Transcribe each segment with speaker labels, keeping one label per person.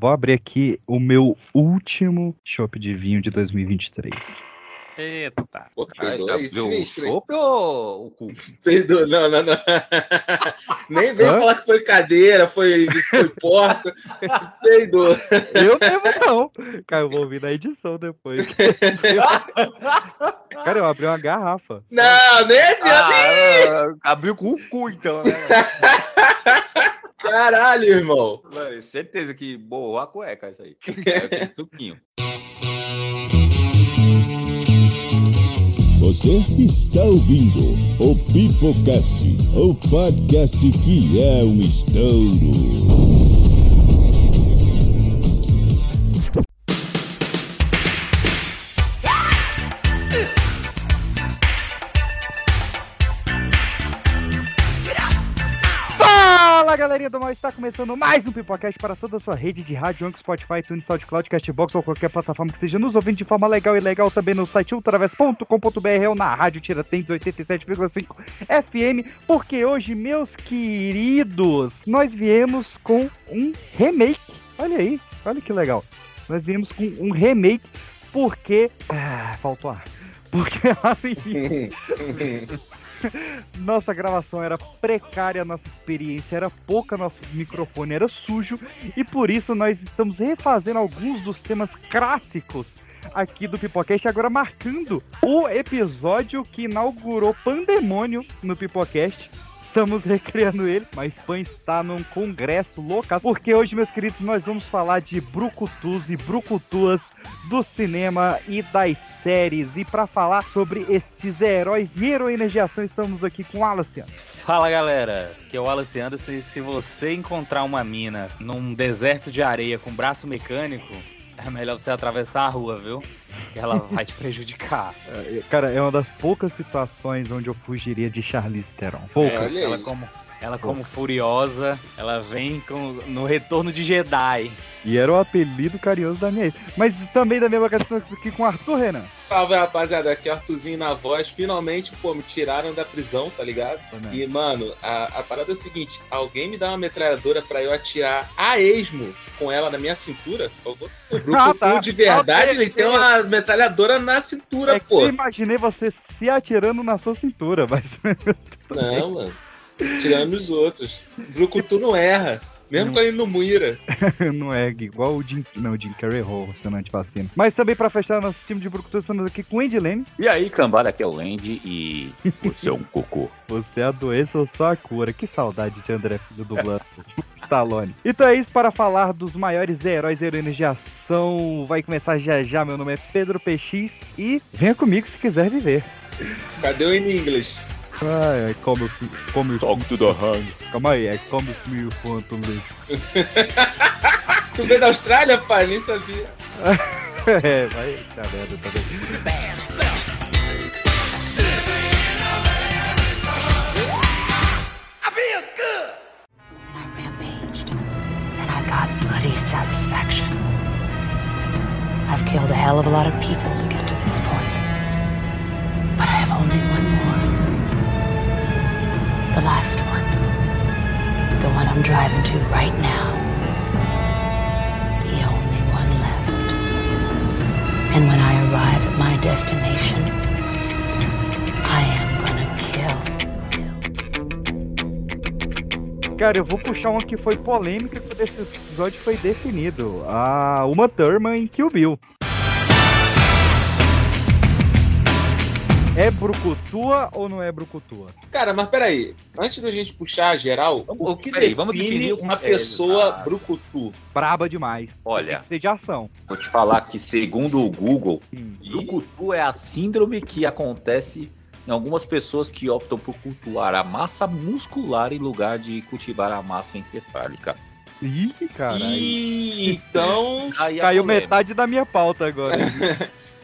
Speaker 1: Vou abrir aqui o meu último chopp de vinho de 2023.
Speaker 2: Eita.
Speaker 3: Pô,
Speaker 2: Mas
Speaker 3: perdoa aí,
Speaker 2: abriu o
Speaker 3: sinistro, hein?
Speaker 2: sopro ou o cu?
Speaker 3: Perdoa, não, não, não. Nem vem
Speaker 1: Hã?
Speaker 3: falar que foi cadeira, foi, foi porta. Perdoa.
Speaker 1: Eu mesmo não. Cara, eu vou ouvir na edição depois. Cara, eu abri uma garrafa.
Speaker 3: Não, nem é adianta.
Speaker 2: Ah, abriu com o cu, então, né?
Speaker 3: Caralho, irmão.
Speaker 2: Mano, certeza que boa a cueca isso aí. É aquele suquinho.
Speaker 4: Você está ouvindo o Pipocast, o podcast que é um estouro.
Speaker 1: Fala, galerinha do mal! Está começando mais um Pipocast para toda a sua rede de rádio, Anchor, Spotify, Tunes, SoundCloud, Castbox ou qualquer plataforma que seja nos ouvindo de forma legal e legal também no site ultraverso.com.br ou na rádio Tiradentes 87,5 FM, porque hoje, meus queridos, nós viemos com um remake. Olha aí, olha que legal. Nós viemos com um remake porque... Ah, faltou ar. Porque a menina nossa gravação era precária, nossa experiência era pouca, nosso microfone era sujo e por isso nós estamos refazendo alguns dos temas clássicos aqui do Pipocast, agora marcando o episódio que inaugurou Pandemônio no Pipocast. Estamos recriando ele, mas Pan está num congresso louca, porque hoje, meus queridos, nós vamos falar de brucutus e brucutuas do cinema e das séries. E para falar sobre estes heróis e heroínas de ação, estamos aqui com o Alacian.
Speaker 5: Fala galera, aqui é o Wallace Anderson e se você encontrar uma mina num deserto de areia com braço mecânico, é melhor você atravessar a rua, viu? Que ela vai te prejudicar.
Speaker 1: Cara, é uma das poucas situações onde eu fugiria de Charlize Theron. Poucas.
Speaker 3: É, olha aí.
Speaker 5: Ela como, ela como furiosa, ela vem com, no retorno de Jedi.
Speaker 1: E era o apelido carinhoso da minha ex. Mas também da mesma questão aqui com o Arthur Renan. né?
Speaker 3: Salve, rapaziada. Aqui é o Artuzinho na voz. Finalmente, pô, me tiraram da prisão, tá ligado?
Speaker 1: É.
Speaker 3: E, mano, a, a parada é a seguinte: alguém me dá uma metralhadora pra eu atirar a esmo com ela na minha cintura, por favor? O grupo
Speaker 1: Ah, tá.
Speaker 3: de verdade,
Speaker 1: Ok,
Speaker 3: ele tem uma metralhadora na cintura,
Speaker 1: É que
Speaker 3: pô.
Speaker 1: eu imaginei você se atirando na sua cintura, mas
Speaker 3: Não, mano. Tirando os outros. Brucutu não erra. Mesmo
Speaker 1: Não.
Speaker 3: quando ele não muira.
Speaker 1: não é igual o Jim, não, o Jim Carrey errou, se não vacina. Mas também pra fechar nosso time de Brucutu, estamos aqui com o Andy Leme.
Speaker 2: E aí, cambada, aqui é o Andy e você é um cocô.
Speaker 1: Você é a doença ou só a cura? Que saudade de André Filho dublando. Stallone. Então é isso para falar dos maiores heróis e heroínas de ação. Vai começar já já. Meu nome é Pedro PX e venha comigo se quiser viver.
Speaker 3: Cadê o in English?
Speaker 1: Ai, ai, Ah, é como eu fui. Como eu
Speaker 4: Talk to the hand.
Speaker 1: Calma aí, é como eu fui o Phantom Link.
Speaker 3: Tu veio da Austrália, pai? Nem sabia.
Speaker 1: É, vai. Tá merda, tá bem.
Speaker 6: I rampaged, and I got bloody satisfaction. I've killed a hell of a lot of people to get to this point. But I have only one more. The last one. The one I'm driving to right now. The only one left. And when I arrive at my destination, I am gonna kill Bill.
Speaker 1: Cara, eu vou puxar uma que foi polêmica quando esse episódio foi definido. A Uma Thurman em Kill Bill. É brucutua ou não é brucutua?
Speaker 3: Cara, mas peraí, antes da gente puxar a geral,
Speaker 2: Vamos-
Speaker 3: o que
Speaker 2: peraí,
Speaker 3: define
Speaker 2: vamos definir o
Speaker 3: uma
Speaker 2: que é,
Speaker 3: pessoa
Speaker 2: exato.
Speaker 3: brucutu?
Speaker 1: Braba demais. Tem
Speaker 2: Olha,
Speaker 3: É.
Speaker 1: que ser de ação.
Speaker 2: vou te falar que segundo o Google,
Speaker 3: Ih.
Speaker 2: brucutu é a síndrome que acontece em algumas pessoas que optam por cultuar a massa muscular em lugar de cultivar a massa encefálica.
Speaker 1: Ih, caralho.
Speaker 3: E então
Speaker 2: Aí é a
Speaker 1: Caiu
Speaker 2: polêmica.
Speaker 1: metade da minha pauta agora.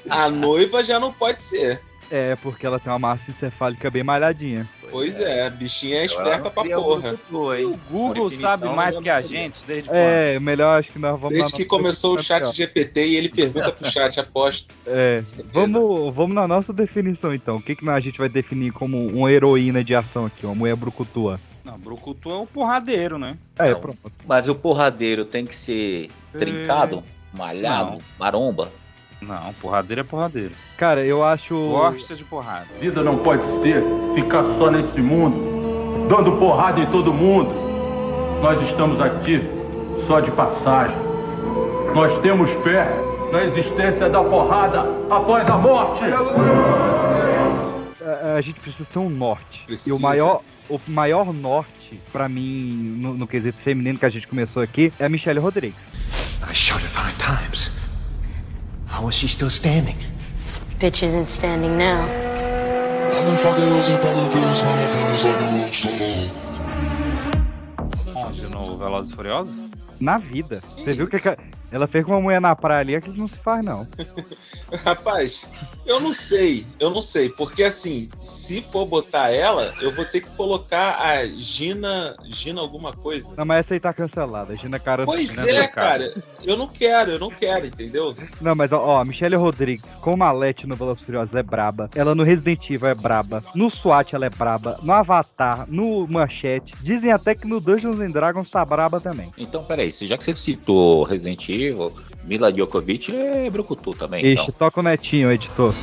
Speaker 3: a noiva já não pode ser.
Speaker 1: é, porque ela tem uma massa encefálica bem malhadinha.
Speaker 3: Pois é, a bichinha é
Speaker 2: Ela
Speaker 3: esperta
Speaker 2: não
Speaker 3: pra
Speaker 2: cria
Speaker 3: porra.
Speaker 2: brucutu,
Speaker 5: E
Speaker 2: hein?
Speaker 5: o Google
Speaker 2: definição,
Speaker 5: sabe mais
Speaker 2: eu
Speaker 5: do que a
Speaker 2: não sabia.
Speaker 5: gente desde quando?
Speaker 1: É, melhor acho que nós vamos...
Speaker 3: Desde
Speaker 1: na
Speaker 3: que
Speaker 1: nossa-
Speaker 3: começou o
Speaker 2: assim,
Speaker 3: chat GPT e ele pergunta pro chat, aposto.
Speaker 1: É, vamos, vamos na nossa definição então. O que, que a gente vai definir como uma heroína de ação aqui, uma mulher brucutua?
Speaker 5: Não, Brucutu é o porradeiro, né?
Speaker 1: É,
Speaker 3: Então,
Speaker 2: Não.
Speaker 1: pronto.
Speaker 2: Mas o porradeiro tem que ser
Speaker 1: É.
Speaker 2: trincado, malhado,
Speaker 5: Não.
Speaker 2: maromba?
Speaker 5: Não, porradeiro é porradeiro.
Speaker 1: Cara, eu acho.
Speaker 5: Gosta de porrada.
Speaker 7: Vida não pode ser ficar só nesse mundo, dando porrada em todo mundo. Nós estamos aqui só de passagem. Nós temos fé na existência da porrada após a morte.
Speaker 1: é, A, a gente precisa ter um norte. E
Speaker 3: Precisa.
Speaker 1: o maior, o maior norte, pra mim, no, no quesito feminino que a gente começou aqui, é a Michelle Rodrigues.
Speaker 8: I shot her five times. How is she still standing?
Speaker 6: Bitch isn't standing now.
Speaker 5: Onde? No Velozes e Furiosos?
Speaker 1: Na vida. Você viu que a- ela fez com uma mulher na praia ali, aquilo não se faz, não.
Speaker 3: Rapaz, eu não sei, eu não sei, porque assim, se for botar ela, eu vou ter que colocar a Gina, Gina alguma coisa.
Speaker 1: Não, mas essa aí tá cancelada. Gina Carano. tá
Speaker 3: Pois
Speaker 5: Gina
Speaker 3: é,
Speaker 5: Delicado.
Speaker 3: cara, eu não quero, eu não quero, entendeu?
Speaker 1: Não, mas ó, ó, a Michelle Rodrigues com Malete no Velas Furiosas é braba. Ela no Resident Evil é braba. No SWAT ela é braba. No Avatar, no Manchete. Dizem até que no Dungeons and Dragons tá braba também.
Speaker 2: Então, peraí, se- já que você citou Resident Evil, Mila Djokovic é Brucutu também,
Speaker 1: Ixi,
Speaker 2: então.
Speaker 1: toca o netinho, editor.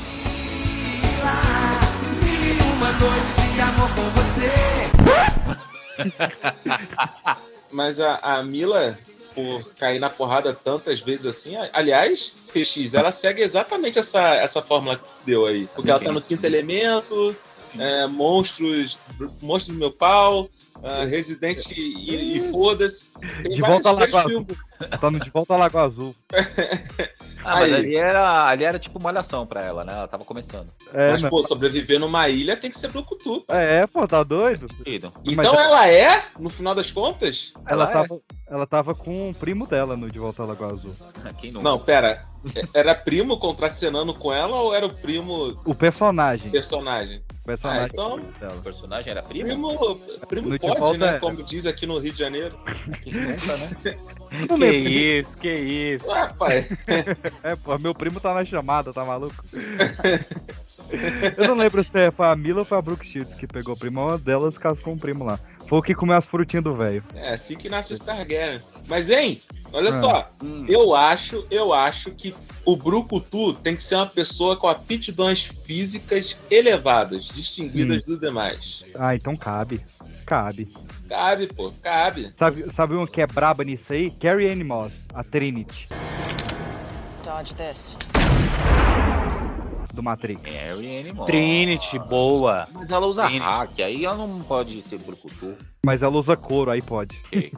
Speaker 3: Mas a, a Mila, por cair na porrada tantas vezes assim, a- aliás, PX, ela segue exatamente essa, essa fórmula que tu deu aí. Porque ela tá no quinto elemento, é, monstros, monstro do meu pau, é, Resident e, e foda-se. Tem
Speaker 1: De
Speaker 3: vários-
Speaker 1: volta à
Speaker 3: vários
Speaker 1: Lagoa
Speaker 3: filmes.
Speaker 1: Azul. Tá no De volta à Lagoa Azul.
Speaker 2: Ah,
Speaker 3: Aí.
Speaker 2: mas ali era, ali era tipo malhação pra ela, né? Ela tava começando.
Speaker 1: É,
Speaker 3: Mas,
Speaker 1: não.
Speaker 3: pô, sobreviver numa ilha tem que ser Brucutu.
Speaker 1: é, pô, tá doido?
Speaker 2: Querido,
Speaker 3: Então
Speaker 1: Mas-
Speaker 3: ela é, no final das contas?
Speaker 1: Ela,
Speaker 2: ela é.
Speaker 1: tava, ela tava com o primo dela no De Volta à Lagoa Azul.
Speaker 2: quem não?
Speaker 3: Não, pera. É, Era primo contracenando com ela ou era o primo
Speaker 1: O personagem.
Speaker 3: personagem?
Speaker 1: O personagem
Speaker 3: Ah, então-
Speaker 2: O
Speaker 1: dela.
Speaker 2: personagem era primo?
Speaker 3: Primo, primo
Speaker 1: No
Speaker 3: pode,
Speaker 1: Timbalda
Speaker 3: né?
Speaker 1: é.
Speaker 3: Como diz aqui no Rio de Janeiro.
Speaker 2: Quem nunca, né?
Speaker 1: Não
Speaker 5: Que
Speaker 1: lembro.
Speaker 5: isso, que isso.
Speaker 3: Ah, Rapaz,
Speaker 1: É, pô, meu primo tá na chamada, tá maluco? Eu não lembro se é, foi a Mila ou foi a Brooke Shields que pegou o primo. Uma delas casou com o primo lá. Foi o que comeu as frutinhas do velho.
Speaker 3: é assim que nasce o Stargaryen. Mas, hein, olha
Speaker 1: Ah.
Speaker 3: só.
Speaker 5: Hum.
Speaker 3: Eu acho, eu acho que o Brucutu tem que ser uma pessoa com aptidões físicas elevadas,
Speaker 1: Hum.
Speaker 3: distinguidas dos demais.
Speaker 1: Ah, então cabe. Cabe.
Speaker 3: Cabe, pô, cabe.
Speaker 1: Sabe, sabe um que é braba nisso aí? Carrie Ann Moss, a Trinity
Speaker 6: Dodge this.
Speaker 1: do Matrix.
Speaker 2: Harry Animal.
Speaker 5: Trinity, boa.
Speaker 2: Mas ela usa
Speaker 5: Trinity.
Speaker 2: hack, aí ela não pode ser Brucutu.
Speaker 1: Mas ela usa couro, aí pode.
Speaker 5: Quem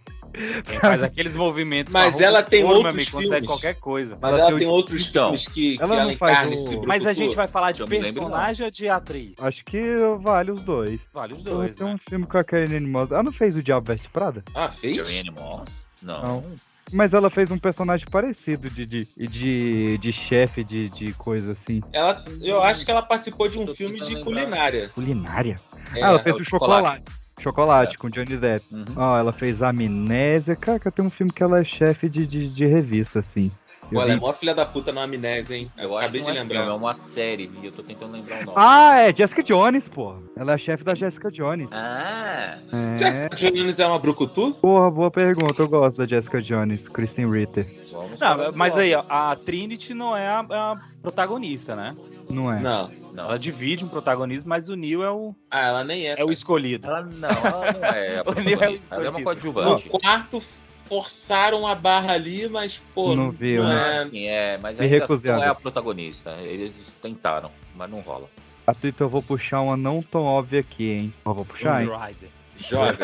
Speaker 5: faz aqueles movimentos.
Speaker 3: Mas
Speaker 5: com a roupa
Speaker 3: ela tem
Speaker 5: de couro,
Speaker 3: outros
Speaker 5: meu amigo,
Speaker 3: filmes.
Speaker 5: Consegue qualquer coisa.
Speaker 3: Mas
Speaker 1: Ela
Speaker 3: ela
Speaker 1: tem
Speaker 3: tem outros
Speaker 2: Então,
Speaker 3: filmes que que
Speaker 1: ela
Speaker 3: ela
Speaker 1: não faz
Speaker 3: encarna
Speaker 1: o-
Speaker 3: esse Brucutu.
Speaker 5: Mas a gente vai falar de
Speaker 2: Eu me lembro, não.
Speaker 5: personagem ou de atriz?
Speaker 1: Acho que vale os dois.
Speaker 5: Vale os
Speaker 1: Dois,
Speaker 5: dois,
Speaker 1: tem
Speaker 5: né?
Speaker 1: um filme com a Carrie Ann Moss. Ela não fez o Diabo Veste Prada?
Speaker 3: Ah, fez?
Speaker 2: Harry Animals? Não.
Speaker 1: Não. Mas ela fez um personagem parecido de, de, de, de chefe, de, de coisa assim.
Speaker 3: Ela, eu acho que ela participou de um
Speaker 2: Tô
Speaker 3: filme de
Speaker 2: tentando lembrar.
Speaker 3: culinária.
Speaker 1: Culinária?
Speaker 3: É,
Speaker 1: ah, ela fez
Speaker 2: é
Speaker 1: o
Speaker 2: o
Speaker 1: chocolate.
Speaker 2: chocolate.
Speaker 1: Chocolate, com Johnny Depp.
Speaker 2: Uhum.
Speaker 1: Ó, ela fez Amnésia. Caraca, tem um filme que ela é chefe de, de, de revista, assim. Eu
Speaker 3: Pô, ela é
Speaker 1: vi-
Speaker 3: mó filha da puta na amnésia, hein?
Speaker 2: Eu acho
Speaker 3: Acabei
Speaker 2: que
Speaker 3: de
Speaker 2: não é
Speaker 3: lembrar.
Speaker 2: filme, é uma série, e eu tô tentando lembrar o nome.
Speaker 1: Ah, é Jessica Jones, pô. Ela é a chefe da Jessica Jones.
Speaker 2: Ah!
Speaker 1: É.
Speaker 3: Jessica Jones é uma brucutu?
Speaker 1: Porra, boa pergunta. Eu gosto da Jessica Jones, Kristen Ritter.
Speaker 2: Vamos
Speaker 5: Não,
Speaker 2: falar
Speaker 5: mas
Speaker 2: do
Speaker 5: aí, ó, a Trinity não é a, a protagonista, né?
Speaker 1: Não é?
Speaker 3: Não.
Speaker 2: Não.
Speaker 5: Ela divide um protagonismo, mas o Neil é o,
Speaker 3: Ah, ela nem é.
Speaker 5: é o escolhido.
Speaker 2: Ela não, ela não é a
Speaker 5: O Neil é o
Speaker 2: protagonista. Ela é uma
Speaker 5: escolhido.
Speaker 3: No
Speaker 2: coadjuvante.
Speaker 3: quarto forçaram a barra ali, mas, pô.
Speaker 1: Não viu, né?
Speaker 3: é-
Speaker 2: Sim, é, mas
Speaker 1: Me
Speaker 2: ainda assim
Speaker 1: recusaram.
Speaker 2: não é a protagonista. Eles tentaram, mas não rola.
Speaker 1: A Twitter eu vou puxar uma não tão óbvia aqui, hein? Ó, vou puxar,
Speaker 3: Hum.
Speaker 1: hein?
Speaker 5: Tomb Raider.
Speaker 3: é Jovem.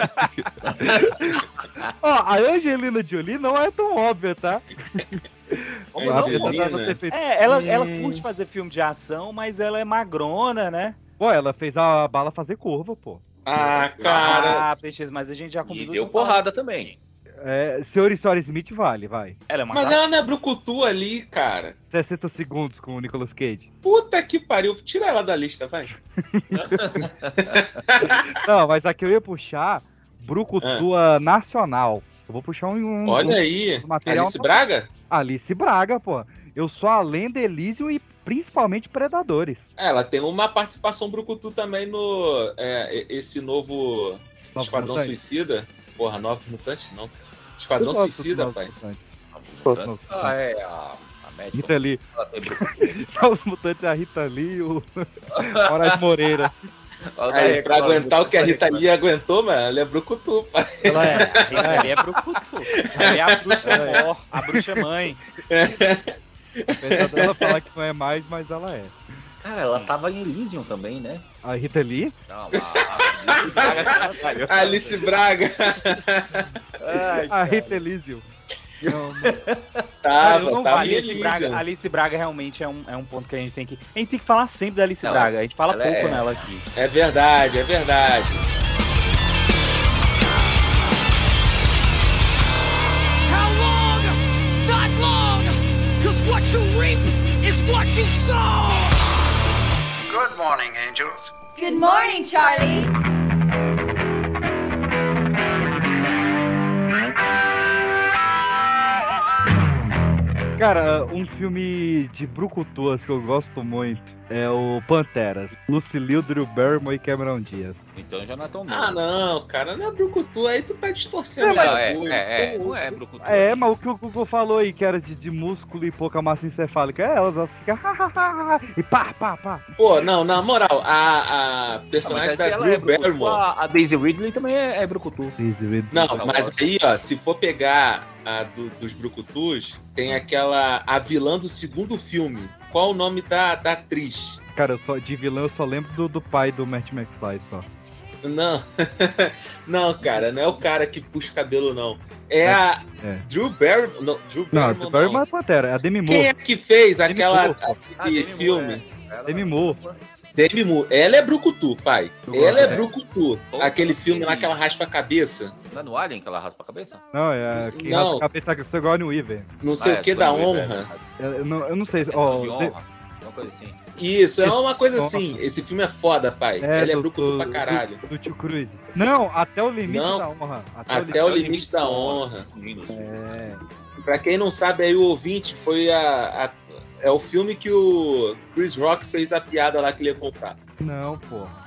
Speaker 1: Ó, a Angelina Jolie não é tão óbvia, tá? Apesar dela
Speaker 3: É Angelina.
Speaker 1: ter feito-
Speaker 5: É, ela, ela curte fazer filme de ação, mas ela é magrona, né?
Speaker 1: Pô, ela fez a bala fazer curva, pô.
Speaker 3: Ah, cara.
Speaker 5: Ah, peixes, mas a gente
Speaker 3: Tá
Speaker 5: já
Speaker 2: E
Speaker 5: combinou. de
Speaker 2: deu
Speaker 5: não falar
Speaker 2: porrada
Speaker 5: disso.
Speaker 2: também.
Speaker 1: É, senhor e senhora Smith vale, vai.
Speaker 5: Ela é uma
Speaker 3: Mas ela não é brucutu ali, cara.
Speaker 1: 60 segundos com o Nicolas Cage.
Speaker 3: Puta que pariu. Tira ela da lista, vai.
Speaker 1: Hum. Não, mas aqui eu ia puxar Brucutua Nacional. Eu vou puxar um. um
Speaker 3: Ah. Olha
Speaker 1: um-
Speaker 3: aí.
Speaker 1: um material
Speaker 3: Alice Braga?
Speaker 1: Alice Braga, pô. Eu sou a lenda Elysium e principalmente Predadores.
Speaker 3: É, Ela tem uma participação brucutu também no. é, esse novo.
Speaker 1: Novos
Speaker 3: Esquadrão
Speaker 1: Mutantes?
Speaker 3: Suicida. Porra, Novos Mutantes não.
Speaker 1: Eu
Speaker 3: Esquadrão
Speaker 1: gosto dos
Speaker 3: Suicida,
Speaker 1: Novos
Speaker 3: pai.
Speaker 1: Mutantes.
Speaker 2: Ah, é a, a médica.
Speaker 1: Rita Lee.
Speaker 2: Ela sempre-
Speaker 1: Os mutantes é a Rita Lee e o Horácio Moreira.
Speaker 2: Olha
Speaker 3: Aí,
Speaker 2: daí,
Speaker 3: É, pra
Speaker 2: cara,
Speaker 3: aguentar o que a
Speaker 2: cara,
Speaker 3: Rita
Speaker 2: cara.
Speaker 3: Lia aguentou, mano, ela é brucutu, pai.
Speaker 5: Ela é, ela é brucutu. Ela é a bruxa mor, a bruxa mãe.
Speaker 1: Apesar dela falar que não é mais, mas ela é.
Speaker 2: Cara, ela tava em Elysium também, né?
Speaker 1: A Rita Lee?
Speaker 2: Não, a, a Braga trabalhou.
Speaker 3: Alice Braga.
Speaker 2: Ai,
Speaker 1: a
Speaker 2: cara.
Speaker 1: Rita Elísio. Não,
Speaker 5: Cara, eu
Speaker 3: Tava,
Speaker 5: não
Speaker 3: tava
Speaker 5: vale.
Speaker 3: em
Speaker 5: Alice Braga,
Speaker 3: Elysium.
Speaker 5: Alice Braga realmente é um, é um ponto que a gente tem que. A gente tem que falar sempre da Alice
Speaker 2: Não,
Speaker 5: Braga. A gente fala
Speaker 2: ela
Speaker 5: pouco
Speaker 2: é-
Speaker 5: nela aqui.
Speaker 3: É verdade, é verdade.
Speaker 9: How long? Not long! Cause what you reap is what you sow!
Speaker 8: Good morning, angels.
Speaker 10: Good morning, Charlie.
Speaker 1: Cara, um filme de brucutuas que eu gosto muito é o Panteras. Lucilio, Drew Barrymore e Cameron Diaz.
Speaker 2: Então já não é tão
Speaker 3: Ah,
Speaker 2: novo.
Speaker 3: não, cara, não é brucutu, aí tu tá distorcendo
Speaker 2: Não,
Speaker 3: o
Speaker 2: é,
Speaker 3: bagulho.
Speaker 2: é, é, não é, Brucutu.
Speaker 1: É, mas o que o Google falou aí, que era de, de músculo e pouca massa encefálica, é, elas, elas ficam "Ha, ha, ha, ha", e pá, pá, pá.
Speaker 3: Pô, não, na moral, a, a personagem
Speaker 2: Ah, mas aí
Speaker 3: da
Speaker 2: ela
Speaker 3: Drew
Speaker 2: é brucutu,
Speaker 3: Barrymore.
Speaker 2: A, a Daisy Ridley também é, é Brucutu.
Speaker 1: Então,
Speaker 3: Não, mas aí, ó, se for pegar a do- dos brucutus, tem aquela. A vilã do segundo filme. Qual o nome da, da atriz?
Speaker 1: Cara, eu só, de vilão eu só lembro do, do pai do Matt McFly só.
Speaker 3: Não. não, cara, não é o cara que puxa o cabelo, não. É a
Speaker 1: É.
Speaker 3: Drew Barrymore. Não, Drew
Speaker 1: Não,
Speaker 3: Barrymore.
Speaker 1: Drew
Speaker 3: não.
Speaker 1: Barrymore é Pantera, é a Demi
Speaker 3: Quem
Speaker 1: Moore.
Speaker 3: é que fez
Speaker 1: Demi
Speaker 3: aquela
Speaker 1: Moore, pô.
Speaker 2: Ah,
Speaker 3: aquele
Speaker 2: Demi Moore,
Speaker 3: filme?
Speaker 2: é. Ela-
Speaker 1: Demi Moore.
Speaker 3: Demi Moore. Ela é brucutu, pai.
Speaker 1: Eu
Speaker 3: Ela é
Speaker 1: gosto.
Speaker 3: brucutu.
Speaker 2: Porra,
Speaker 3: Aquele filme lá
Speaker 2: que-
Speaker 3: que ela raspa a cabeça.
Speaker 2: Não é no Alien que ela raspa a cabeça?
Speaker 1: Não, é a que
Speaker 3: Não.
Speaker 1: raspa a cabeça que você igual no Weaver.
Speaker 3: Não sei
Speaker 2: Ah, é,
Speaker 3: o que da
Speaker 2: Plano
Speaker 3: honra.
Speaker 2: Universo, né?
Speaker 1: Eu, eu não, eu não sei.
Speaker 2: Questão
Speaker 1: ó,
Speaker 2: de
Speaker 1: de-
Speaker 2: honra, Uma coisa assim.
Speaker 3: Isso, é uma coisa
Speaker 1: Nossa.
Speaker 3: assim. Esse filme é foda, pai. ela é
Speaker 1: do-
Speaker 3: brucutu
Speaker 1: do-
Speaker 3: pra caralho.
Speaker 1: Do, do tio Cruz. Não, até o limite
Speaker 3: Não.
Speaker 1: da honra.
Speaker 3: Até É o limite da honra.
Speaker 2: é Lindo,
Speaker 1: É,
Speaker 3: Pra quem não sabe, aí o ouvinte foi a. a- é o filme que o Chris Rock fez a piada lá que ele ia comprar.
Speaker 1: não, porra.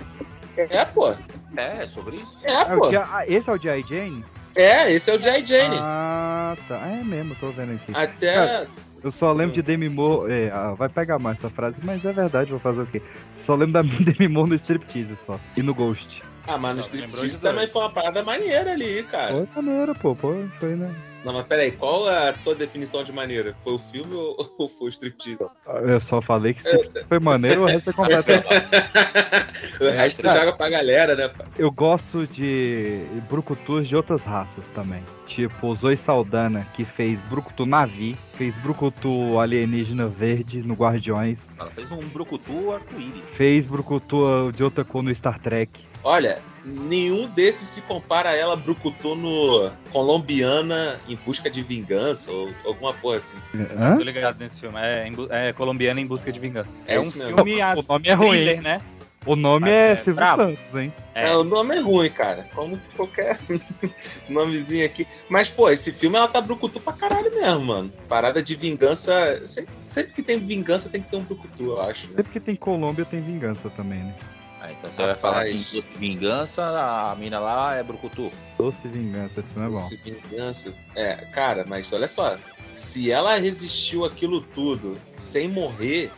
Speaker 3: É, pô.
Speaker 2: É, é sobre isso.
Speaker 3: É,
Speaker 1: Ah, o
Speaker 3: pô.
Speaker 1: G- ah, esse é o G.I. Jane?
Speaker 3: É, esse é o J.I. Jane.
Speaker 1: Ah, tá. É mesmo, tô vendo aqui.
Speaker 3: Até.
Speaker 1: Eu só lembro
Speaker 3: Hum.
Speaker 1: de Demi Moore. é, ah, vai pegar mais essa frase, mas é verdade, vou fazer o quê? Só lembro da Demi Moore no striptease só. E no Ghost.
Speaker 3: Ah, mas no
Speaker 5: Só lembrou de
Speaker 3: Striptease
Speaker 5: dois.
Speaker 3: também foi uma parada maneira ali, cara.
Speaker 1: Foi maneiro, pô. pô foi, né?
Speaker 3: Não, mas peraí, qual a tua definição de maneira? Foi o filme ou, ou foi o Striptease?
Speaker 5: Então,
Speaker 1: Eu só falei que striptease foi maneiro, o resto é completamente.
Speaker 5: é,
Speaker 3: o resto tu
Speaker 5: tá.
Speaker 1: cara.
Speaker 3: joga pra galera, né, pai?
Speaker 1: Eu gosto de brucutus de outras raças também. Tipo, o Zoe Saldana, que fez brucutu Navi, fez brucutu alienígena verde no Guardiões,
Speaker 2: Ela fez um Brucutu arco-íris.
Speaker 1: fez brucutu de outra cor no Star Trek.
Speaker 3: Olha, nenhum desses se compara a ela brucutu no colombiana em busca de vingança ou alguma porra assim.
Speaker 1: Hã?
Speaker 5: Tô ligado nesse filme. É, em bu- é Colombiana em Busca de Vingança. É,
Speaker 3: É
Speaker 5: um
Speaker 3: isso mesmo.
Speaker 5: filme as,
Speaker 1: O nome é ruim.
Speaker 5: thriller, né?
Speaker 1: O nome
Speaker 5: Ah,
Speaker 1: é,
Speaker 5: é
Speaker 1: Silvio
Speaker 5: brabo.
Speaker 1: Santos, hein?
Speaker 5: É.
Speaker 3: É, o nome é ruim, cara. Como qualquer nomezinho aqui. Mas, pô, esse filme ela tá brucutu pra caralho mesmo, mano. Parada de vingança. Sempre, sempre que tem vingança tem que ter um brucutu, eu acho. né?
Speaker 1: Sempre que tem Colômbia tem vingança também, né?
Speaker 2: Ah, então você vai falar que em Doce de Vingança, a mina lá é Brucutu.
Speaker 1: Doce vingança, isso não é bom.
Speaker 3: Esse vingança. É, cara, mas olha só. Se ela resistiu aquilo tudo sem morrer,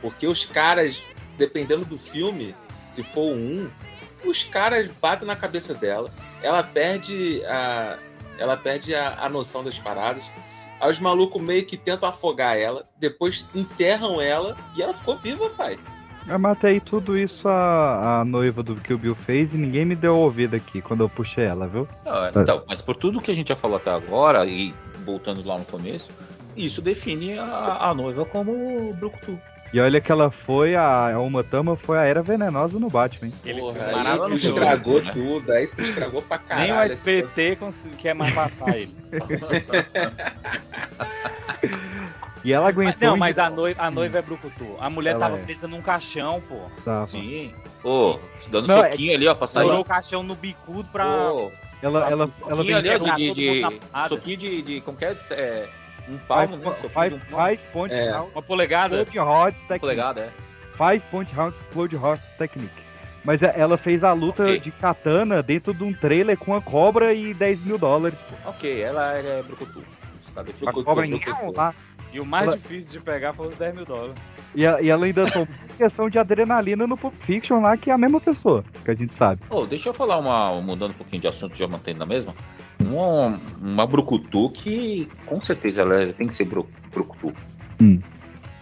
Speaker 3: porque os caras, dependendo do filme, se for um, os caras batem na cabeça dela. Ela perde a, ela perde a, a noção das paradas. Aí os malucos meio que tentam afogar ela, depois enterram ela e ela ficou viva, pai.
Speaker 1: Eu matei tudo isso a, a noiva do que o Bill fez e ninguém me deu ouvido aqui quando eu puxei ela, viu?
Speaker 2: Não,
Speaker 1: É.
Speaker 2: então, mas por tudo que a gente já falou até agora, e voltando lá no começo, isso define a, a noiva como Brucutu.
Speaker 1: E olha que ela foi, a a Uma Thama foi a Era Venenosa no Batman. hein?
Speaker 5: Aquele
Speaker 3: Porra,
Speaker 5: filme
Speaker 3: aí tu
Speaker 5: maravilhoso,
Speaker 3: estragou
Speaker 2: né?
Speaker 3: tudo, aí tu estragou pra caralho.
Speaker 5: Nem o SPT cons- quer mais passar ele.
Speaker 2: né?
Speaker 1: E ela
Speaker 5: Mas-
Speaker 1: aguentou.
Speaker 5: não,
Speaker 1: em-
Speaker 5: mas a noiva, a noiva é brucutu. A mulher
Speaker 1: Ela
Speaker 5: tava
Speaker 1: é.
Speaker 5: presa num caixão, pô.
Speaker 1: Tava.
Speaker 2: Sim. Ô, dando
Speaker 1: Não, é-
Speaker 2: soquinho ali, ó, pra sair.
Speaker 5: Estourou o caixão no bicudo pra...
Speaker 2: Ô,
Speaker 1: Ela, ela, ela
Speaker 2: soquinho ali,
Speaker 1: vendeu
Speaker 2: ó, de,
Speaker 5: pegar todo
Speaker 2: de,
Speaker 5: mundo na porrada.
Speaker 2: soquinho de, de, como que é? É, um palmo, né?
Speaker 1: Five,
Speaker 2: Soquinho
Speaker 1: five,
Speaker 2: de um palmo.
Speaker 1: five Point
Speaker 3: É.
Speaker 1: Round
Speaker 5: Uma polegada.
Speaker 1: Explode Hot Technique.
Speaker 2: Polegada, é.
Speaker 1: Five Point Round Explode Hot Technique. Mas é, ela fez a luta okay. de katana dentro de um trailer com a cobra e 10 mil dólares.
Speaker 2: Ok, ela é brucutu. Está de
Speaker 1: brucutu, a cobra brucutu. lá.
Speaker 5: E o mais ela... difícil de pegar foi os 10 mil dólares.
Speaker 1: E, a, e ela ainda tomou questão de adrenalina no Pulp Fiction lá, que é a mesma pessoa, que a gente sabe.
Speaker 2: Oh, deixa eu falar uma. Mudando um pouquinho de assunto, já mantendo na mesma. Uma, uma brucutu que com certeza ela tem que ser bru, brucutu.
Speaker 1: Hum.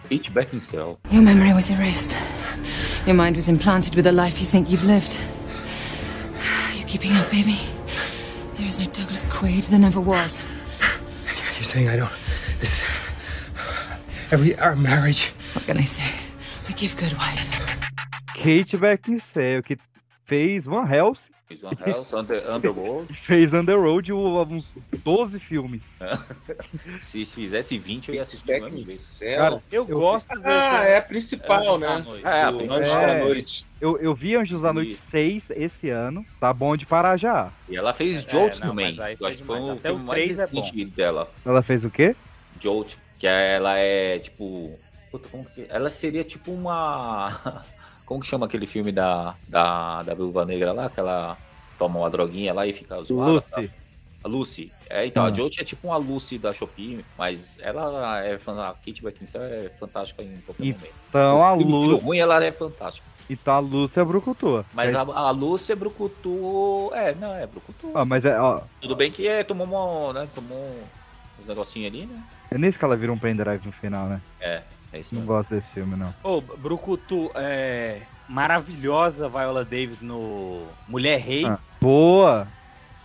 Speaker 2: Kate Beckinsale.
Speaker 11: Your memory was erased. Your mind was implanted with a life you think you've lived. You're keeping up, baby. There is no Douglas Quaid. There never was.
Speaker 8: You're saying I don't. This. Every our marriage.
Speaker 11: What can I say? I give good wife.
Speaker 1: Kate Beckinsale, que fez Van Helsing.
Speaker 2: Fez Van Helsing, Under, Underworld.
Speaker 1: fez Underworld uns 12 filmes.
Speaker 2: Se fizesse 20, eu ia assistir
Speaker 3: Back Cara,
Speaker 5: eu, eu gosto
Speaker 3: vi... Ah, é a principal, né? Noite.
Speaker 2: É, a principal.
Speaker 3: Anjos da Noite.
Speaker 1: Eu, eu vi Anjos da Noite 6 esse ano, tá bom de parar já.
Speaker 2: E ela fez Jolt é, não, também. Eu acho que foi um
Speaker 5: Até o 3 é bom.
Speaker 2: dela.
Speaker 1: Ela fez o quê?
Speaker 2: Jolt, que ela é tipo... Puta, como que... Ela seria tipo uma... Como que chama aquele filme da, da, da Viúva Negra lá? Que ela toma uma droguinha lá e fica zoada.
Speaker 1: Lucy. Ah.
Speaker 2: Tá? A Lucy. É, então, hum. a Jolt é tipo uma Lucy da Shopee, mas ela é a Kate Beckinsale é fantástica em qualquer
Speaker 1: então, momento. Então a Lucy...
Speaker 2: ruim, ela é fantástica.
Speaker 1: Então a Lucy é brucutu.
Speaker 2: Mas é. a, a Lucy é brucutu... É, não, é brucutu.
Speaker 1: Ah, mas é... Ó...
Speaker 2: Tudo bem que é, tomou uma... Né, tomou uns negocinhos ali, né?
Speaker 1: É nesse que ela vira um pendrive no final, né?
Speaker 2: É. É isso
Speaker 1: não gosto desse filme, não.
Speaker 5: Ô, oh, Brucutu, é. Maravilhosa Viola Davis no Mulher Rei. Ah,
Speaker 1: boa!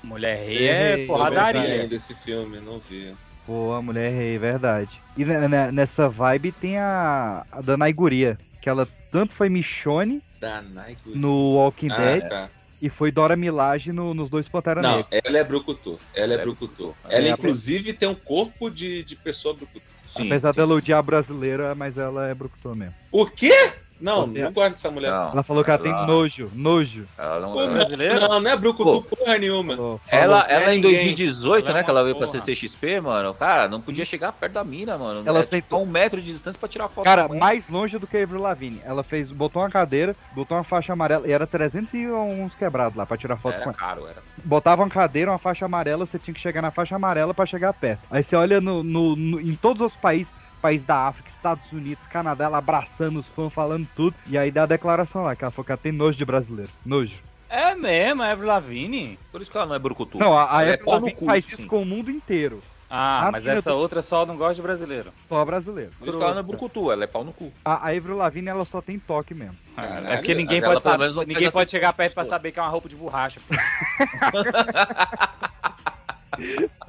Speaker 5: Mulher Rei é, é porradaria.
Speaker 3: desse filme, não vi.
Speaker 1: Boa, Mulher Rei, verdade. E nessa vibe tem a, a Danai Guria, que ela tanto foi Michonne
Speaker 3: Danai Guria.
Speaker 1: no Walking ah, Dead. Tá. E foi Dora Milaje no, nos dois Pantera
Speaker 3: é. Não, Negra. ela é brucutu. Ela é, é brucutu. Ela, é inclusive, tem um corpo de, de pessoa brucutu.
Speaker 1: Sim, Apesar sim. dela odiar a brasileira, mas ela é brucutu mesmo.
Speaker 3: O quê? Não, ela não tem... gosto dessa mulher. Não,
Speaker 1: ela falou que ela, ela tem nojo, nojo.
Speaker 2: Ela não
Speaker 3: Pô, é brasileira? Não, não é brucutu Pô. porra nenhuma. Falou,
Speaker 2: falou ela, ela em 2018, né, que ela veio pra CCXP, mano, cara, não podia chegar perto da mina, mano.
Speaker 1: Hum. Ela
Speaker 2: é, sentou tipo, um metro de distância pra tirar foto.
Speaker 1: Cara, mais longe do que a Avril Lavigne. Ela fez, botou uma cadeira, botou uma faixa amarela, e era 300 e uns quebrados lá pra tirar foto
Speaker 2: era com ela. caro, era.
Speaker 1: Botava uma cadeira, uma faixa amarela, você tinha que chegar na faixa amarela pra chegar perto. Aí você olha no, no, no em todos os países, país da África, Estados Unidos, Canadá, ela abraçando os fãs, falando tudo. E aí dá a declaração lá, que ela falou que ela tem nojo de brasileiro. Nojo.
Speaker 5: É mesmo, a Avril Lavigne?
Speaker 2: Por isso que ela não é brucutu.
Speaker 1: Não, a, a é Avril Lavigne faz sim. isso com o mundo inteiro.
Speaker 5: Ah, a mas essa do... outra só não gosta de brasileiro.
Speaker 1: Só brasileiro.
Speaker 2: Por isso que ela não é brucutu, ela é pau no cu.
Speaker 1: A, a Avril Lavigne, ela só tem toque mesmo.
Speaker 5: Caralho, é porque ninguém pode saber, ninguém pode chegar perto pra saber que é uma roupa de borracha.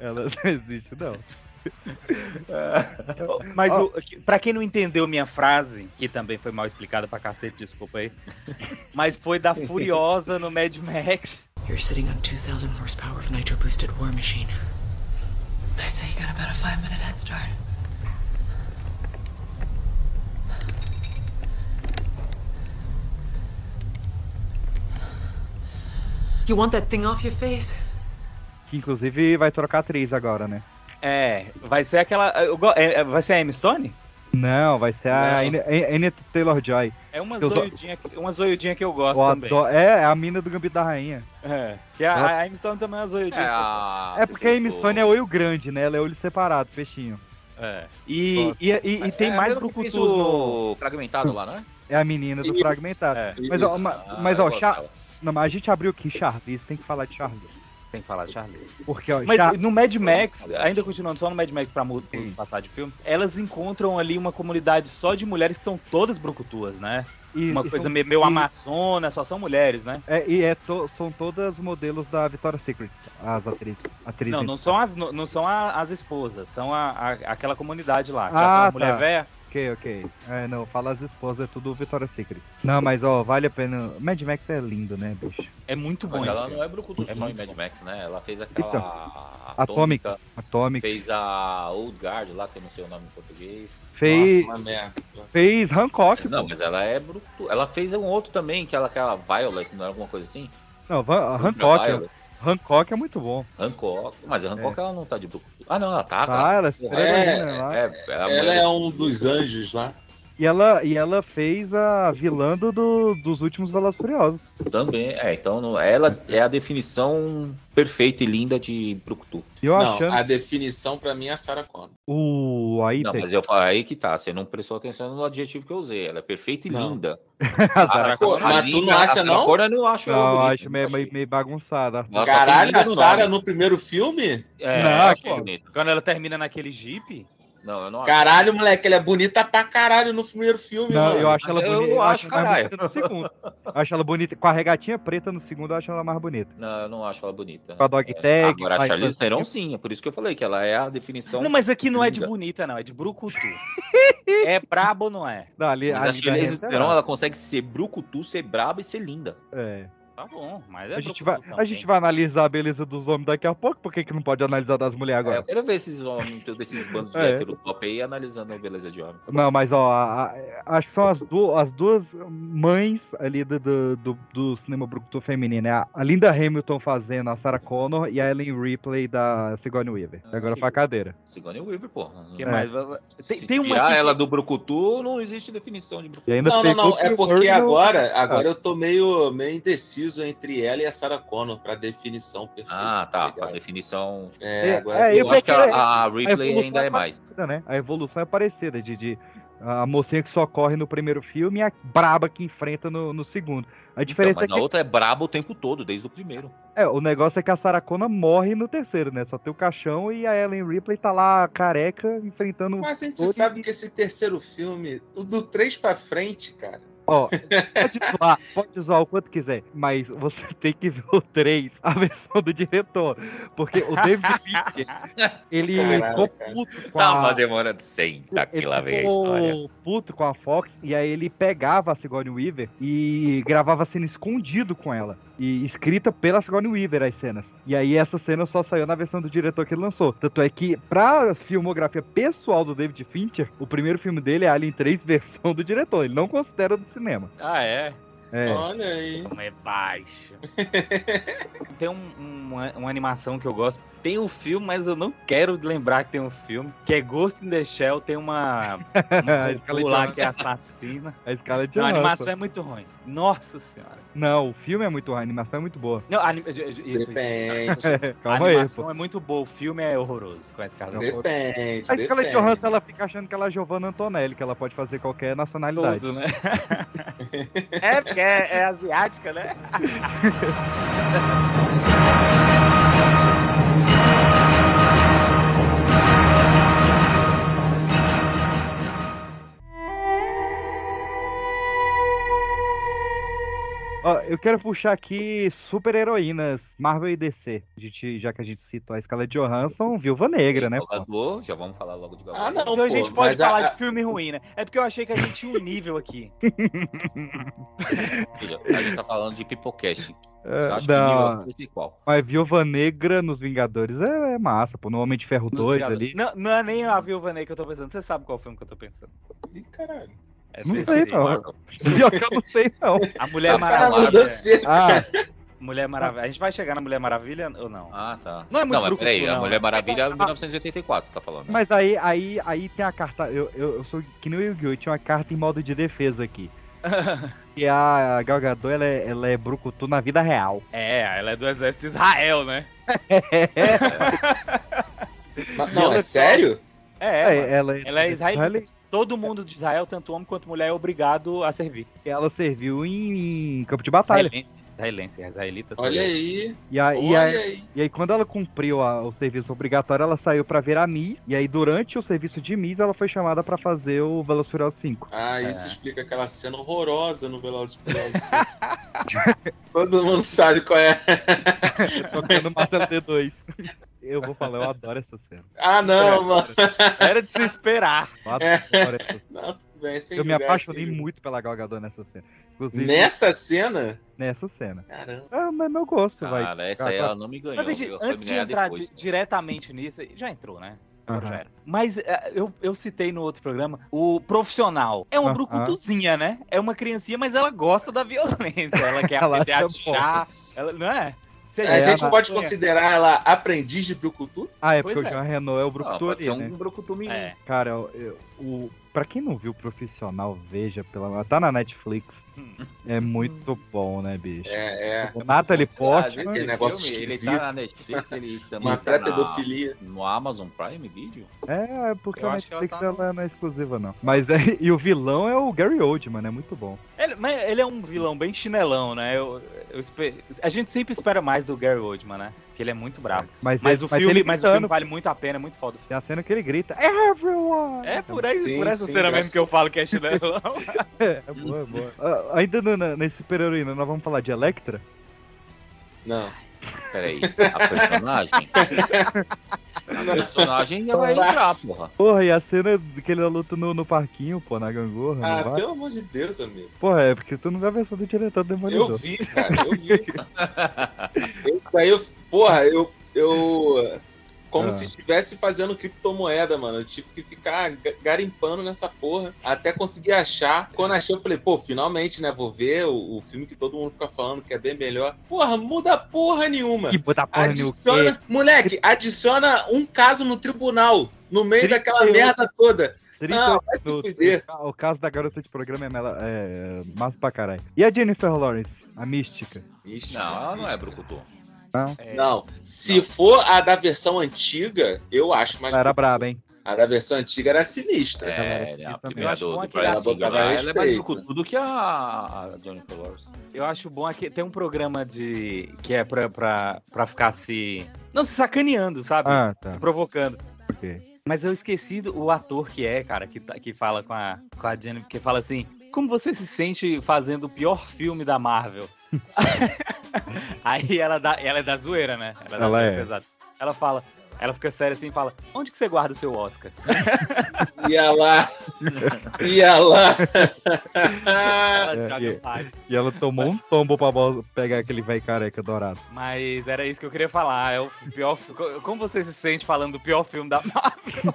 Speaker 1: ela não existe, não.
Speaker 5: Mas oh. para quem não entendeu minha frase, que também foi mal explicada pra cacete, desculpa aí. Mas foi da Furiosa no Mad Max.
Speaker 11: You're sitting on 2000 horsepower of nitro boosted war machine. I'd say you got about a 5 minute head start. You want that thing off your face?
Speaker 1: Que inclusive vai trocar atriz agora, né?
Speaker 5: É, vai ser aquela. é, Vai ser a M Stone?
Speaker 1: Não, vai ser a Anne Taylor Joy.
Speaker 5: É uma zoiudinha, uma zoiudinha que eu gosto eu também.
Speaker 1: Adoro, é, é a mina do Gambito da Rainha.
Speaker 5: É. Que a, a Amy Stone também é uma zoiudinha. É,
Speaker 1: a... é porque a Amy Stone é olho grande, né? Ela é olho separado, peixinho.
Speaker 5: É. E, e, e, e, tem é, mais brucutus no.
Speaker 2: Fragmentado lá, né?
Speaker 1: É a menina do Isso. Fragmentado. É. Mas, ó, ah, mas, ó Char... Não, mas a gente abriu aqui Charlize, tem que falar de Charlize.
Speaker 5: Tem que falar de Charlize.
Speaker 1: Porque, ó,
Speaker 5: Mas Char... no Mad Max, ainda continuando só no Mad Max pra Sim. passar de filme, elas encontram ali uma comunidade só de mulheres que são todas brucutuas, né? E, uma e coisa são... meio e... amazona, só são mulheres, né?
Speaker 1: É, e é to... são todas modelos da Victoria's Secret, as atrizes. atrizes
Speaker 5: não, não são, as, não, não são a, as esposas, são a, a, aquela comunidade lá, que ah, são tá. mulher velha.
Speaker 1: Ok, ok. É, não, fala as esposas, é tudo Vitória Secret. Não, mas ó, vale a pena. Mad Max é lindo, né, bicho?
Speaker 5: É muito bom
Speaker 2: mas
Speaker 5: isso.
Speaker 2: Ela não é brucutu é só em Mad bom. Max, né? Ela fez aquela. Então,
Speaker 1: atômica, atômica.
Speaker 2: Fez a Old Guard lá, que eu não sei o nome em português.
Speaker 1: Fez. Nossa, merda, fez Hancock.
Speaker 2: Não, pô. mas ela é brucutu. Ela fez um outro também, que ela, aquela Violet, não era alguma coisa assim?
Speaker 1: Não, Hancock. Hancock é muito bom.
Speaker 2: Hancock, mas a Hancock é. ela não tá de
Speaker 1: é
Speaker 2: brucutu. Ah, não, ela tá.
Speaker 1: Tá, ela,
Speaker 2: é, é,
Speaker 3: ela é, um dos anjos lá.
Speaker 1: E ela, e ela fez a vilã do, do- dos últimos Velozes e Furiosos.
Speaker 2: Também, é, então não- ela é a definição perfeita e linda de Brucutu.
Speaker 1: Eu
Speaker 3: não,
Speaker 1: achando-
Speaker 3: a definição pra mim é a Sarah Connor.
Speaker 1: O aí,
Speaker 2: Não,
Speaker 1: pe-
Speaker 2: mas eu, aí que tá, você não prestou atenção no adjetivo que eu usei, ela é perfeita e
Speaker 1: Não.
Speaker 2: linda.
Speaker 1: A Sarah
Speaker 2: Pô,
Speaker 1: Connor-
Speaker 2: mas tu não acha, não? eu não acho ela
Speaker 1: Não,
Speaker 2: bonita,
Speaker 1: acho meio, meio, meio bagunçada.
Speaker 2: Nossa,
Speaker 3: Caralho, a Sarah
Speaker 1: não.
Speaker 3: no primeiro filme?
Speaker 5: É,
Speaker 1: Não,
Speaker 5: acho
Speaker 1: pô.
Speaker 5: bonito. quando ela termina naquele Jeep.
Speaker 2: Não, eu não
Speaker 3: Caralho, moleque, ela é bonita pra caralho no primeiro filme,
Speaker 1: Não,
Speaker 3: mano.
Speaker 1: eu acho ela bonita. Eu acho, mais
Speaker 2: caralho.
Speaker 1: bonita no segundo. Eu acho ela bonita. Com a regatinha preta no segundo, eu acho ela mais bonita.
Speaker 2: Não, eu não acho ela bonita. É,
Speaker 1: Com a dog tag,
Speaker 2: Agora,
Speaker 1: com
Speaker 2: a
Speaker 1: a
Speaker 2: Charlize
Speaker 1: infantil.
Speaker 2: Theron, sim. É por isso que eu falei que ela é a definição.
Speaker 5: Não, mas aqui não é de
Speaker 2: linda.
Speaker 5: bonita, não. É de brucutu. é brabo ou não é?
Speaker 1: Não, ali,
Speaker 2: Mas
Speaker 1: ali
Speaker 2: a
Speaker 1: da
Speaker 2: Charlize
Speaker 1: Rita é
Speaker 2: Theron,
Speaker 1: brava.
Speaker 2: ela consegue ser brucutu, ser braba e ser linda.
Speaker 1: É.
Speaker 5: Tá bom, mas é
Speaker 1: A gente,
Speaker 5: brucutu
Speaker 1: vai, a
Speaker 5: também.
Speaker 1: gente vai analisar a beleza dos homens daqui a pouco, por que, que não pode analisar das mulheres
Speaker 2: É,
Speaker 1: agora?
Speaker 2: eu quero ver esses homens, todos esses bandos de
Speaker 1: É.
Speaker 2: hétero top aí analisando a beleza de homem.
Speaker 1: Não, mas ó, a- a- acho que são as, du- as duas mães ali do, do, do- do cinema brucutu feminino. É a, a Linda Hamilton fazendo a Sarah Connor e a Ellen Ripley da Sigourney Weaver.
Speaker 2: Ah,
Speaker 1: Agora foi a cadeira.
Speaker 2: Sigourney Weaver, porra.
Speaker 5: Que
Speaker 1: É.
Speaker 5: mais? Tem,
Speaker 2: Se
Speaker 5: tem uma
Speaker 2: tirar
Speaker 5: aqui
Speaker 2: ela do brucutu, não existe definição de brucutu.
Speaker 1: E ainda
Speaker 3: Não, não,
Speaker 1: pegou
Speaker 3: não. É
Speaker 1: Phil
Speaker 3: porque
Speaker 1: Lord no-
Speaker 3: agora, agora
Speaker 1: Ah.
Speaker 3: eu tô meio, meio indeciso entre ela e a Sarah Connor pra definição perfeita.
Speaker 2: Ah, tá. A definição.
Speaker 3: É, agora
Speaker 1: é,
Speaker 3: eu,
Speaker 2: Eu acho que
Speaker 1: peguei-
Speaker 2: a,
Speaker 1: a
Speaker 2: a Ripley
Speaker 1: evolução
Speaker 2: ainda é mais.
Speaker 1: parecida, né? A evolução é parecida, de, de a mocinha que só corre no primeiro filme e a braba que enfrenta no, no segundo. A
Speaker 2: Então,
Speaker 1: diferença
Speaker 2: mas a
Speaker 1: é que
Speaker 2: outra é braba o tempo todo, desde o primeiro.
Speaker 1: é, o negócio é que a Saracona morre no terceiro, né? Só tem o caixão e a Ellen Ripley tá lá careca enfrentando o
Speaker 3: Mas a gente
Speaker 1: Thor e-
Speaker 3: sabe que esse terceiro filme, o do 3 pra frente, cara.
Speaker 1: Ó, pode zoar, pode zoar o quanto quiser, mas você tem que ver o 3, a versão do diretor, porque o David Fincher, ele
Speaker 2: Caralho,
Speaker 1: ficou
Speaker 2: cara. Tá,
Speaker 1: puto com
Speaker 2: Tava
Speaker 1: a...
Speaker 2: demorando senta que
Speaker 1: Ele
Speaker 2: tá lá vem a
Speaker 1: ficou
Speaker 2: história.
Speaker 1: puto com a Fox e aí ele pegava a Sigourney Weaver e gravava cena escondido com ela. E escrita pela Sigourney Weaver as cenas. E aí essa cena só saiu na versão do diretor que ele lançou. Tanto é que, pra filmografia pessoal do David Fincher, o primeiro filme dele é Alien 3, versão do diretor. Ele não considera do cinema.
Speaker 5: Ah, é?
Speaker 1: É.
Speaker 3: Olha aí.
Speaker 5: Como é baixo. tem um- uma, uma animação que eu gosto. Tem um filme, mas eu não quero lembrar que tem um filme. Que é Ghost in the Shell. Tem uma.
Speaker 1: A
Speaker 5: uma
Speaker 1: Scarlett
Speaker 5: robô lá
Speaker 1: Johansson.
Speaker 5: que é assassina.
Speaker 1: A Scarlett
Speaker 5: Não, a
Speaker 1: Johansson.
Speaker 5: animação é muito ruim. Nossa senhora.
Speaker 1: Não, o filme é muito ruim, a animação é muito boa.
Speaker 5: Não, a, anim- isso, isso, isso.
Speaker 3: Depende.
Speaker 5: A
Speaker 1: Calma aí, É
Speaker 5: animação é muito boa, o filme é horroroso com a Scarlett.
Speaker 3: Depende.
Speaker 1: A Scarlett
Speaker 3: depende.
Speaker 1: Johansson, ela fica achando que ela é Giovanna Antonelli, que ela pode fazer qualquer nacionalidade.
Speaker 5: Tudo, né? é, porque é, é asiática, né?
Speaker 1: Ó, eu quero puxar aqui super heroínas, Marvel e DC. A gente, já que a gente citou a Scarlett Johansson, Viúva Negra, né? pô?
Speaker 2: Jogador, já vamos falar logo de Galvão.
Speaker 3: Ah, não,
Speaker 5: Então
Speaker 3: pô,
Speaker 5: a gente pode
Speaker 3: mas a-
Speaker 5: falar
Speaker 3: a-
Speaker 5: de filme ruim, né? É porque eu achei que a gente tinha um nível aqui.
Speaker 2: Filha, A gente tá falando de Pipocast.
Speaker 1: É,
Speaker 2: Eu acho
Speaker 1: não,
Speaker 2: que o nível é qual.
Speaker 1: mas Viúva Negra nos Vingadores é, é massa, pô. No Homem de Ferro 2 ali.
Speaker 5: Não, não é nem a Viúva Negra que eu tô pensando. Você sabe qual filme que eu tô pensando.
Speaker 3: Ih, caralho.
Speaker 5: É
Speaker 1: Não
Speaker 5: CC.
Speaker 1: sei, não. Pior que eu não sei, não.
Speaker 5: A
Speaker 3: É
Speaker 5: Mulher
Speaker 3: a cara
Speaker 5: Maravilha.
Speaker 3: mudou cedo.
Speaker 1: Ah,
Speaker 5: Mulher Maravilha. A gente vai chegar na Mulher Maravilha ou não?
Speaker 2: Ah, tá.
Speaker 5: Não é muito
Speaker 2: mas
Speaker 5: brucutu,
Speaker 2: peraí, a
Speaker 5: não,
Speaker 2: Mulher
Speaker 5: né?
Speaker 2: Maravilha é 1984, você tá falando. né?
Speaker 1: mas aí, aí, aí tem a carta. Eu, eu, eu sou que nem o Yu-Gi-Oh! eu Tinha uma carta em modo de defesa aqui. E a Gal Gadot, ela é, ela é brucutu na vida real.
Speaker 5: é, ela é do exército de Israel, né?
Speaker 3: Mas- Não, é sério?
Speaker 1: É,
Speaker 5: É, mano.
Speaker 1: ela,
Speaker 5: ela é israelita. Todo mundo de Israel, tanto homem quanto mulher, é obrigado a servir.
Speaker 1: Ela serviu em, em campo de
Speaker 5: Tá
Speaker 1: batalha.
Speaker 5: Israelense. Israelense, israelita. sou
Speaker 3: Olha
Speaker 5: eu.
Speaker 3: aí.
Speaker 1: E a, e a-
Speaker 3: Olha aí.
Speaker 1: E aí, quando ela cumpriu a- o serviço obrigatório, ela saiu pra virar Miss. E aí, durante o serviço de Miss, ela foi chamada pra fazer o Velozes e Furiosos 5.
Speaker 3: Ah, isso
Speaker 1: É.
Speaker 3: explica aquela cena horrorosa no Velozes e Furiosos. Todo mundo sabe qual é.
Speaker 1: Tocando Marcelo D2. Eu vou falar, eu adoro essa cena.
Speaker 3: Ah,
Speaker 1: É.
Speaker 3: não, mano.
Speaker 5: Era de se esperar.
Speaker 1: Eu adoro
Speaker 5: É.
Speaker 1: essa cena.
Speaker 3: Não, tudo bem, sem
Speaker 1: Eu me
Speaker 5: né?
Speaker 3: julgar,
Speaker 1: apaixonei
Speaker 3: sem julgar.
Speaker 1: muito pela Gal Gadot nessa cena. Inclusive,
Speaker 3: Nessa cena?
Speaker 1: nessa cena.
Speaker 3: Caramba.
Speaker 1: Ah, mas é meu gosto, vai.
Speaker 2: Cara, essa aí ela não me ganhou.
Speaker 5: Mas, veja,
Speaker 2: viu? Ela foi
Speaker 5: antes
Speaker 2: me
Speaker 5: de
Speaker 2: ganhar
Speaker 5: entrar
Speaker 2: depois.
Speaker 3: né?
Speaker 5: di- diretamente nisso, já entrou, né? Agora
Speaker 1: Aham.
Speaker 5: já era. Mas eh, eu, eu citei no outro programa o profissional. É uma
Speaker 1: Aham.
Speaker 5: brucutuzinha, né? É uma criancinha, mas ela gosta da violência. Ela quer
Speaker 1: Ela
Speaker 5: aprender a
Speaker 1: acha bom.
Speaker 5: atirar. Ela, não é? Se
Speaker 3: A
Speaker 1: É,
Speaker 3: gente
Speaker 1: ela-
Speaker 3: pode
Speaker 5: É.
Speaker 3: considerar ela aprendiz de Brucutu?
Speaker 1: Ah, é
Speaker 5: Pois
Speaker 1: porque o
Speaker 5: é.
Speaker 1: Jean Renault é o
Speaker 2: Ah,
Speaker 1: Brucutu
Speaker 2: pode
Speaker 1: ali,
Speaker 2: ser
Speaker 1: né?
Speaker 2: um brucutu menino.
Speaker 5: É.
Speaker 1: Cara, eu- eu- o, Pra quem não viu o profissional, veja, pela tá na Netflix. É muito bom, né, bicho?
Speaker 3: É, é.
Speaker 1: O
Speaker 5: Ah, tá,
Speaker 1: Natalie Portman.
Speaker 5: né?
Speaker 3: Aquele
Speaker 2: Ele
Speaker 3: negócio
Speaker 2: filme, ele
Speaker 3: esquisito.
Speaker 2: tá na Netflix, ele também
Speaker 3: Uma
Speaker 2: tá na,
Speaker 3: pré-pedofilia.
Speaker 2: no Amazon Prime Video.
Speaker 1: É, é porque
Speaker 5: Eu
Speaker 1: a
Speaker 5: acho que ela
Speaker 1: Netflix
Speaker 5: tá
Speaker 1: ela não é exclusiva, não. Mas é, e o vilão é o Gary Oldman, é muito bom.
Speaker 5: Ele, mas ele é um vilão bem chinelão, né? Eu, eu espe- a gente sempre espera mais do Gary Oldman, né? Porque ele é muito brabo.
Speaker 1: Mas,
Speaker 5: Mas,
Speaker 1: ele-
Speaker 5: o, filme,
Speaker 1: ele
Speaker 5: mas o filme
Speaker 1: gritando,
Speaker 5: vale muito a pena, é muito foda o filme.
Speaker 1: Tem a cena que ele grita, everyone!
Speaker 5: É por, aí,
Speaker 3: Sim,
Speaker 5: por essa
Speaker 3: sim,
Speaker 5: cena
Speaker 3: graças-
Speaker 5: mesmo que eu falo que é chinelão.
Speaker 1: É, é boa, é boa. Ah, ainda no- na- nesse super heroína, nós vamos falar de Electra?
Speaker 3: Não.
Speaker 2: Peraí, a personagem? a personagem ela vai entrar, porra.
Speaker 1: Porra, e a cena que ele luta no, no parquinho, pô, na gangorra,
Speaker 3: Ah,
Speaker 1: não vai?
Speaker 3: pelo amor de Deus, amigo.
Speaker 1: Porra, é porque tu não viu a versão do diretor do Demolidor.
Speaker 3: Eu vi, cara, eu vi. eu, daí eu, porra, eu. eu como
Speaker 1: Ah.
Speaker 3: se estivesse fazendo criptomoeda, mano. Eu tive que ficar ga- garimpando nessa porra até conseguir achar. Quando achei, eu falei, pô, finalmente, né? Vou ver o, o filme que todo mundo fica falando que é bem melhor. Porra, muda porra nenhuma.
Speaker 1: Que puta porra, Neil
Speaker 3: Adiciona, moleque, adiciona um caso no tribunal, no meio
Speaker 1: Trinta
Speaker 3: daquela
Speaker 1: e oito.
Speaker 3: merda toda.
Speaker 1: 30
Speaker 3: Não, vai se
Speaker 1: minutos.
Speaker 3: fuder.
Speaker 1: O ca- O caso da garota de programa é, mela- é massa pra caralho. E a Jennifer Lawrence, a mística?
Speaker 3: Ixi,
Speaker 2: Não, ela não é Brucutu.
Speaker 3: Não, se for a da versão antiga, eu acho mais.
Speaker 1: Ela era braba, hein?
Speaker 3: A da versão antiga era sinistra.
Speaker 2: É,
Speaker 1: ela
Speaker 2: né, a
Speaker 1: esquece
Speaker 2: primeira
Speaker 5: também.
Speaker 2: do, do
Speaker 5: Eu acho
Speaker 2: Pride
Speaker 5: bom que
Speaker 2: Single lá,
Speaker 3: dá
Speaker 2: ela é mais
Speaker 3: respeito.
Speaker 2: Brucutu do que a, a Jennifer Lawrence.
Speaker 5: Eu acho bom aqui. Tem um programa de. que é pra, pra, pra ficar se. Não, se sacaneando, sabe?
Speaker 1: Ah, tá.
Speaker 5: Se provocando.
Speaker 1: Ok.
Speaker 5: Mas eu esqueci do, o ator que é, cara, que, tá- que fala com a, com a Jennifer, que fala assim: como você se sente fazendo o pior filme da Marvel? Aí ela, dá, ela é da zoeira, né? Ela, é da
Speaker 1: Ela
Speaker 5: zoeira
Speaker 1: é.
Speaker 5: pesada. Ela fala, ela fica séria assim e fala: onde que você guarda o seu Oscar?
Speaker 3: Ia lá. Ia lá.
Speaker 5: Ela
Speaker 1: É,
Speaker 5: joga
Speaker 1: e-
Speaker 5: o pátio.
Speaker 1: E ela tomou um tombo pra bola- pegar aquele velho careca dourado.
Speaker 5: Mas era isso que eu queria falar. É o pior. fi- co- Como você se sente falando do pior filme da Marvel?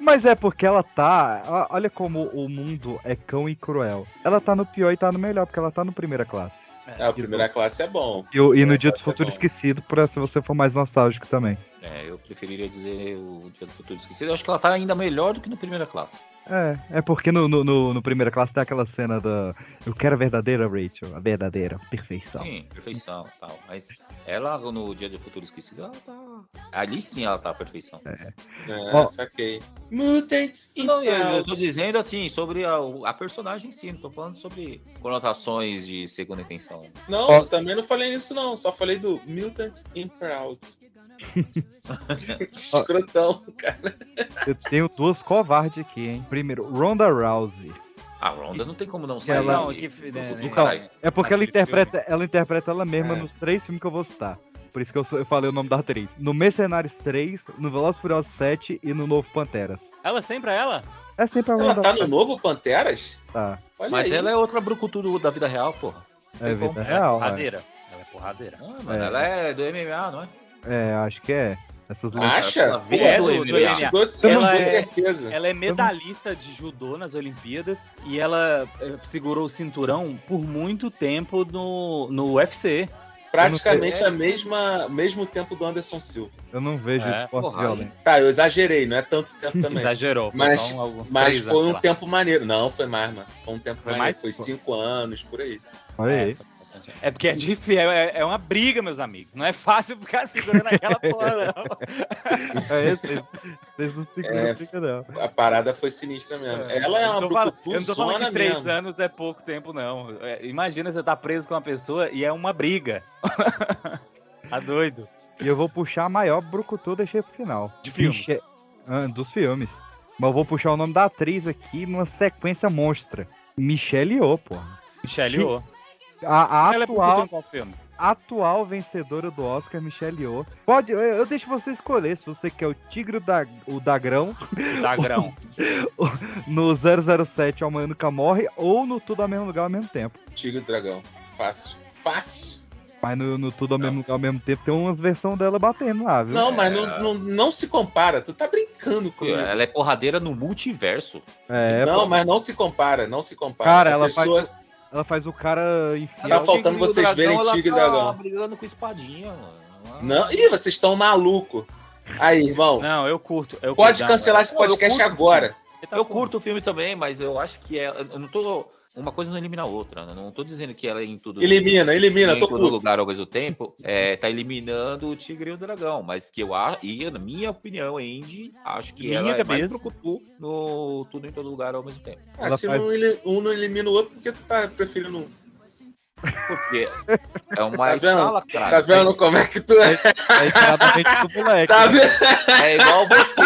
Speaker 1: Mas é porque ela tá. ó- Olha como o mundo é cão e cruel. Ela tá no pior e tá no melhor, porque ela tá no primeira classe.
Speaker 3: É, a primeira classe é bom.
Speaker 1: E, o- e no
Speaker 3: É,
Speaker 1: Dia do
Speaker 3: tá
Speaker 1: Futuro
Speaker 3: bom.
Speaker 1: Esquecido, pra se você for mais nostálgico também.
Speaker 2: É, eu preferiria dizer o Dia do Futuro Esquecido. Eu acho que ela tá ainda melhor do que no Primeira Classe.
Speaker 1: É, é porque no, no, no- no primeira classe tem aquela cena da. Eu quero a verdadeira, Rachel. A verdadeira. Perfeição.
Speaker 2: Sim, perfeição e tal. Mas ela no Dia do Futuro Esquecido, ela tá... Ali sim ela tá à perfeição.
Speaker 3: É,
Speaker 1: Ó.
Speaker 3: saquei. Mutants in
Speaker 2: Não, eu, eu tô
Speaker 3: Clouds.
Speaker 2: dizendo assim, sobre a, a personagem em si, não tô falando sobre conotações de segunda intenção.
Speaker 3: Não,
Speaker 1: Ó.
Speaker 3: eu também não falei nisso, não. Só falei do Mutants in Proud. Escrotão, cara.
Speaker 1: Eu tenho duas covardes aqui, hein? Primeiro, Ronda Rousey.
Speaker 2: A Ronda não tem como não sair
Speaker 1: ela-
Speaker 2: do-
Speaker 5: que-
Speaker 2: do,
Speaker 5: né,
Speaker 2: do
Speaker 5: né,
Speaker 2: caralho.
Speaker 1: É porque ela
Speaker 5: Naquele
Speaker 1: interpreta, ela interpreta ela mesma
Speaker 3: É.
Speaker 1: nos três filmes que eu vou citar. Por isso que eu, sou- eu falei o nome da atriz. No Mercenários 3, no Velozes e Furiosos 7 e no Novo Panteras.
Speaker 5: Ela sempre é ela?
Speaker 1: É sempre a
Speaker 3: Ela
Speaker 1: Ronda
Speaker 3: tá no novo Panteras?
Speaker 1: Tá.
Speaker 3: Olha
Speaker 2: Mas
Speaker 3: aí.
Speaker 2: ela é outra brucutu do- da vida real, porra.
Speaker 1: É
Speaker 2: Tem como.
Speaker 1: vida real. É,
Speaker 5: Porradeira. Ela é porradeira.
Speaker 2: Ah, mano,
Speaker 1: É.
Speaker 2: Ela é do MMA, não é?
Speaker 1: é, acho que é. Essas
Speaker 3: Ah,
Speaker 1: lendas.
Speaker 3: Acha?
Speaker 2: Ela
Speaker 3: Pô,
Speaker 2: veio
Speaker 5: é
Speaker 2: do
Speaker 5: do-
Speaker 2: MMA.
Speaker 5: do MMA.
Speaker 3: Eu dou, eu
Speaker 5: Ela
Speaker 3: dou
Speaker 5: é-
Speaker 3: certeza.
Speaker 5: Ela é medalhista de judô nas Olimpíadas e ela eh, segurou o cinturão por muito tempo no, no UFC.
Speaker 3: Praticamente a mesma, mesmo tempo do Anderson Silva.
Speaker 1: Eu não vejo
Speaker 5: É,
Speaker 1: esporte
Speaker 2: porra,
Speaker 1: violento.
Speaker 3: Tá, eu exagerei, não é tanto tempo também.
Speaker 5: Exagerou, foi
Speaker 3: Mas-
Speaker 5: só um- alguns
Speaker 3: Mas
Speaker 5: três
Speaker 3: foi
Speaker 5: anos,
Speaker 3: um
Speaker 5: sei lá.
Speaker 3: tempo maneiro. Não, foi mais, mano. Foi um tempo
Speaker 5: Foi
Speaker 3: maneiro.
Speaker 5: mais?
Speaker 3: Foi cinco anos, por aí.
Speaker 1: Olha
Speaker 5: É,
Speaker 1: aí.
Speaker 5: foi bastante tempo. É porque é difícil, é, é uma briga, meus amigos. Não é fácil ficar segurando aquela porra, não.
Speaker 1: É, vocês- vocês não se
Speaker 3: É.
Speaker 1: criticam, não.
Speaker 3: A parada foi sinistra mesmo. Ela é
Speaker 5: Eu
Speaker 3: uma
Speaker 5: não tô falando- Eu não tô falando
Speaker 3: brucutuzona
Speaker 5: que três
Speaker 3: mesmo.
Speaker 5: anos é pouco tempo, não. É, imagina você tá preso com uma pessoa e é uma briga. tá doido.
Speaker 1: E eu vou puxar a maior brucutu, eu deixei pro final.
Speaker 5: De filmes.
Speaker 1: Vixe, ah, dos filmes. Mas eu vou puxar o nome da atriz aqui numa sequência monstra. Michelle Yeoh, pô.
Speaker 5: Michelle Yeoh.
Speaker 1: A, a
Speaker 5: Ela é
Speaker 1: atual,
Speaker 5: pouco tempo ao filme.
Speaker 1: atual vencedora do Oscar, Michelle Yeoh. Pode, eu, eu deixo você escolher se você quer o Tigre da, o Dagrão
Speaker 5: Dagrão.
Speaker 1: no 007 Amanhã Nunca Morre ou no Tudo ao Mesmo Lugar ao Mesmo Tempo.
Speaker 3: Tigre e Dragão. Fácil. Fácil.
Speaker 1: Mas no, no Tudo ao
Speaker 2: Não.
Speaker 1: Mesmo Lugar ao Mesmo Tempo tem umas versões dela batendo lá, viu?
Speaker 3: Não,
Speaker 5: é.
Speaker 3: mas não, não, não se compara. Tu tá brincando comigo.
Speaker 2: Ela é porradeira no multiverso.
Speaker 3: Tá
Speaker 1: É,
Speaker 3: não,
Speaker 1: pô.
Speaker 3: mas não se compara, não se compara.
Speaker 1: Cara,
Speaker 3: A
Speaker 1: ela
Speaker 3: pessoa-
Speaker 1: Ela faz o cara
Speaker 3: Tá
Speaker 1: enfiar.
Speaker 3: fal- faltando
Speaker 2: Tigre e o
Speaker 3: vocês verem
Speaker 2: ela
Speaker 3: Tigre e
Speaker 2: tá
Speaker 3: Dragão.
Speaker 2: brigando com espadinha, mano. Ela-
Speaker 3: Não, ih, vocês estão maluco. Aí, irmão,
Speaker 5: Não, eu curto. eu
Speaker 3: pode
Speaker 5: curto,
Speaker 3: cancelar esse
Speaker 2: Não, eu
Speaker 3: podcast
Speaker 2: curto.
Speaker 3: agora.
Speaker 5: tá
Speaker 2: eu curto o filme também, mas eu acho que é. Eu não tô. Uma coisa não elimina a outra, né? Não tô dizendo que ela é em tudo.
Speaker 3: Elimina, elimina,
Speaker 2: em
Speaker 3: tô
Speaker 2: todo
Speaker 3: puto.
Speaker 2: lugar ao mesmo tempo. É, tá eliminando o Tigre e o Dragão. Mas que eu acho. E na minha opinião, Andy, acho que
Speaker 5: Minha
Speaker 2: ela é mais
Speaker 5: cabeça.
Speaker 2: pro Cutu no Tudo em Todo Lugar ao mesmo tempo.
Speaker 3: Ah, se não ele- um não elimina o outro, por que tu tá preferindo um?
Speaker 2: Porque é uma
Speaker 3: Tá vendo?
Speaker 2: escala,
Speaker 5: Ah,
Speaker 2: né? cara.
Speaker 3: Tá vendo como é que tu é?
Speaker 1: É exatamente do moleque.
Speaker 3: Tá vendo?
Speaker 2: É igual você.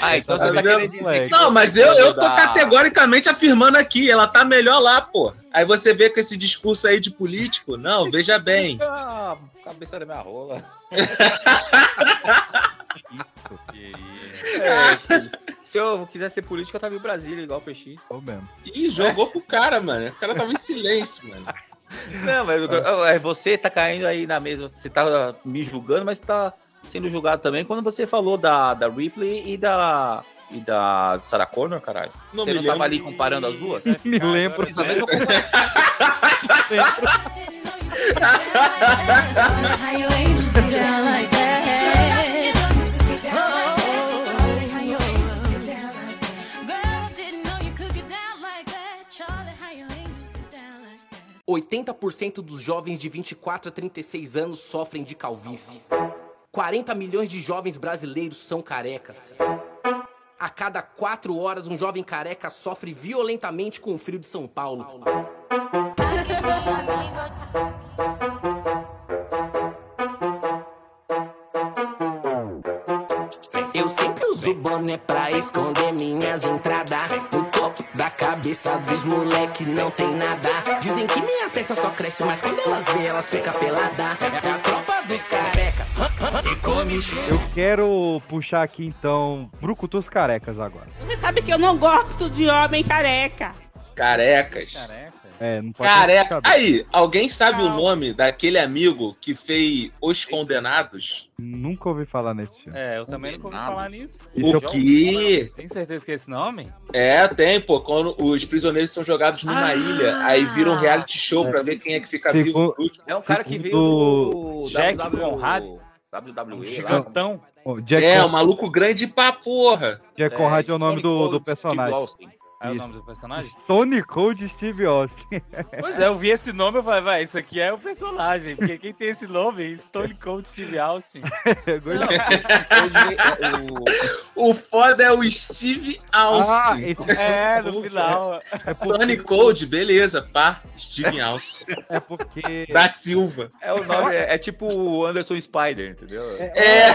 Speaker 2: Ah, então
Speaker 1: Tá
Speaker 2: você tá
Speaker 1: vendo,
Speaker 2: querendo dizer que
Speaker 3: Não,
Speaker 2: você
Speaker 3: mas eu, eu tô
Speaker 2: da-
Speaker 3: categoricamente afirmando aqui, ela tá melhor lá, pô. Aí você vê com esse discurso aí de político, não, veja bem.
Speaker 2: Ah, cabeça da minha rola. É, se- se eu quiser ser político, eu tava em Brasília, igual o PX.
Speaker 1: Ou É mesmo.
Speaker 3: Ih, jogou pro cara, mano. O cara tava em silêncio, mano.
Speaker 2: Não, mas eu- eu- é, você tá caindo aí na mesma. Você tá me julgando, mas tá sendo julgado também quando você falou da, da Ripley e da. E da Sarah Connor, caralho.
Speaker 3: Não
Speaker 2: você
Speaker 3: me
Speaker 2: não
Speaker 3: lembro.
Speaker 2: tava ali comparando as duas?
Speaker 5: tá
Speaker 1: Me lembro.
Speaker 2: Isso é a mesma coisa.
Speaker 12: Girl,
Speaker 13: 80% dos jovens de 24 a 36 anos sofrem de calvície. 40 milhões de jovens brasileiros são carecas. A cada 4 horas, um jovem careca sofre violentamente com o frio de São Paulo. Eu sempre uso boné pra esconder minhas entradas. No topo da cabeça dos moleque não tem nada. Dizem que minha testa só cresce, mas quando elas vê, elas fica pelada. É a tropa dos careca. E come
Speaker 1: Eu quero puxar aqui então Brucutus Carecas agora.
Speaker 14: Você sabe que eu não gosto de homem careca.
Speaker 3: Carecas.
Speaker 1: É, não pode
Speaker 3: Careca.
Speaker 1: ter-
Speaker 3: Aí, alguém sabe o nome daquele amigo que fez Os Condenados?
Speaker 1: Nunca ouvi falar nesse filme.
Speaker 5: É, eu também nunca ouvi falar nisso.
Speaker 2: é
Speaker 3: O que?
Speaker 5: Tem certeza que é esse nome?
Speaker 3: É, tem, pô. Quando os prisioneiros são jogados numa ilha, aí vira um reality show pra ver quem é que fica vivo
Speaker 1: Segundo-
Speaker 3: por último.
Speaker 2: É um cara que veio
Speaker 1: Segundo-
Speaker 2: do
Speaker 5: Jack
Speaker 2: WWE.
Speaker 5: Conrad.
Speaker 2: WWE.
Speaker 5: É um Gigantão.
Speaker 1: Ô, Jack
Speaker 3: é,
Speaker 1: Con-
Speaker 3: um maluco grande pra porra.
Speaker 1: Jack Conrad é o nome do, do personagem.
Speaker 5: É o
Speaker 1: Isso.
Speaker 5: nome do personagem?
Speaker 1: Tony Cold e Steve Austin.
Speaker 5: Pois é, eu vi esse nome e falei, vai, isso aqui é o personagem. Porque quem tem esse nome? é Stone Cold Steve Austin.
Speaker 1: Eu gostei.
Speaker 2: é,
Speaker 3: O foda é o Steve
Speaker 1: Ah,
Speaker 3: Austin.
Speaker 1: esse-
Speaker 5: É, no final.
Speaker 1: é, porque,
Speaker 3: Tony Cold, beleza, pá. Steve Austin.
Speaker 1: é porque.
Speaker 3: Da Silva.
Speaker 2: É o nome, é, é tipo o Anderson Spider, entendeu?
Speaker 1: É, é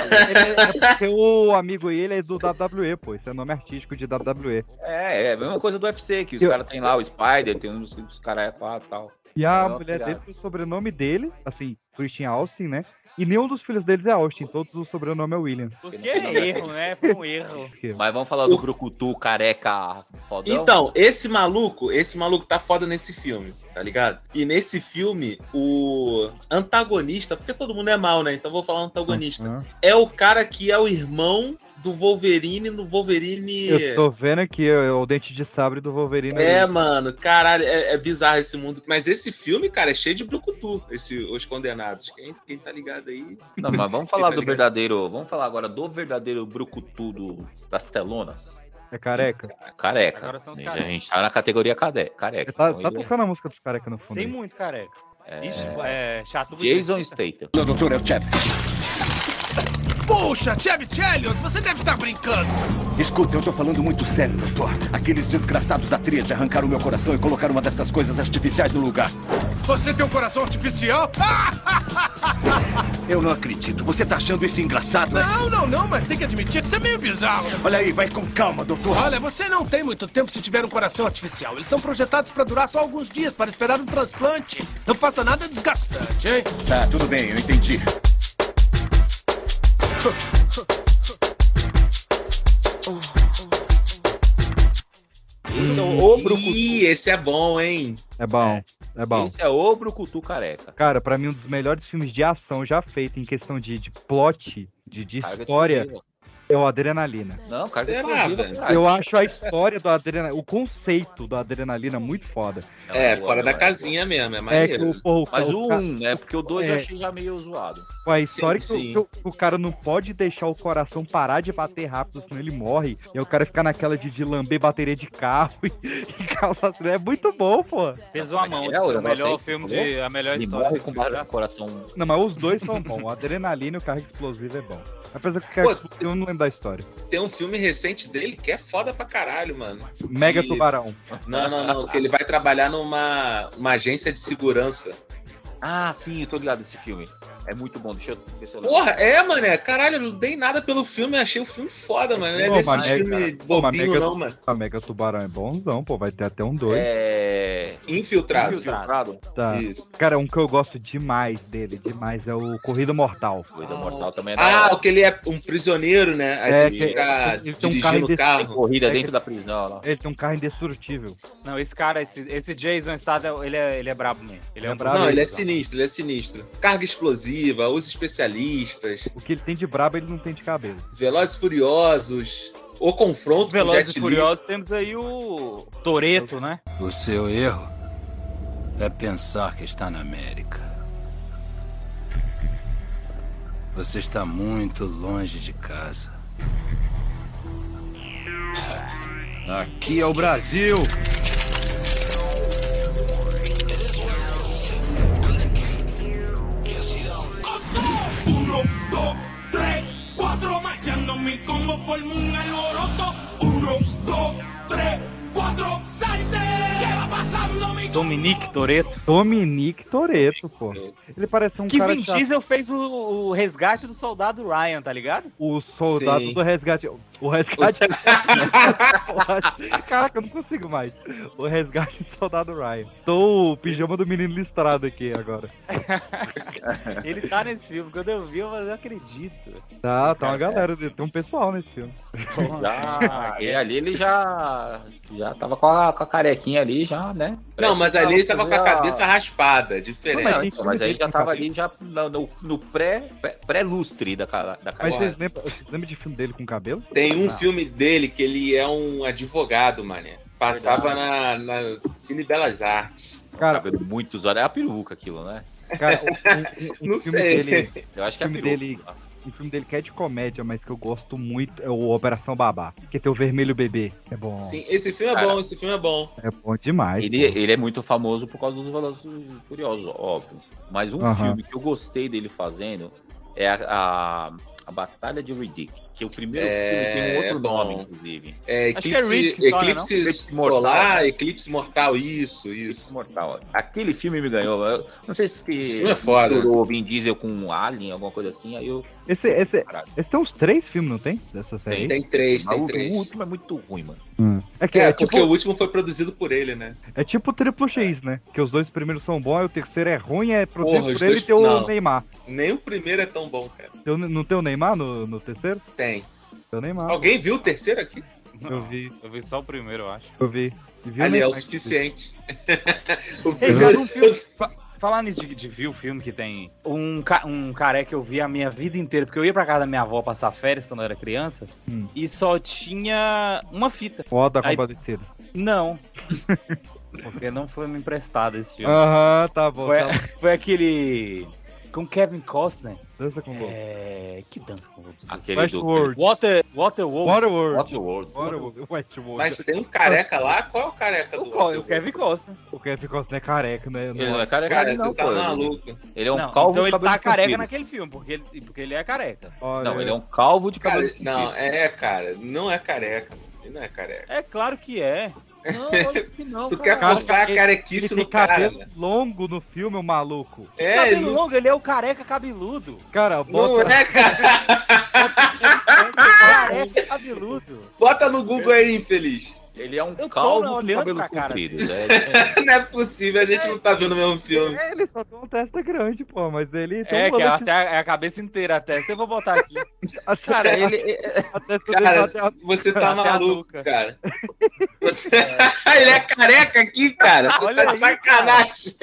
Speaker 1: porque o amigo ele é do WWE, pô. Esse é nome artístico de WWE.
Speaker 2: É, é a mesma coisa do UFC, que os
Speaker 1: Eu-
Speaker 2: caras tem lá o Spider, tem uns os caras é pá e tal.
Speaker 1: E a
Speaker 2: É uma
Speaker 1: mulher
Speaker 2: pegada.
Speaker 1: dele tem o sobrenome dele, assim, Christian Austin, né? E nenhum dos filhos deles é Austin, todos o sobrenome é Williams.
Speaker 5: Porque é erro, né? Foi um erro.
Speaker 2: Mas vamos falar do Brucutu careca fodão.
Speaker 3: Então, esse maluco, esse maluco tá foda nesse filme, tá ligado? E nesse filme, o antagonista, porque todo mundo é mal, né? Então vou falar
Speaker 1: Uhum.
Speaker 3: antagonista. É o cara que é o irmão do Wolverine no Wolverine.
Speaker 1: Eu tô vendo aqui ó, o dente de sabre do Wolverine.
Speaker 3: É, mano, caralho, é, é bizarro esse mundo. Mas esse filme, cara, é cheio de brucutu, esse Os Condenados. Quem, quem tá ligado aí?
Speaker 2: Não, mas vamos falar
Speaker 3: Tá
Speaker 2: do
Speaker 3: ligado?
Speaker 2: verdadeiro. Vamos falar agora do verdadeiro Brucutu do, das telonas.
Speaker 1: é careca.
Speaker 2: Careca.
Speaker 5: Agora são os
Speaker 2: Gente,
Speaker 5: carecas.
Speaker 2: A gente tá na categoria cade- careca.
Speaker 1: Tá,
Speaker 2: então
Speaker 1: tá
Speaker 2: ele é-
Speaker 1: tocando a música dos careca no fundo.
Speaker 5: Tem
Speaker 1: aí.
Speaker 5: muito careca.
Speaker 2: é
Speaker 5: Ixi, é chato.
Speaker 2: Jason Statham.
Speaker 15: Doutor, é o Chap.
Speaker 9: Poxa, Chevy Chelios, você deve estar brincando.
Speaker 15: Escuta, eu tô falando muito sério, doutor. Aqueles desgraçados da tríade arrancaram meu coração e colocaram uma dessas coisas artificiais no lugar.
Speaker 9: Você tem um coração artificial?
Speaker 15: Eu não acredito. Você tá achando isso engraçado? né?
Speaker 9: Não, não, não, mas tem que admitir que isso é meio bizarro.
Speaker 15: Olha aí, vai com calma, doutor.
Speaker 9: Olha, você não tem muito tempo se tiver um coração artificial. Eles são projetados pra durar só alguns dias, para esperar um transplante. Não faça nada desgastante, hein?
Speaker 15: Tá, tudo bem, eu entendi.
Speaker 2: Esse é o
Speaker 3: Ih, esse é bom, hein?
Speaker 1: É bom, é bom.
Speaker 2: Esse é o Brucutu careca.
Speaker 1: Cara, pra mim, um dos melhores filmes de ação já feito em questão de, de plot, de, de
Speaker 2: Carga
Speaker 1: história,
Speaker 2: explosiva.
Speaker 1: É o Adrenalina.
Speaker 2: Não, cara,
Speaker 3: Será,
Speaker 2: explodiu,
Speaker 3: velho?
Speaker 2: cara.
Speaker 1: Eu acho a história do Adrenalina, o conceito do Adrenalina muito foda.
Speaker 3: É, fora da casinha mesmo, é
Speaker 1: Tá É que
Speaker 3: maneiro.
Speaker 1: o, porra, o
Speaker 2: Mas
Speaker 1: ca-
Speaker 2: o
Speaker 1: ca-
Speaker 2: 1, é porque o 2 eu
Speaker 1: É.
Speaker 2: achei já meio zoado.
Speaker 1: Com a história
Speaker 2: Sim,
Speaker 1: que,
Speaker 2: sim.
Speaker 1: o, que o- o cara não pode deixar o coração parar de bater rápido, senão ele morre. E aí o cara fica naquela de, de lamber bateria de carro e, e causar acidente. É muito bom, pô.
Speaker 5: Pesou a mão.
Speaker 2: É,
Speaker 5: É,
Speaker 2: o
Speaker 5: o
Speaker 2: negócio
Speaker 5: melhor
Speaker 2: aí que
Speaker 5: filme
Speaker 2: você falou?
Speaker 5: de. É A melhor
Speaker 2: Ele
Speaker 5: história.
Speaker 2: morre
Speaker 5: de
Speaker 2: com barulho no
Speaker 5: filme. né?
Speaker 2: coração.
Speaker 1: Não, mas os dois são bons. O Adrenalina e o carro explosivo é bom. Apesar que o carro
Speaker 3: Pô,
Speaker 1: explosivo eu não lembro da história.
Speaker 3: Tem um filme recente dele que é foda pra caralho, mano.
Speaker 1: Mega
Speaker 3: Que-
Speaker 1: Tubarão.
Speaker 3: Não, não, não. Que ele vai trabalhar numa uma agência de segurança.
Speaker 2: Ah, sim, eu tô ligado nesse filme. É muito bom, deixa eu ver se eu lembro.
Speaker 3: Porra, é, mané. Caralho, eu não dei nada pelo filme. Achei o filme foda, mano. Não é
Speaker 1: Pô,
Speaker 3: desse
Speaker 1: mas
Speaker 3: filme
Speaker 1: Mega- pô, mas é
Speaker 3: bobinho,
Speaker 1: Mega-
Speaker 3: não, mano.
Speaker 1: A Mega Tubarão é bonzão, pô. Vai ter até um dois.
Speaker 2: É.
Speaker 3: Infiltrado.
Speaker 2: Infiltrado.
Speaker 5: É,
Speaker 1: Tá.
Speaker 3: Isso.
Speaker 1: Cara, um que eu gosto demais dele, demais, é o Corrida Mortal.
Speaker 2: Corrida Mortal também é da
Speaker 3: Ah,
Speaker 2: hora.
Speaker 3: o que ele é um prisioneiro, né? Aí
Speaker 1: É,
Speaker 3: ele
Speaker 1: que-
Speaker 3: fica
Speaker 1: ele tem um carro
Speaker 3: dirigindo o carro.
Speaker 1: indestrutível.
Speaker 2: Corrida
Speaker 1: É que-
Speaker 2: dentro da prisão lá.
Speaker 1: Ele tem um carro indestrutível.
Speaker 5: Não, esse cara, esse, esse Jason Statham, ele é, ele é brabo mesmo. Ele é, um
Speaker 1: brabo,
Speaker 3: Não, ele é
Speaker 5: sinistro.
Speaker 3: sinistro, ele é sinistro. Carga explosiva, os especialistas,
Speaker 1: O que ele tem de brabo, ele não tem de cabelo.
Speaker 3: Velozes e Furiosos, o confronto com
Speaker 5: Velozes
Speaker 3: Jet
Speaker 5: e
Speaker 3: Li.
Speaker 5: Furiosos, temos aí o Toreto, né?
Speaker 16: O seu erro é pensar que está na América. Você está muito longe de casa. Aqui é o Brasil!
Speaker 12: Uno, dos, tres, cuatro, marchando mi combo formo un alboroto. Uno, dos, tres, cuatro, salte. ¿Qué va pasando mi
Speaker 5: Dominique Toreto.
Speaker 1: Dominique Toreto, pô. Ele parece um
Speaker 5: que
Speaker 1: cara
Speaker 5: Vin
Speaker 1: chato.
Speaker 5: Diesel fez o, o resgate do soldado Ryan, tá ligado?
Speaker 1: O soldado
Speaker 3: Sim.
Speaker 1: do resgate. O resgate. Caraca, eu não consigo mais. O resgate do soldado Ryan. Tô o pijama do menino listrado aqui agora.
Speaker 5: Ele tá nesse filme. Quando eu vi, eu falei, não acredito.
Speaker 1: Tá, tá
Speaker 2: cara
Speaker 1: uma galera, tem um pessoal nesse filme.
Speaker 2: Já, ele ali ele já, já tava com a, com a carequinha ali, já, né?
Speaker 3: Não, mas ali ele tava com a
Speaker 2: Já-
Speaker 3: cabeça raspada, diferente.
Speaker 2: Não, então, mas aí já tava ali já no, no- no pré, pré- pré-lustre da, cara- da
Speaker 1: Mas
Speaker 2: careca.
Speaker 1: vocês lembram, vocês lembram de filme dele com cabelo?
Speaker 3: Tem um
Speaker 1: Não.
Speaker 3: filme dele que ele é um advogado, mané. Passava na, na Cine Belas Artes.
Speaker 1: Cara,
Speaker 2: Cabelo muito zoado. É a peruca aquilo, né?
Speaker 1: cara o, o- o
Speaker 3: Não
Speaker 1: filme
Speaker 3: sei.
Speaker 1: dele.
Speaker 2: Eu acho que é a
Speaker 1: filme
Speaker 2: peruca.
Speaker 1: dele- Um filme dele que é de comédia, mas que eu gosto muito é o Operação Babá. Que tem o Vermelho Bebê. É bom.
Speaker 3: Sim, esse filme é
Speaker 2: Cara.
Speaker 3: bom, esse filme é bom.
Speaker 1: É bom demais.
Speaker 2: Ele,
Speaker 1: pô.
Speaker 2: ele é muito famoso por causa dos Velozes e Furiosos, óbvio. Mas um
Speaker 1: Aham.
Speaker 2: filme que eu gostei dele fazendo é a, a, a Batalha de Riddick. Que o primeiro
Speaker 3: É,
Speaker 2: filme tem um
Speaker 3: é
Speaker 2: outro
Speaker 3: bom.
Speaker 2: nome, inclusive.
Speaker 3: É,
Speaker 5: Acho que é
Speaker 3: eclipse,
Speaker 5: Ridge que estoura,
Speaker 3: eclipse,
Speaker 2: não? Eclipse
Speaker 3: solar,
Speaker 2: mortal, né?
Speaker 3: eclipse mortal, isso, isso.
Speaker 2: Mortal. Aquele filme me ganhou. Eu não sei se que
Speaker 3: Esse filme é foda.
Speaker 2: misturou o Vin Diesel com um Alien, alguma coisa assim. Aí eu.
Speaker 1: Esse, esse,
Speaker 2: Caralho.
Speaker 1: esse tem uns três filmes, não tem? Dessa série? aí?
Speaker 3: Tem três,
Speaker 2: Mas
Speaker 3: tem
Speaker 2: o, o
Speaker 3: três.
Speaker 2: último é muito ruim, mano.
Speaker 1: É que
Speaker 3: É,
Speaker 1: é,
Speaker 3: porque
Speaker 1: tipo,
Speaker 3: o último foi produzido por ele, né?
Speaker 1: é tipo o Triplo X, né? Que os dois primeiros são bons, aí o terceiro é ruim, é produzido
Speaker 3: Porra, os
Speaker 1: por ele
Speaker 3: dois-
Speaker 1: e tem o
Speaker 3: não.
Speaker 1: Neymar.
Speaker 3: Nem o primeiro é tão bom, cara.
Speaker 1: Tem o- não tem o Neymar no, no terceiro?
Speaker 3: Tem.
Speaker 1: Tem o Neymar.
Speaker 3: Alguém viu o terceiro aqui?
Speaker 1: Ah. Eu vi,
Speaker 5: Eu vi só o primeiro, eu acho.
Speaker 1: eu vi. E vi o
Speaker 3: Ali é
Speaker 1: Neymar
Speaker 3: o
Speaker 1: que-
Speaker 3: suficiente. o
Speaker 5: Ei, sabe um
Speaker 3: primeiro.
Speaker 5: filme, fa- falar nisso de, de ver o filme que tem um, ca- um careca que eu vi a minha vida inteira, porque eu ia pra casa da minha avó passar férias quando eu era criança,
Speaker 1: Hum.
Speaker 5: e só tinha uma fita.
Speaker 1: Ó, da
Speaker 5: Aí-
Speaker 1: compadecida.
Speaker 5: Não. porque não foi me emprestado esse filme.
Speaker 1: Aham, tá bom.
Speaker 5: foi,
Speaker 1: tá bom.
Speaker 5: foi aquele... Com Kevin Costner.
Speaker 1: Dança com o Lobo.
Speaker 5: É... Que dança com lobos.
Speaker 2: Aquele do.
Speaker 1: Westworld.
Speaker 5: Water, Water Wolf.
Speaker 1: Waterworld.
Speaker 2: Waterworld.
Speaker 1: Waterworld. Westworld.
Speaker 3: Mas tem um careca lá? Qual é o careca do
Speaker 5: O, Co- o Kevin Costner.
Speaker 1: O Kevin Costner é careca, né?
Speaker 2: Ele não
Speaker 1: é.
Speaker 2: é careca,
Speaker 3: Cara, tu
Speaker 2: não,
Speaker 3: tá
Speaker 2: pô.
Speaker 3: maluco.
Speaker 2: Ele é um
Speaker 5: Não,
Speaker 2: calvo
Speaker 5: então
Speaker 2: de
Speaker 5: ele
Speaker 2: cabelo
Speaker 5: tá careca
Speaker 2: comprido.
Speaker 5: naquele filme, porque ele, porque ele é careca.
Speaker 1: Olha,
Speaker 2: Não, ele é um calvo de cabelo.
Speaker 3: Cara, não, é, cara. Não é careca. mano. Ele não é careca.
Speaker 5: É claro que é. Não, olha que não,
Speaker 3: Tu quer
Speaker 5: caralho.
Speaker 3: forçar a
Speaker 1: ele- ele
Speaker 3: carequice
Speaker 1: tem
Speaker 3: no cara,
Speaker 1: cabelo
Speaker 3: né?
Speaker 1: longo no filme, o maluco.
Speaker 3: É,
Speaker 5: cabelo
Speaker 3: ele-
Speaker 5: longo, ele é o careca cabeludo.
Speaker 1: Cara,
Speaker 3: não
Speaker 1: bota,
Speaker 3: é, cara.
Speaker 5: Careca cabeludo.
Speaker 3: Bota no Google aí, infeliz.
Speaker 2: Ele é um
Speaker 5: Eu tô
Speaker 2: calvo de
Speaker 5: olhando
Speaker 2: cabelo
Speaker 5: pra cara
Speaker 2: comprido.
Speaker 3: Não é possível, a gente não tá vendo o mesmo filme.
Speaker 1: É, ele só tem uma testa grande, pô, mas ele tem
Speaker 5: É,
Speaker 1: um
Speaker 5: que é
Speaker 1: volante-
Speaker 5: até a, é a cabeça inteira a testa. Eu vou botar aqui.
Speaker 1: a,
Speaker 2: Cara, ele.
Speaker 1: a testa
Speaker 3: Cara,
Speaker 1: dele bate
Speaker 3: você tá
Speaker 5: até a
Speaker 3: maluco,
Speaker 5: nuca.
Speaker 3: cara. Você- ele é careca aqui, cara. Você
Speaker 5: Olha
Speaker 3: tá de
Speaker 5: aí, cara.
Speaker 3: sacanagem.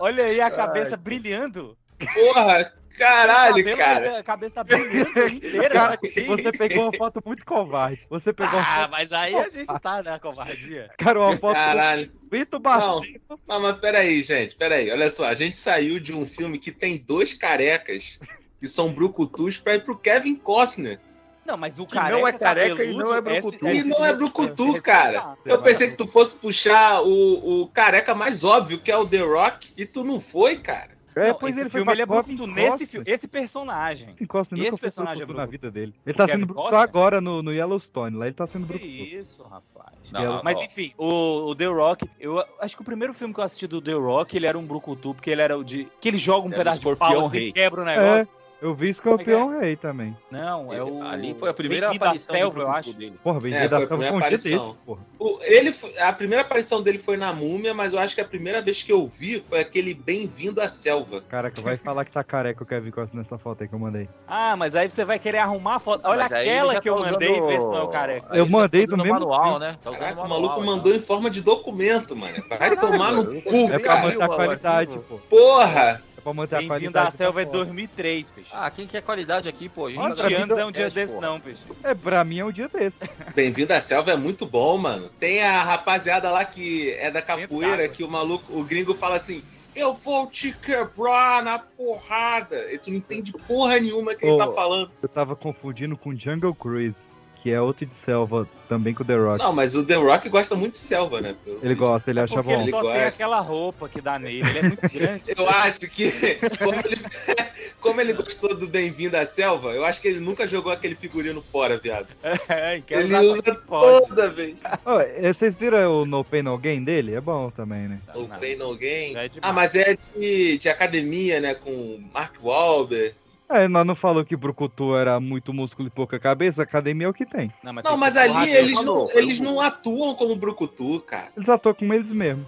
Speaker 5: Olha aí a cabeça brilhando.
Speaker 3: Porra, Caralho,
Speaker 5: cabelo,
Speaker 3: cara.
Speaker 5: mas A cabeça tá brilhante inteira.
Speaker 1: Cara,
Speaker 5: Que
Speaker 1: você
Speaker 5: isso?
Speaker 1: pegou uma foto muito covarde. Você pegou uma
Speaker 5: Ah,
Speaker 1: foto...
Speaker 5: mas aí a gente tá na covardia.
Speaker 1: Cara, uma foto
Speaker 3: Caralho.
Speaker 1: Vitor
Speaker 3: Não, não, mas peraí, gente, peraí. Olha só, a gente saiu de um filme que tem dois carecas que são brucutus pra ir pro Kevin Costner.
Speaker 5: Não, mas o
Speaker 3: não
Speaker 5: careca
Speaker 3: é careca
Speaker 5: cabeludo,
Speaker 3: e não é
Speaker 5: esse-
Speaker 3: E
Speaker 5: esse
Speaker 3: não é
Speaker 5: mesmo-
Speaker 3: brucutu,
Speaker 5: esse-
Speaker 3: cara. Eu pensei que tu fosse puxar o, o careca mais óbvio, que é o The Rock, e tu não foi, cara.
Speaker 1: É,
Speaker 5: Não, esse filme ele é brucutu nesse filme, esse personagem.
Speaker 1: Kevin Costner nunca
Speaker 5: Esse
Speaker 1: foi
Speaker 5: personagem é
Speaker 1: brucutu na
Speaker 5: brucutu.
Speaker 1: vida dele. Ele
Speaker 5: O
Speaker 1: tá
Speaker 5: Kevin
Speaker 1: sendo brucutu
Speaker 5: Costner?
Speaker 1: agora no, no Yellowstone. Lá ele tá sendo
Speaker 5: Que
Speaker 1: brucutu.
Speaker 5: isso, rapaz.
Speaker 1: Não, não,
Speaker 5: Mas
Speaker 1: não.
Speaker 5: enfim, o, o The Rock, eu acho que o primeiro filme que eu assisti do The Rock, ele era um brucutu, porque ele era o de... que ele joga um
Speaker 1: Era o
Speaker 5: pedaço de
Speaker 1: escorpião
Speaker 5: pau
Speaker 1: rei.
Speaker 5: e quebra o
Speaker 1: É,
Speaker 5: negócio.
Speaker 1: eu vi Escorpião Rei também.
Speaker 5: Não, é o...
Speaker 2: Ali foi a primeira
Speaker 5: Bem-vindo à
Speaker 2: aparição do
Speaker 5: selva, eu
Speaker 2: brucutu
Speaker 5: acho.
Speaker 2: dele.
Speaker 1: Porra, bem,
Speaker 3: É,
Speaker 1: é,
Speaker 3: foi a
Speaker 1: dava
Speaker 3: primeira
Speaker 1: com um dia
Speaker 3: aparição.
Speaker 1: desse, porra.
Speaker 3: O- ele, foi- a primeira aparição dele foi na Múmia, mas eu acho que a primeira vez que eu vi foi aquele Bem-vindo à Selva.
Speaker 1: Caraca, vai falar que tá careca o Kevin Costner nessa foto aí que eu mandei.
Speaker 5: Ah, mas aí você vai querer arrumar a foto. Olha
Speaker 2: Mas aí ele
Speaker 5: aquela
Speaker 2: já
Speaker 5: que eu
Speaker 2: tá usando-
Speaker 5: mandei, vê se não é o careca.
Speaker 1: eu mandei do mesmo filme.
Speaker 3: Caraca, o maluco
Speaker 5: então.
Speaker 3: mandou em forma de documento, mano. Vai tomar no cu,
Speaker 1: É pra
Speaker 3: cara.
Speaker 1: manter a qualidade, pô.
Speaker 3: Porra!
Speaker 1: É pra manter a
Speaker 5: Bem-vindo
Speaker 1: qualidade.
Speaker 5: à selva é
Speaker 1: da foto.
Speaker 5: 2003, peixe.
Speaker 2: Ah, quem quer qualidade aqui, pô? A gente
Speaker 5: 20
Speaker 2: tá gravando
Speaker 5: anos é um dia
Speaker 2: podcast,
Speaker 5: desse
Speaker 2: pô.
Speaker 5: não, peixe.
Speaker 1: É, pra mim é um dia desse.
Speaker 3: Bem-vindo à Selva é muito bom, mano. Tem a rapaziada lá que é da capoeira, que o maluco, o gringo fala assim. Eu vou te quebrar na porrada. E tu não entende porra nenhuma que ele tá
Speaker 1: Ô,
Speaker 3: falando.
Speaker 1: Eu tava confundindo com Jungle Cruise, que é outro de selva, também com The Rock.
Speaker 3: Não, mas o The Rock gosta muito de selva, né? pelo
Speaker 1: Ele
Speaker 3: visto.
Speaker 1: gosta, ele acha
Speaker 5: Porque
Speaker 1: bom.
Speaker 5: ele só tem
Speaker 3: gosta.
Speaker 5: aquela roupa que dá nele, ele é muito grande.
Speaker 3: Eu acho que, como ele, como ele gostou do Bem-vindo à Selva, eu acho que ele nunca jogou aquele figurino fora, viado.
Speaker 5: É, que
Speaker 3: Ele
Speaker 5: usar
Speaker 3: usa
Speaker 5: tudo que pode.
Speaker 3: toda vez.
Speaker 1: Ó, é, vocês viram o No Pain No Gain dele? É bom também, né?
Speaker 3: O Pain No Game.
Speaker 5: Já é
Speaker 3: ah, mas é de, de academia, né? Com Mark Wahlberg.
Speaker 1: É, nós não falou que Brucutu era muito músculo e pouca cabeça, academia é o que tem.
Speaker 3: Não, mas ali eles, não, eles não atuam como Brucutu, cara.
Speaker 1: Eles atuam com eles mesmo.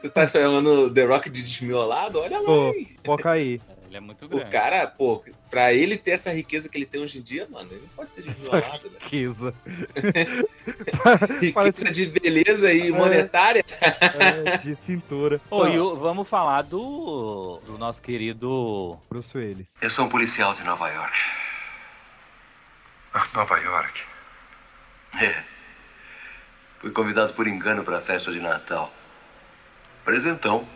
Speaker 3: Tu tá chamando The Rock de desmiolado? Olha lá.
Speaker 1: Pô,
Speaker 3: hein?
Speaker 1: foca aí.
Speaker 5: Ele é muito
Speaker 3: O
Speaker 5: grande.
Speaker 3: cara, pô, pra ele ter essa riqueza que ele tem hoje em dia, mano, ele não pode ser desmiolado, né?
Speaker 1: Riqueza.
Speaker 3: Riqueza de beleza e
Speaker 1: É.
Speaker 3: monetária.
Speaker 1: É, de cintura.
Speaker 5: Ô, e o- vamos falar do, do nosso querido.
Speaker 1: Bruce Willis.
Speaker 17: Eu sou um policial de Nova York.
Speaker 18: Ah, Nova York.
Speaker 17: É. Fui convidado por engano para a festa de Natal. então. Presentão.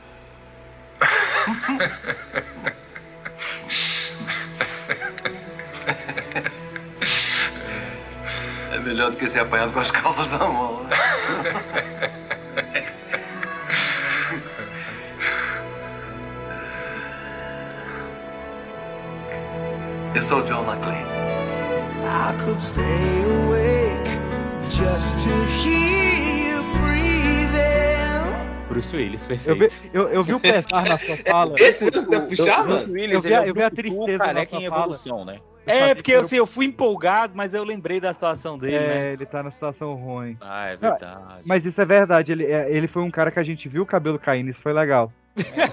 Speaker 17: É melhor do que ser apanhado com as calças na mão. né? Eu sou o John McClane.
Speaker 12: I could stay awake just to hear you breathing.
Speaker 5: Bruce Willis, perfeito.
Speaker 1: Eu vi, eu, eu vi o pesar na sua fala.
Speaker 5: É,
Speaker 3: Esse você tá puxando?
Speaker 1: Eu, eu, eu vi, a- eu vi a tristeza na
Speaker 2: careca
Speaker 1: sua
Speaker 2: em
Speaker 1: fala.
Speaker 2: evolução, né?
Speaker 5: É, porque assim, eu fui empolgado, mas eu lembrei da situação dele,
Speaker 1: um é,
Speaker 5: né?
Speaker 1: ele tá na situação ruim.
Speaker 2: Ah, é
Speaker 1: verdade. Mas isso é verdade, ele, é, ele foi um cara que a gente viu o cabelo caindo, isso foi legal.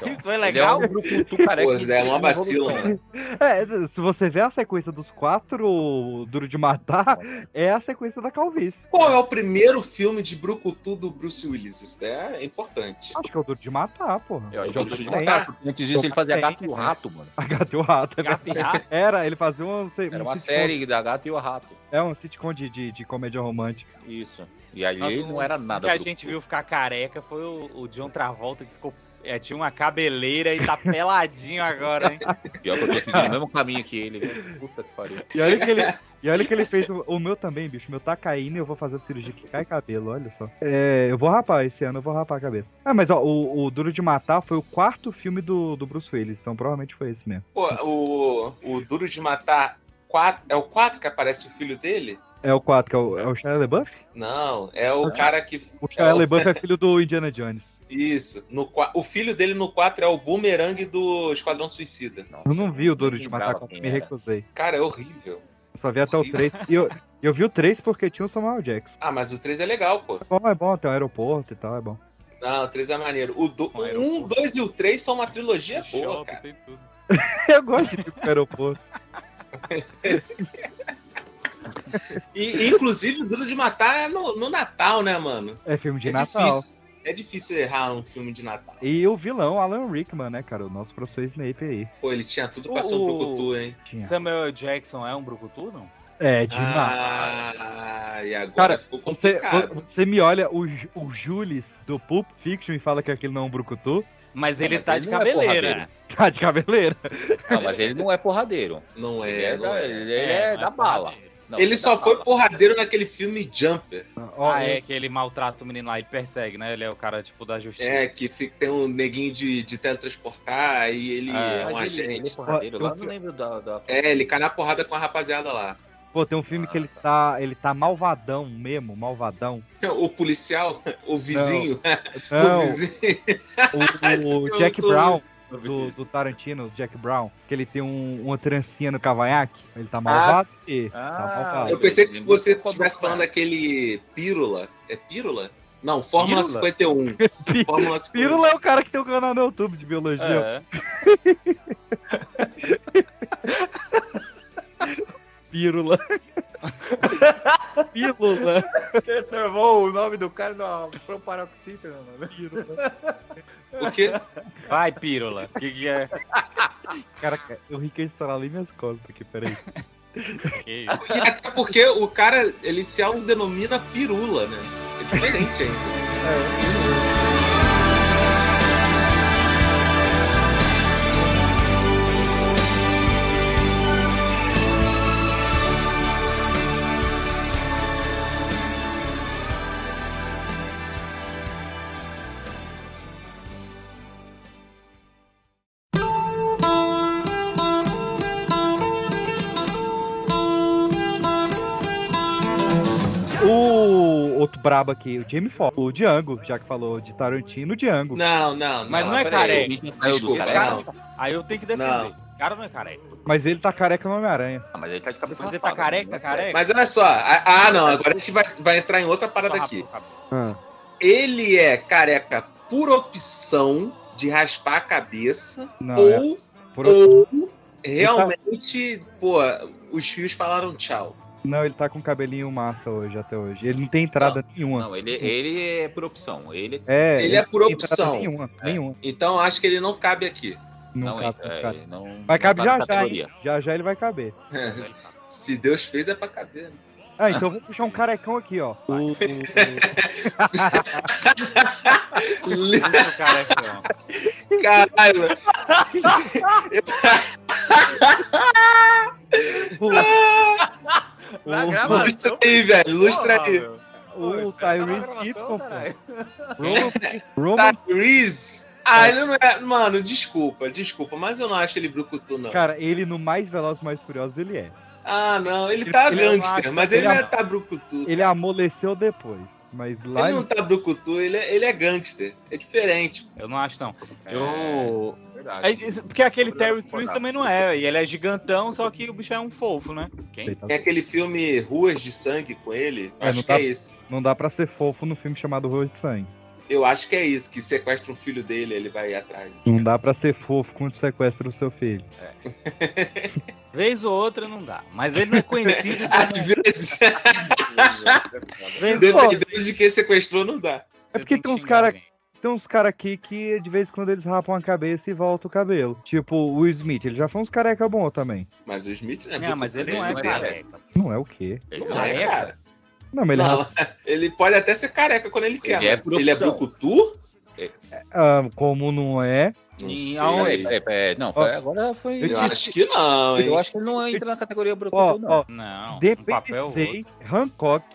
Speaker 5: Isso foi legal.
Speaker 2: Ele é um brucutu careca.
Speaker 3: Pô, isso daí é uma vacila, mano.
Speaker 1: É, se você ver a sequência dos quatro Duro de Matar, é a sequência da calvície.
Speaker 3: Qual é o primeiro filme de Brucutu do Bruce Willis? Isso daí é importante.
Speaker 1: Acho que é o Duro de Matar, porra.
Speaker 2: Eu acho que é o Duro de
Speaker 1: Tem.
Speaker 2: Matar, porque antes disso ele fazia
Speaker 1: Tem.
Speaker 2: Gato e o Rato, mano.
Speaker 1: A Gato e o Rato. é
Speaker 5: Gato e
Speaker 1: verdade.
Speaker 5: Rato?
Speaker 1: Era, ele fazia um, se-
Speaker 2: Era
Speaker 1: um
Speaker 2: uma
Speaker 1: sitcom-
Speaker 2: série da Gato e o Rato.
Speaker 1: É um sitcom de, de, de comédia romântica.
Speaker 2: Isso. E aí
Speaker 5: Nossa,
Speaker 2: ele não era nada.
Speaker 5: O que a
Speaker 2: brucutu.
Speaker 5: gente viu ficar careca foi o, o John Travolta que ficou. é, tinha uma cabeleira e tá peladinho agora, hein?
Speaker 2: Pior que eu tô seguindo o mesmo caminho que ele. né? Puta que pariu.
Speaker 1: E olha que ele, e olha que ele fez o, o meu também, bicho. O meu tá caindo e eu vou fazer a cirurgia que cai cabelo, olha só. É, eu vou rapar esse ano, eu vou rapar a cabeça. Ah, mas ó, o, o Duro de Matar foi o quarto filme do, do Bruce Willis, então provavelmente foi esse mesmo.
Speaker 3: Pô, o, o Duro de Matar 4. É o 4 que aparece o filho dele?
Speaker 1: É o quarto, que é o, é o Shia LaBeouf?
Speaker 3: Não, é o
Speaker 1: Ah.
Speaker 3: cara que.
Speaker 1: O Shia LaBeouf é filho do Indiana Jones.
Speaker 3: Isso. No, qua- o filho dele no 4 é o boomerang do Esquadrão Suicida.
Speaker 1: Eu não vi o Duro de Matar,
Speaker 3: quem
Speaker 1: me
Speaker 3: era.
Speaker 1: recusei.
Speaker 3: Cara, é né? horrível.
Speaker 1: Eu só vi até o 3. E eu, eu vi o 3 porque tinha o Samuel Jackson.
Speaker 3: Ah, mas o 3 é legal, pô.
Speaker 1: É bom, é bom, tem o aeroporto e tal, é bom.
Speaker 3: Não, o 3 é maneiro. O
Speaker 1: Ah,
Speaker 3: 1, 2 e o 3 são uma trilogia boa, cara.
Speaker 1: Eu gosto de ir pro aeroporto.
Speaker 3: E, inclusive, o Duro de Matar é no, no Natal, né, mano?
Speaker 1: É filme de
Speaker 3: É
Speaker 1: Natal.
Speaker 3: difícil. É difícil errar um filme de Natal.
Speaker 1: E o vilão, Alan Rickman, né, cara? O nosso professor Snape aí.
Speaker 3: Pô, ele tinha tudo pra ser um brucutu, hein?
Speaker 1: Tinha.
Speaker 5: Samuel Jackson é um brucutu, não?
Speaker 1: É, demais.
Speaker 3: Ah, e agora
Speaker 1: Cara,
Speaker 3: ficou
Speaker 1: você,
Speaker 3: complicado.
Speaker 1: vo- você me olha o, Ju- o Jules do Pulp Fiction e fala que aquele não é um brucutu.
Speaker 5: Mas
Speaker 2: ele
Speaker 5: ele
Speaker 2: mas
Speaker 5: tá
Speaker 2: ele
Speaker 5: de
Speaker 2: não é
Speaker 5: cabeleira.
Speaker 2: porradeiro.
Speaker 1: Tá de cabeleira.
Speaker 2: Não, mas ele não é porradeiro.
Speaker 3: Não é,
Speaker 2: Ele é,
Speaker 3: não
Speaker 2: da,
Speaker 3: é.
Speaker 2: ele é da bala. Não,
Speaker 3: ele
Speaker 2: é
Speaker 3: só
Speaker 2: da
Speaker 3: foi
Speaker 2: bala.
Speaker 3: porradeiro naquele filme Jumper.
Speaker 5: ah, é que ele maltrata o menino lá e persegue, né? Ele é o cara, tipo, da justiça.
Speaker 3: É, que fica- tem um neguinho de, de teletransportar e ele é um
Speaker 2: Mas ele-
Speaker 3: agente.
Speaker 2: Ele é porradeiro
Speaker 1: Ó,
Speaker 2: lá,
Speaker 1: eu-
Speaker 2: não lembro da. da-
Speaker 3: É, ele cai na porrada com a rapaziada lá.
Speaker 1: Pô, tem um filme que ele tá, ele tá malvadão mesmo, malvadão.
Speaker 3: O policial, o vizinho.
Speaker 1: Não.
Speaker 3: o vizinho.
Speaker 1: O, o
Speaker 3: é Eu
Speaker 1: Jack
Speaker 3: tô-
Speaker 1: Brown, do, do Tarantino, o Jack Brown, que ele tem um, uma trancinha no cavanhaque. Ele tá malvado e tá malvado.
Speaker 3: Ah. Eu pensei que você estivesse falando daquele Pílula. É Pílula? Não, Fórmula
Speaker 1: Pílula?
Speaker 3: 51. Fórmula 51.
Speaker 1: Pirula é o cara que tem o canal no YouTube de
Speaker 5: É.
Speaker 1: biologia. Pirula. Pílula.
Speaker 18: Transformou o nome do cara no proparoxítona, mano.
Speaker 3: O quê?
Speaker 5: Vai, Pírola. O que, que é?
Speaker 1: Caraca, eu ri que eu estralei minhas costas aqui, peraí.
Speaker 5: Que
Speaker 3: isso? E até porque o cara, ele se autodenomina Pirula, né? É diferente ainda.
Speaker 1: O outro brabo aqui, o Jamie Foxx, o Django, já que falou de Tarantino, o Django.
Speaker 3: Não, não,
Speaker 5: Mas não é careca.
Speaker 2: Desculpa,
Speaker 5: Esse cara não tá- Aí eu tenho que defender.
Speaker 3: Não.
Speaker 5: O cara não é careca.
Speaker 1: Mas ele tá careca no Homem-Aranha.
Speaker 2: mas ele tá de cabeça
Speaker 5: Mas ele tá
Speaker 2: né?
Speaker 5: careca, careca?
Speaker 3: Mas olha só, ah, ah, não, agora a gente vai, vai entrar em outra parada aqui. Ele é careca por opção de raspar a cabeça
Speaker 1: Não, é
Speaker 3: ou,
Speaker 1: Por
Speaker 3: ou realmente, pô, os fios falaram tchau.
Speaker 1: Não, ele tá com cabelinho massa hoje, até hoje. Ele não tem entrada nenhuma.
Speaker 2: Não, ele, ele é por opção. Ele É.
Speaker 1: É,
Speaker 3: Ele é por
Speaker 1: não tem entrada
Speaker 3: opção.
Speaker 1: Nenhuma, nenhuma.
Speaker 3: Então acho que ele não cabe aqui.
Speaker 1: Não,
Speaker 2: Não,
Speaker 1: cabe
Speaker 2: é,
Speaker 1: pros caras.
Speaker 2: é, não-
Speaker 1: Mas
Speaker 2: não
Speaker 1: cabe
Speaker 2: tá
Speaker 1: já
Speaker 2: na
Speaker 1: já, hein?
Speaker 2: categoria.
Speaker 1: Já já ele vai caber.
Speaker 3: Se Deus fez, é pra caber. né?
Speaker 1: Ah, então eu vou puxar um carecão aqui, ó. O...
Speaker 3: Caralho, mano.
Speaker 1: Na
Speaker 18: gravação?
Speaker 3: Lustra aí, velho. Lustra aí.
Speaker 1: O Tyrese Gibson, pô.
Speaker 3: Tyrese? Tá, Ah, ele não é. Mano, desculpa, desculpa, mas eu não acho ele brucutu,
Speaker 2: Tá.
Speaker 3: não.
Speaker 1: Cara, ele no Mais Velozes Mais Furiosos ele é.
Speaker 3: ah, não, ele tá
Speaker 1: ele é um
Speaker 3: gangster,
Speaker 1: macho,
Speaker 3: mas ele,
Speaker 1: ele é
Speaker 3: não é
Speaker 1: um-
Speaker 3: tá brucutu.
Speaker 1: Ele amoleceu depois. Mas lá
Speaker 3: Ele não tá brucutu, ele é, ele é gangster. É diferente.
Speaker 5: Eu não acho, não.
Speaker 2: Eu.
Speaker 5: É, isso- porque aquele Terry Crews também não é. E ele é gigantão, só que o bicho é um fofo, né? Quem?
Speaker 1: tá
Speaker 3: Tem aquele filme Ruas de Sangue com ele.
Speaker 1: É,
Speaker 3: acho
Speaker 1: não
Speaker 3: que
Speaker 1: tá-
Speaker 3: é isso.
Speaker 1: não dá pra ser fofo no filme chamado Rua de Sangue.
Speaker 3: Eu acho que é isso, que sequestra um filho dele, ele vai atrás.
Speaker 1: Não dá pra ser fofo quando sequestra o seu filho.
Speaker 5: Vez ou outra não dá. Mas ele não é conhecido.
Speaker 3: Às vezes.
Speaker 5: Vez ou outra.
Speaker 3: Dependendo de quem sequestrou, não dá.
Speaker 1: É porque tem uns caras. Tem uns caras aqui que de vez em quando eles rapam a cabeça e voltam o cabelo. Tipo o Will Smith, ele já foi uns careca bom também.
Speaker 3: Mas o Smith não é
Speaker 5: Não, mas ele não é careca.
Speaker 1: Não é o quê?
Speaker 3: Ele
Speaker 5: não é, cara.
Speaker 1: Não, mas ele é,
Speaker 3: Não,
Speaker 1: rapa-
Speaker 3: ele pode até ser careca quando ele quer,
Speaker 2: Ele é
Speaker 3: mas
Speaker 2: por
Speaker 3: ele é
Speaker 2: opção.
Speaker 3: brucutu?
Speaker 1: Ah, como não é.
Speaker 2: Não,
Speaker 1: aonde?
Speaker 2: sei, peraí, peraí, não, foi- agora foi.
Speaker 1: Eu te-
Speaker 3: que não,
Speaker 2: Eu acho que ele não entra na categoria
Speaker 1: Ó,
Speaker 2: brucutu, não.
Speaker 1: ó.
Speaker 5: Não. um é
Speaker 1: Dependence Day, Hancock,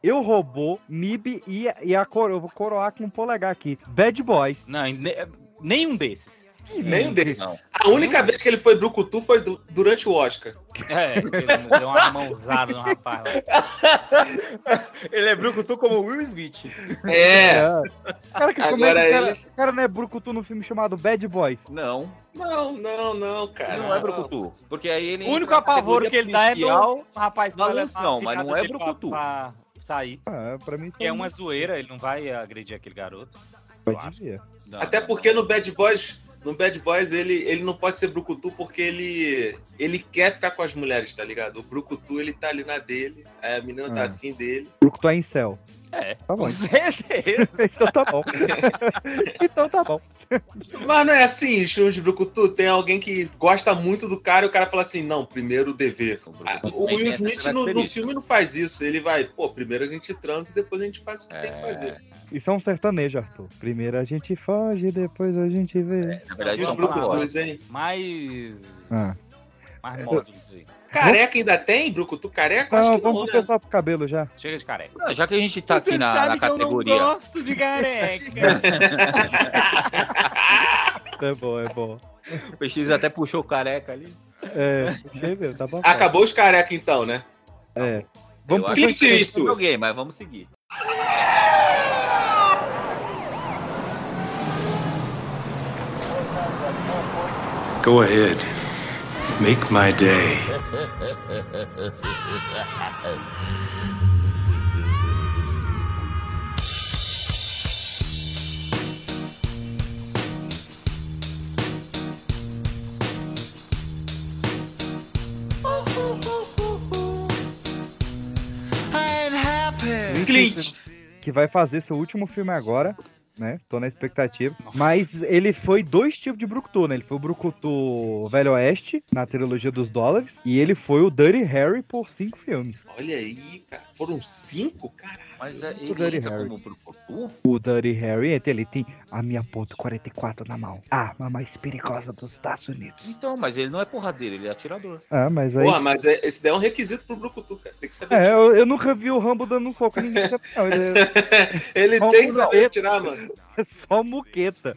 Speaker 1: Eu Robô, Mib e, e a coro... eu vou coroar com um polegar aqui. Bad Boys.
Speaker 5: Não, e ne- nenhum desses.
Speaker 3: Nenhum deles. A única vez que ele foi brucutu foi du- durante o Oscar.
Speaker 5: É, ele deu uma mãozada no rapaz lá.
Speaker 18: Ele é brucutu como Will Smith.
Speaker 3: É.
Speaker 1: Ah. Cara, que, como é que
Speaker 3: Agora
Speaker 1: o cara,
Speaker 3: ele-
Speaker 1: o cara não é brucutu no filme chamado Bad Boys?
Speaker 2: Não,
Speaker 3: Não, não, não, cara.
Speaker 2: ele não é brucutu. Porque aí ele.
Speaker 5: O único
Speaker 2: entra na
Speaker 5: apavoro
Speaker 2: categoria
Speaker 5: que ele dá é
Speaker 2: policial.
Speaker 5: do rapaz que
Speaker 2: Não,
Speaker 5: vai levar a
Speaker 2: não, mas não
Speaker 5: filhada
Speaker 2: é
Speaker 5: dele pra-
Speaker 2: brucutu.
Speaker 5: pra sair.
Speaker 1: Ah, pra mim
Speaker 5: Que é
Speaker 1: é
Speaker 5: uma zoeira, ele não vai agredir aquele garoto.
Speaker 1: Pode ver.
Speaker 5: Não,
Speaker 3: Até porque Tá. no Bad Boys no Bad Boys ele, ele não pode ser brucutu porque ele, ele quer ficar com as mulheres, tá ligado? O brucutu ele tá ali na dele, a menina tá
Speaker 1: Ah.
Speaker 3: afim dele.
Speaker 1: Brucutu é em céu.
Speaker 5: É,
Speaker 1: tá bom.
Speaker 3: com certeza.
Speaker 1: então tá bom. então tá bom.
Speaker 3: Mas não é assim, show de brucutu, tem alguém que gosta muito do cara e o cara fala assim, não, primeiro o dever. Ah, O
Speaker 2: também
Speaker 3: Will
Speaker 2: tem essa
Speaker 3: Smith no, no
Speaker 2: característica.
Speaker 3: filme não faz isso, ele vai, pô, primeiro a gente transa e depois a gente faz o que tem que fazer.
Speaker 1: Isso é um sertanejo, Arthur. Primeiro a gente foge, depois a gente vê.
Speaker 2: na verdade,
Speaker 3: E os
Speaker 2: são palavras.
Speaker 3: brucutus, hein?
Speaker 5: Mas.
Speaker 1: Ah.
Speaker 5: Mais módulos aí.
Speaker 3: Careca ainda tem, brucutu careca? Acho
Speaker 1: Não,
Speaker 3: que não,
Speaker 1: vamos
Speaker 3: né?
Speaker 1: pro pessoal pro cabelo já.
Speaker 5: Chega de careca.
Speaker 2: já que a gente tá
Speaker 1: Você
Speaker 2: aqui na,
Speaker 1: sabe
Speaker 2: na
Speaker 1: que eu não
Speaker 2: categoria.
Speaker 5: gosto de careca.
Speaker 1: É bom, é bom.
Speaker 2: o PX até puxou o careca ali.
Speaker 1: É, puxei mesmo, tá bom.
Speaker 3: Acabou os careca então, né?
Speaker 1: É.
Speaker 2: Vamos
Speaker 3: pro
Speaker 2: eu acho
Speaker 3: Clint
Speaker 2: que tem
Speaker 3: Eastwood.
Speaker 2: sobre alguém, mas vamos seguir.
Speaker 16: Go ahead. Make my day.
Speaker 3: é Clint.
Speaker 1: Que vai fazer seu último filme agora, né? Tô na expectativa. Mas ele foi dois tipos de Brucutu, né? Ele foi o Brucutu Velho Oeste, na trilogia dos dólares, e ele foi o Dirty Harry por cinco filmes.
Speaker 3: Olha aí, cara. Foram cinco, cara.
Speaker 2: Mas é,
Speaker 1: O Dirty
Speaker 2: ele entra
Speaker 1: Harry.
Speaker 2: como brucutu?
Speaker 1: O Dirty Harry, ele tem a minha ponto 44 na mão. A arma mais perigosa dos Estados Unidos.
Speaker 2: Então, mas ele não é porradeiro, ele é atirador.
Speaker 1: Ah, mas aí...
Speaker 3: Porra, mas é- esse daí é um requisito pro brucutu, cara. Tem que saber.
Speaker 1: É, eu, eu nunca vi o Rambo dando um soco em ninguém. Não, ele é
Speaker 3: Ele
Speaker 1: Vamos
Speaker 3: tem que
Speaker 1: mudar.
Speaker 3: saber atirar, mano.
Speaker 1: é só muqueta.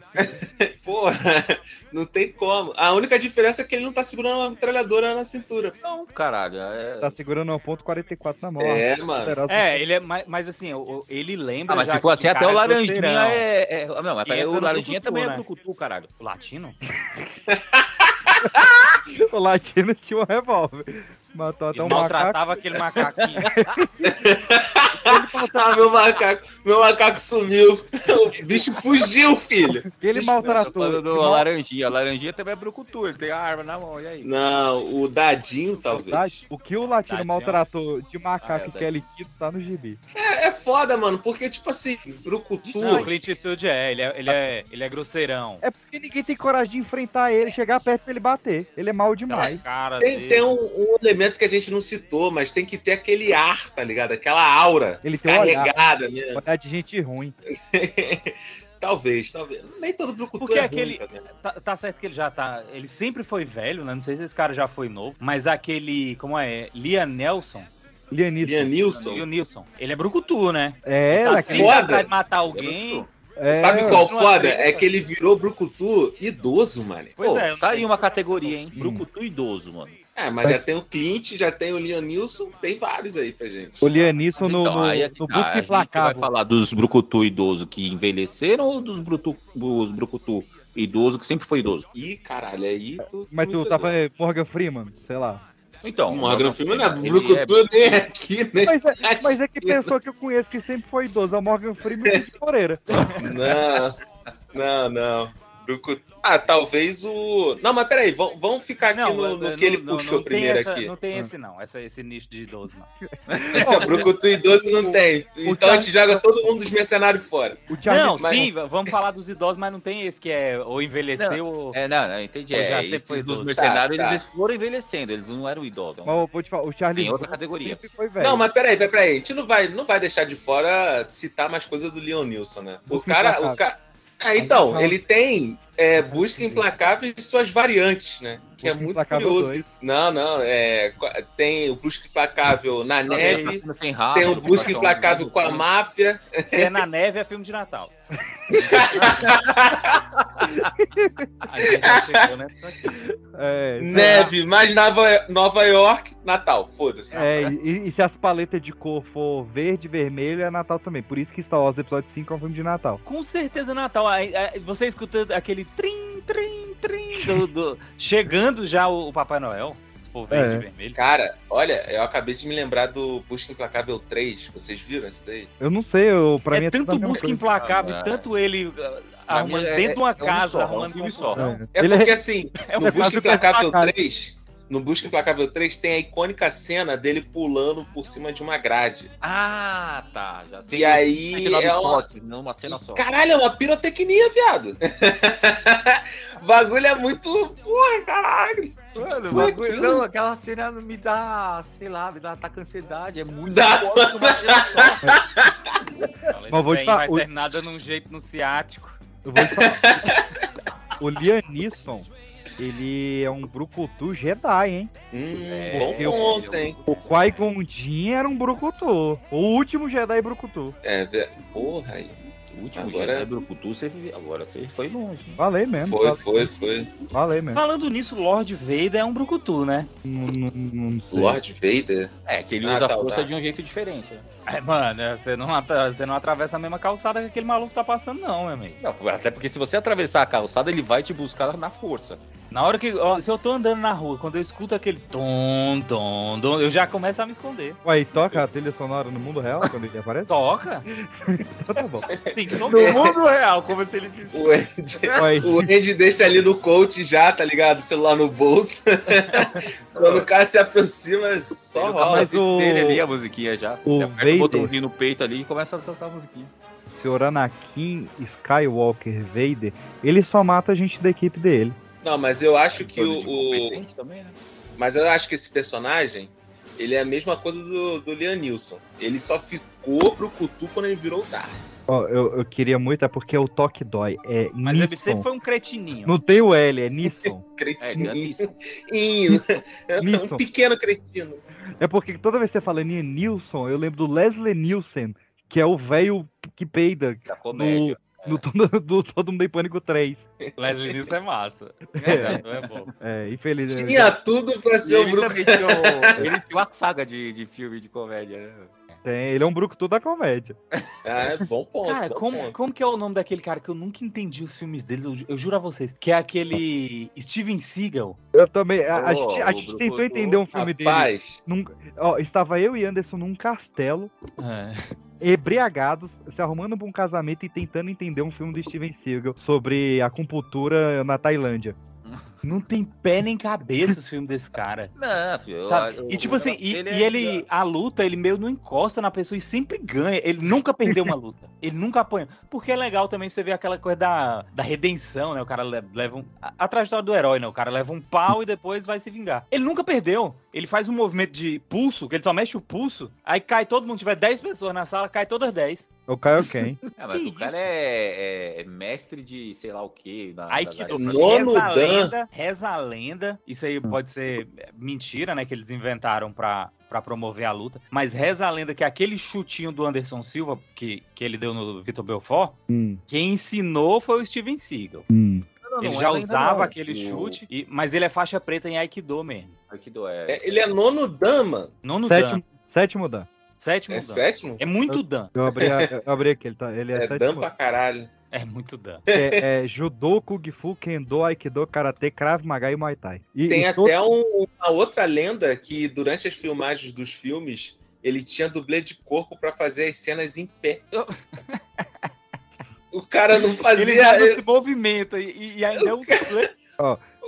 Speaker 3: Porra, não tem como. A única diferença é que ele não tá segurando uma metralhadora na cintura.
Speaker 2: Não, caralho. É...
Speaker 1: Tá segurando uma ponto 44 na mão.
Speaker 3: É,
Speaker 1: ó.
Speaker 3: mano.
Speaker 1: Poderosa.
Speaker 5: É, ele é. Mas, mas assim, o- o- ele lembra.
Speaker 2: Ah, mas
Speaker 5: já
Speaker 2: se for assim,
Speaker 5: que o
Speaker 2: até
Speaker 5: cara
Speaker 2: o laranjinha
Speaker 5: grosseirão.
Speaker 2: é. é- Não, mas
Speaker 5: E entra
Speaker 2: o
Speaker 5: no
Speaker 2: laranjinha
Speaker 5: brucutu,
Speaker 2: também é
Speaker 5: né?
Speaker 2: brucutu, caralho.
Speaker 5: O latino?
Speaker 1: O latino tinha um revólver. Matou até
Speaker 5: Ele
Speaker 1: um macaco.
Speaker 5: maltratava aquele macaquinho.
Speaker 3: Ah, meu macaco, meu macaco sumiu. O bicho fugiu, filho.
Speaker 1: Ele
Speaker 2: Tô
Speaker 1: maltratou.
Speaker 2: né? falando
Speaker 1: ele
Speaker 2: do
Speaker 1: mal-
Speaker 2: laranjinha. Laranjinha também é brucutu, ele tem a arma na mão, e aí?
Speaker 3: Não, o dadinho, talvez.
Speaker 1: O que o latino
Speaker 2: Tadinho.
Speaker 1: maltratou de macaco
Speaker 2: Ah, é,
Speaker 1: e Kelly Kid tá no gibi.
Speaker 3: É, é foda, mano, porque, tipo assim, brucutu.
Speaker 5: Não, o Clint Eastwood é. Ele é, ele é, ele é grosseirão.
Speaker 1: É porque ninguém tem coragem de enfrentar ele, chegar perto pra ele bater. Ele é mal demais.
Speaker 5: Cara
Speaker 3: Tem,
Speaker 5: dele.
Speaker 3: tem um, um elemento que a gente não citou, mas tem que ter aquele ar, tá ligado? Aquela aura
Speaker 1: Ele
Speaker 2: Tá
Speaker 1: tem um olhar,
Speaker 3: carregada, né?
Speaker 1: olhar de gente ruim.
Speaker 3: talvez, talvez. Nem todo brucutu
Speaker 5: Porque
Speaker 3: é
Speaker 5: aquele-
Speaker 3: ruim também.
Speaker 5: Tá, tá certo que ele já tá. Ele sempre foi velho, né? Não sei se esse cara já foi novo, mas aquele. Como é? Liam Nelson?
Speaker 1: Lianisson.
Speaker 3: Liam Neeson.
Speaker 5: Liam Nilson. Ele é brucutu, né?
Speaker 1: É,
Speaker 5: tá
Speaker 1: naquele-
Speaker 5: sempre
Speaker 3: foda.
Speaker 5: atrás de matar alguém.
Speaker 1: é,
Speaker 3: Sabe qual
Speaker 5: Numa
Speaker 3: foda?
Speaker 5: treta. né?
Speaker 3: É que ele virou brucutu idoso, mano.
Speaker 5: Pois
Speaker 2: Pô,
Speaker 5: é, eu não
Speaker 2: tá
Speaker 5: sei.
Speaker 2: aí uma categoria, hein? Brucutu idoso, mano.
Speaker 3: É, mas já tem o Clint, já tem o Leonilson, tem vários aí pra gente.
Speaker 1: O Lianisson no,
Speaker 2: Então,
Speaker 1: no,
Speaker 2: aí é que
Speaker 1: no
Speaker 2: tá,
Speaker 1: Busca
Speaker 2: a gente Vai
Speaker 1: Implacável.
Speaker 2: falar dos brucutu idoso que envelheceram ou dos brutu, os brucutu idoso que sempre foi idoso?
Speaker 3: Ih, caralho, aí tu.
Speaker 1: Mas tu tá falando é, Morgan Freeman, sei lá.
Speaker 2: Então,
Speaker 3: Um Morgan Freeman não é
Speaker 2: ele
Speaker 3: brucutu nem aqui, né?
Speaker 1: Mas é, mas é que pessoa que eu conheço que sempre foi idoso é o Morgan Freeman e o Cid Moreira.
Speaker 3: Não, não, não. Brucutu. Ah, talvez o. Não, mas peraí, vamos, vamos ficar aqui
Speaker 5: Não,
Speaker 3: no, no
Speaker 5: mas,
Speaker 3: que ele
Speaker 5: não- não-
Speaker 3: puxou
Speaker 5: não tem
Speaker 3: primeiro
Speaker 5: essa-
Speaker 3: aqui. Hum.
Speaker 5: Não tem esse, não. Essa, esse nicho de idoso, não.
Speaker 3: É, Brucutu idoso não tem. Então a gente
Speaker 5: tá-
Speaker 3: joga todo mundo dos mercenários fora.
Speaker 1: O Charlie
Speaker 5: não,
Speaker 3: mas-
Speaker 5: sim, v- vamos falar dos idosos, mas não tem esse que é ou envelheceu ou.
Speaker 2: É, não, não, entendi.
Speaker 5: Ou
Speaker 2: É,
Speaker 5: já
Speaker 2: esses
Speaker 5: sempre foi
Speaker 2: dos
Speaker 5: idoso.
Speaker 2: mercenários,
Speaker 3: Tá, tá.
Speaker 2: eles foram envelhecendo, eles não eram idosos.
Speaker 1: Mas eu vou te falar, o Charlie
Speaker 2: Tem outra
Speaker 1: Brown
Speaker 2: categoria.
Speaker 1: sempre foi velho.
Speaker 3: Não, mas peraí, peraí, peraí. A gente não vai, não vai deixar de fora citar mais coisa do Leon Nilson, né? O
Speaker 1: Busca
Speaker 3: cara.
Speaker 1: Implacável. Ah,
Speaker 3: O ca... Ah, então, ele tem é, busca implacável e suas variantes, né? Que é
Speaker 1: Busca
Speaker 3: muito
Speaker 1: Implacável
Speaker 3: curioso
Speaker 1: dois.
Speaker 3: isso. Não, não. É, co- tem o busca implacável na
Speaker 2: tá
Speaker 3: neve,
Speaker 2: tem, raça, é
Speaker 3: tem o busca
Speaker 2: um né?
Speaker 3: implacável com a máfia.
Speaker 5: Se é na neve, é filme de Natal. A gente já chegou nessa aqui.
Speaker 1: É, sei
Speaker 3: Neve, mais Nova, Nova York, Natal. Foda-se.
Speaker 1: lá. É, e, e se as paletas de cor for verde e vermelho, é Natal também. Por isso que Star Wars Episódio 5 é um filme de Natal.
Speaker 5: Com certeza Natal. Aí, aí, Você escuta aquele trim, trim, trim do, do- chegando já o, o Papai Noel. Se for
Speaker 1: É.
Speaker 5: verde, vermelho.
Speaker 3: Cara, olha, eu acabei de me lembrar do Busca Implacável 3. Vocês viram isso daí?
Speaker 1: Eu não sei, eu, pra mim
Speaker 5: é tanto
Speaker 1: tudo a mesma
Speaker 5: busca
Speaker 1: coisa.
Speaker 5: implacável, tanto ele uh, arrumando
Speaker 3: minha é-
Speaker 5: dentro de uma
Speaker 3: é um
Speaker 5: casa,
Speaker 3: só,
Speaker 5: arrumando
Speaker 3: é um filme só.
Speaker 5: confusão.
Speaker 3: É
Speaker 1: Ele
Speaker 3: porque
Speaker 1: é-
Speaker 3: assim,
Speaker 1: é um
Speaker 3: no Busca
Speaker 1: fácil pra
Speaker 3: Implacável
Speaker 1: caralho.
Speaker 3: 3, no Busca Implacável 3 tem a icônica cena dele pulando por cima de uma grade.
Speaker 2: Ah, tá. Já sei.
Speaker 3: E aí
Speaker 2: 99
Speaker 3: é uma-
Speaker 2: hipóteses, não né? uma cena só.
Speaker 3: Caralho, é uma pirotecnia, viado. Bagulho é muito. Porra, caralho.
Speaker 18: Mano,
Speaker 3: Foi
Speaker 18: bagulho-
Speaker 3: aquilo.
Speaker 18: não, aquela cena não me dá, sei lá, me dá ataque de ansiedade, é muito
Speaker 3: Dá.
Speaker 18: forte, mas
Speaker 1: Mas vou te
Speaker 5: Fala, esse trem
Speaker 1: falar,
Speaker 5: vai
Speaker 1: o-
Speaker 5: terminar dando um jeito no ciático.
Speaker 1: Eu vou te falar. o Liam Neeson, ele é um brucutu Jedi, hein?
Speaker 2: É,
Speaker 3: Hum,
Speaker 1: bom
Speaker 3: bom ponto, hein?
Speaker 1: É, O Qui-Gon Jinn era um brucutu. O último Jedi brucutu.
Speaker 3: É, ve- porra aí.
Speaker 2: O último
Speaker 3: Agora-
Speaker 2: agora... Jedi Brucutu, você... vive- agora você foi longe. hein?
Speaker 1: Valeu mesmo.
Speaker 3: Foi,
Speaker 1: val-
Speaker 3: foi, foi.
Speaker 1: Valeu mesmo.
Speaker 5: Falando nisso, Lord Vader é um brucutu, né?
Speaker 1: Não, não- não sei.
Speaker 3: Lord Vader?
Speaker 2: É, que ele
Speaker 3: Ah,
Speaker 2: usa
Speaker 3: tá,
Speaker 2: a força
Speaker 3: tá.
Speaker 2: de um jeito diferente. né?
Speaker 5: É, mano, você não, atra- você não atravessa a mesma calçada que aquele maluco tá passando, não, meu amigo.
Speaker 2: Não, até porque se você atravessar a calçada, ele vai te buscar na força.
Speaker 5: Na hora que. ó, se eu tô andando na rua, quando eu escuto aquele tom, tom, tom, eu já começo a me esconder.
Speaker 1: Ué, e toca a trilha sonora no mundo real quando ele aparece?
Speaker 5: Toca?
Speaker 1: Então tá bom.
Speaker 5: Tem que
Speaker 18: No
Speaker 5: tocar.
Speaker 18: mundo real, como se ele disse.
Speaker 3: O Andy,
Speaker 1: Oi.
Speaker 3: o Andy deixa ali no coach já, tá ligado? O celular no bolso. Quando o cara se aproxima, só
Speaker 2: Ele
Speaker 3: rola.
Speaker 1: Mas
Speaker 2: Mas o...
Speaker 1: o-
Speaker 2: dele ali, a musiquinha já.
Speaker 1: o
Speaker 2: Ele aperta, bota um
Speaker 1: Vader-
Speaker 2: rio no peito ali e começa a tocar a musiquinha.
Speaker 1: O senhor Anakin Skywalker Vader, ele só mata a gente da equipe dele.
Speaker 3: Não, mas eu acho que
Speaker 2: Coisa
Speaker 3: o,
Speaker 2: de
Speaker 3: o-
Speaker 2: competente também, né?
Speaker 3: Mas eu acho que esse personagem, ele é a mesma coisa do, do Liam Nilson. Ele só ficou pro Cutu quando ele virou o Darth.
Speaker 1: Ó, eu, eu queria muito, é porque o toque dói. É
Speaker 5: Mas ele
Speaker 1: Nisson.
Speaker 5: sempre foi um cretininho.
Speaker 1: Não tem o L, é Nisson.
Speaker 2: É, ele é
Speaker 3: Cretininho.
Speaker 2: isso.
Speaker 1: Nilson.
Speaker 3: um pequeno cretino.
Speaker 1: É porque toda vez que você fala Nia Nilson, eu lembro do Leslie Nielsen, que é o velho que peida
Speaker 2: Da
Speaker 1: no,
Speaker 2: comédia.
Speaker 5: é.
Speaker 1: no todo, do Todo Mundo em Pânico 3.
Speaker 5: Leslie Nielsen é massa. é bom.
Speaker 1: É, infelizmente.
Speaker 3: Tinha tudo pra
Speaker 18: E
Speaker 3: ser o
Speaker 18: ele
Speaker 3: Bruno.
Speaker 18: também tinha, o- ele tinha uma saga de, de filme de comédia, né?
Speaker 1: Tem, ele é um brucutu da comédia.
Speaker 3: Ah, é bom ponto.
Speaker 5: Cara,
Speaker 3: bom
Speaker 5: como,
Speaker 3: ponto.
Speaker 5: como que é o nome daquele cara que eu nunca entendi os filmes deles? Eu, ju- eu juro a vocês. Que é aquele Steven Seagal.
Speaker 1: Eu também. A, a
Speaker 2: Pô,
Speaker 1: gente, a
Speaker 2: o
Speaker 1: gente
Speaker 2: brucutu,
Speaker 1: tentou entender um filme dele.
Speaker 3: Rapaz,
Speaker 1: Ó, estava eu e Anderson num castelo,
Speaker 5: É.
Speaker 1: embriagados, se arrumando pra um casamento e tentando entender um filme do Steven Seagal sobre acupuntura na Tailândia.
Speaker 5: Não tem pé nem cabeça os filmes desse cara.
Speaker 2: Não, filho. eu-
Speaker 5: Sabe?
Speaker 2: eu-
Speaker 5: E tipo assim, e e
Speaker 2: ele
Speaker 5: ele,
Speaker 2: é-
Speaker 5: a luta, ele meio não encosta na pessoa e sempre ganha. Ele nunca perdeu uma luta. Ele nunca apanha. Porque é legal também você ver aquela coisa da, da redenção, né? O cara le- leva um. A, a trajetória do herói, né? O cara leva um pau e depois vai se vingar. Ele nunca perdeu. Ele faz um movimento de pulso, que ele só mexe o pulso, aí cai todo mundo. Tiver 10 pessoas na sala, cai todas 10.
Speaker 1: É o Kaioken.
Speaker 2: É, mas
Speaker 5: Que
Speaker 2: o cara
Speaker 5: isso?
Speaker 2: é, é mestre de sei lá o quê. Na,
Speaker 5: Aí
Speaker 2: das
Speaker 5: que
Speaker 2: artes
Speaker 3: Nono
Speaker 5: reza a
Speaker 3: Dan.
Speaker 5: lenda, reza a lenda. Isso aí pode ser mentira, né? Que eles inventaram pra, pra promover a luta. Mas reza a lenda que aquele chutinho do Anderson Silva, que, que ele deu no Vitor Belfort,
Speaker 1: Hum,
Speaker 5: quem ensinou foi o Steven Seagal.
Speaker 1: hum.
Speaker 2: Não, não,
Speaker 5: ele
Speaker 2: não,
Speaker 5: já
Speaker 2: ainda
Speaker 5: usava
Speaker 2: não.
Speaker 5: aquele
Speaker 2: O-
Speaker 5: chute, e- mas ele é faixa preta em Aikido mesmo.
Speaker 2: Aikido é.
Speaker 3: é- ele é nono Dan, mano.
Speaker 5: Nono
Speaker 1: Sétimo,
Speaker 5: Dan.
Speaker 1: sétimo Dan.
Speaker 5: Sétimo
Speaker 3: É
Speaker 5: Dan.
Speaker 3: sétimo?
Speaker 5: É muito Dan.
Speaker 1: Eu abri, a- eu abri aqui, ele, tá, ele é,
Speaker 3: É Dan
Speaker 1: sétimo
Speaker 3: pra caralho.
Speaker 5: É muito Dan.
Speaker 1: É, é judô, kung fu, kendo, aikido, karatê, krav maga e muay thai. E,
Speaker 3: Tem
Speaker 1: e
Speaker 3: até um- uma outra lenda que durante as filmagens dos filmes ele tinha dublê de corpo pra fazer as cenas em pé.
Speaker 5: Eu-
Speaker 3: o cara não
Speaker 5: Ele já
Speaker 3: fazia.
Speaker 5: não se movimenta e, e ainda é um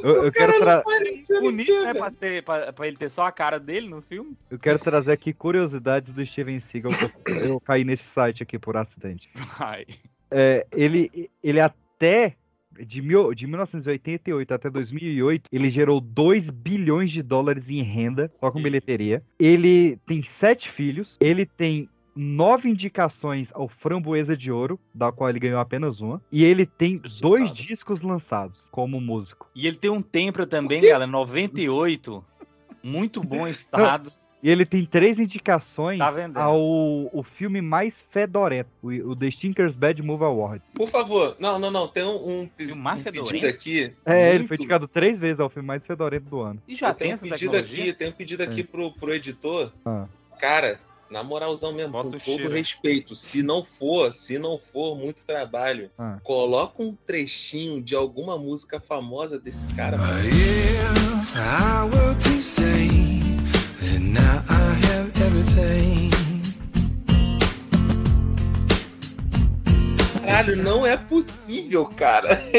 Speaker 1: Eu, eu quero tra-
Speaker 3: parecia
Speaker 5: bonito, né? Pra, ser, pra, pra ele ter só a cara dele no filme.
Speaker 1: eu quero trazer aqui curiosidades do Steven Seagal. que eu, eu caí nesse site aqui por acidente.
Speaker 5: Ai.
Speaker 1: É, ele, ele até de, mil, de 1988 até 2008, ele gerou 2 bilhões de dólares em renda, só com bilheteria. Ele tem sete filhos, ele tem nove indicações ao Framboesa de Ouro, da qual ele ganhou apenas uma, e ele tem dois discos lançados como músico.
Speaker 5: E ele tem um Tempra também,
Speaker 3: O quê?
Speaker 5: galera, 98. Muito bom estado.
Speaker 1: E ele tem três indicações
Speaker 5: Tá vendendo.
Speaker 1: ao o filme mais fedorento, o, o The Stinker's Bad Move Awards.
Speaker 3: Por favor, não, não, não. Tem um, um, pe-
Speaker 5: E o é Mar
Speaker 3: um
Speaker 5: Fedorento?
Speaker 3: pedido aqui.
Speaker 1: É, ele foi
Speaker 3: muito-
Speaker 1: indicado três vezes ao filme mais fedorento do ano.
Speaker 5: E já
Speaker 3: Eu
Speaker 5: Ah, tem
Speaker 3: tenho um
Speaker 5: essa
Speaker 3: pedido
Speaker 5: tecnologia?
Speaker 3: aqui, tenho um pedido aqui pro, pro editor.
Speaker 1: Ah.
Speaker 3: Cara, Na moralzão mesmo,
Speaker 5: Bota
Speaker 3: com
Speaker 5: o
Speaker 3: todo
Speaker 5: cheiro.
Speaker 3: respeito. Se não for, se não for muito trabalho,
Speaker 1: Ah.
Speaker 3: coloca um trechinho de alguma música famosa desse cara.
Speaker 12: If I were to say that now I have everything.
Speaker 3: Caralho, não é possível, cara.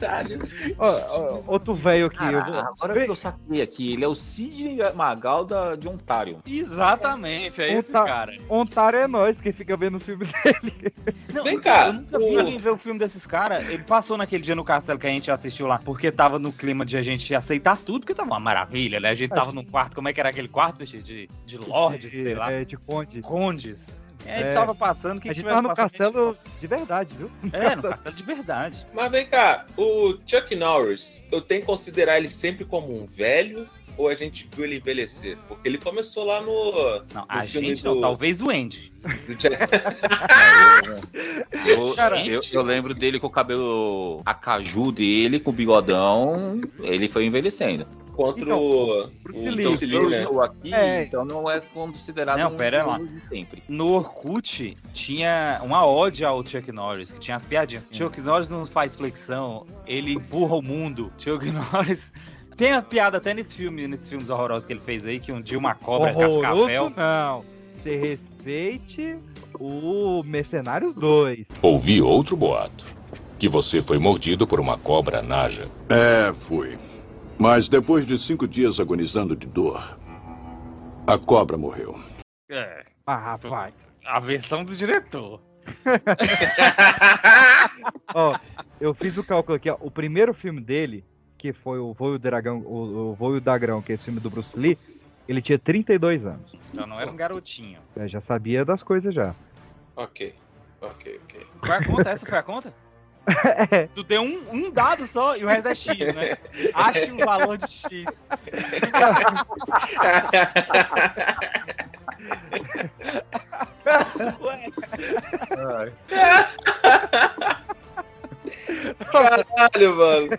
Speaker 3: Caralho.
Speaker 1: Ó, ó, outro velho aqui. eu vou-
Speaker 2: Caraca, agora que eu saquei aqui, ele é o Sidney Magalda de Ontário.
Speaker 5: Exatamente, é esse
Speaker 1: Onta-
Speaker 5: cara.
Speaker 1: Ontário é nós que fica vendo os filmes dele.
Speaker 5: Não,
Speaker 3: Vem cá,
Speaker 5: Eu nunca
Speaker 3: o-
Speaker 5: vi alguém ver o filme desses caras. Ele passou naquele dia no castelo que a gente assistiu lá, porque tava no clima de a gente aceitar tudo, porque tava uma maravilha, né? A gente tava num quarto, como é que era aquele quarto, bicho? De, de lordes, sei lá.
Speaker 1: É, de Conde.
Speaker 5: Condes. É,
Speaker 1: É.
Speaker 5: ele tava passando, quem
Speaker 1: A gente
Speaker 5: tiver
Speaker 1: tá no
Speaker 5: passando,
Speaker 1: castelo de verdade, viu?
Speaker 5: É, no castelo de verdade.
Speaker 3: Mas vem cá, o Chuck Norris, eu tenho que considerar ele sempre como um velho ou a gente viu ele envelhecer? Porque ele começou lá no.
Speaker 5: Não,
Speaker 3: no
Speaker 5: a
Speaker 3: filme
Speaker 5: gente não,
Speaker 3: do-
Speaker 5: talvez o Andy.
Speaker 3: do Jack-
Speaker 2: Eu,
Speaker 1: Cara,
Speaker 2: eu- eu lembro dele com o cabelo a caju dele, com o bigodão. Ele foi envelhecendo. Então,
Speaker 3: Contra
Speaker 1: Então,
Speaker 3: o.
Speaker 1: Bruce
Speaker 3: o
Speaker 1: Lee.
Speaker 3: Bruce Lee, né?
Speaker 2: Eu aqui,
Speaker 1: É.
Speaker 2: então não é considerado
Speaker 5: Não,
Speaker 2: um
Speaker 5: pera lá.
Speaker 2: de sempre.
Speaker 5: No Orkut tinha uma ode ao Chuck Norris, que tinha as piadinhas. Chuck Norris não faz flexão, ele empurra o mundo. Chuck Norris. Tem a piada até nesse filme, nesses filmes horrorosos que ele fez aí, que um dia uma cobra
Speaker 1: Horroroso,
Speaker 5: cascavel.
Speaker 1: não. Você respeite o Mercenários 2.
Speaker 19: Ouvi outro boato. Que você foi mordido por uma cobra naja.
Speaker 4: É, fui. Mas depois de cinco dias agonizando de dor, a cobra morreu.
Speaker 5: É,
Speaker 1: Ah, rapaz.
Speaker 5: a versão do diretor.
Speaker 1: ó, eu fiz o cálculo aqui, ó. O primeiro filme dele, que foi o Voo e o Dragão, o, o Voo e o Dagrão, que é esse filme do Bruce Lee, ele tinha 32 anos.
Speaker 5: Então não era um garotinho.
Speaker 1: Eu já sabia das coisas já.
Speaker 3: Ok, ok, ok.
Speaker 5: Foi a conta? Essa foi a conta? Tu deu um, um dado só e o resto é X, né? Ache um valor de X. Ué,
Speaker 2: Ah,
Speaker 3: Caralho, mano.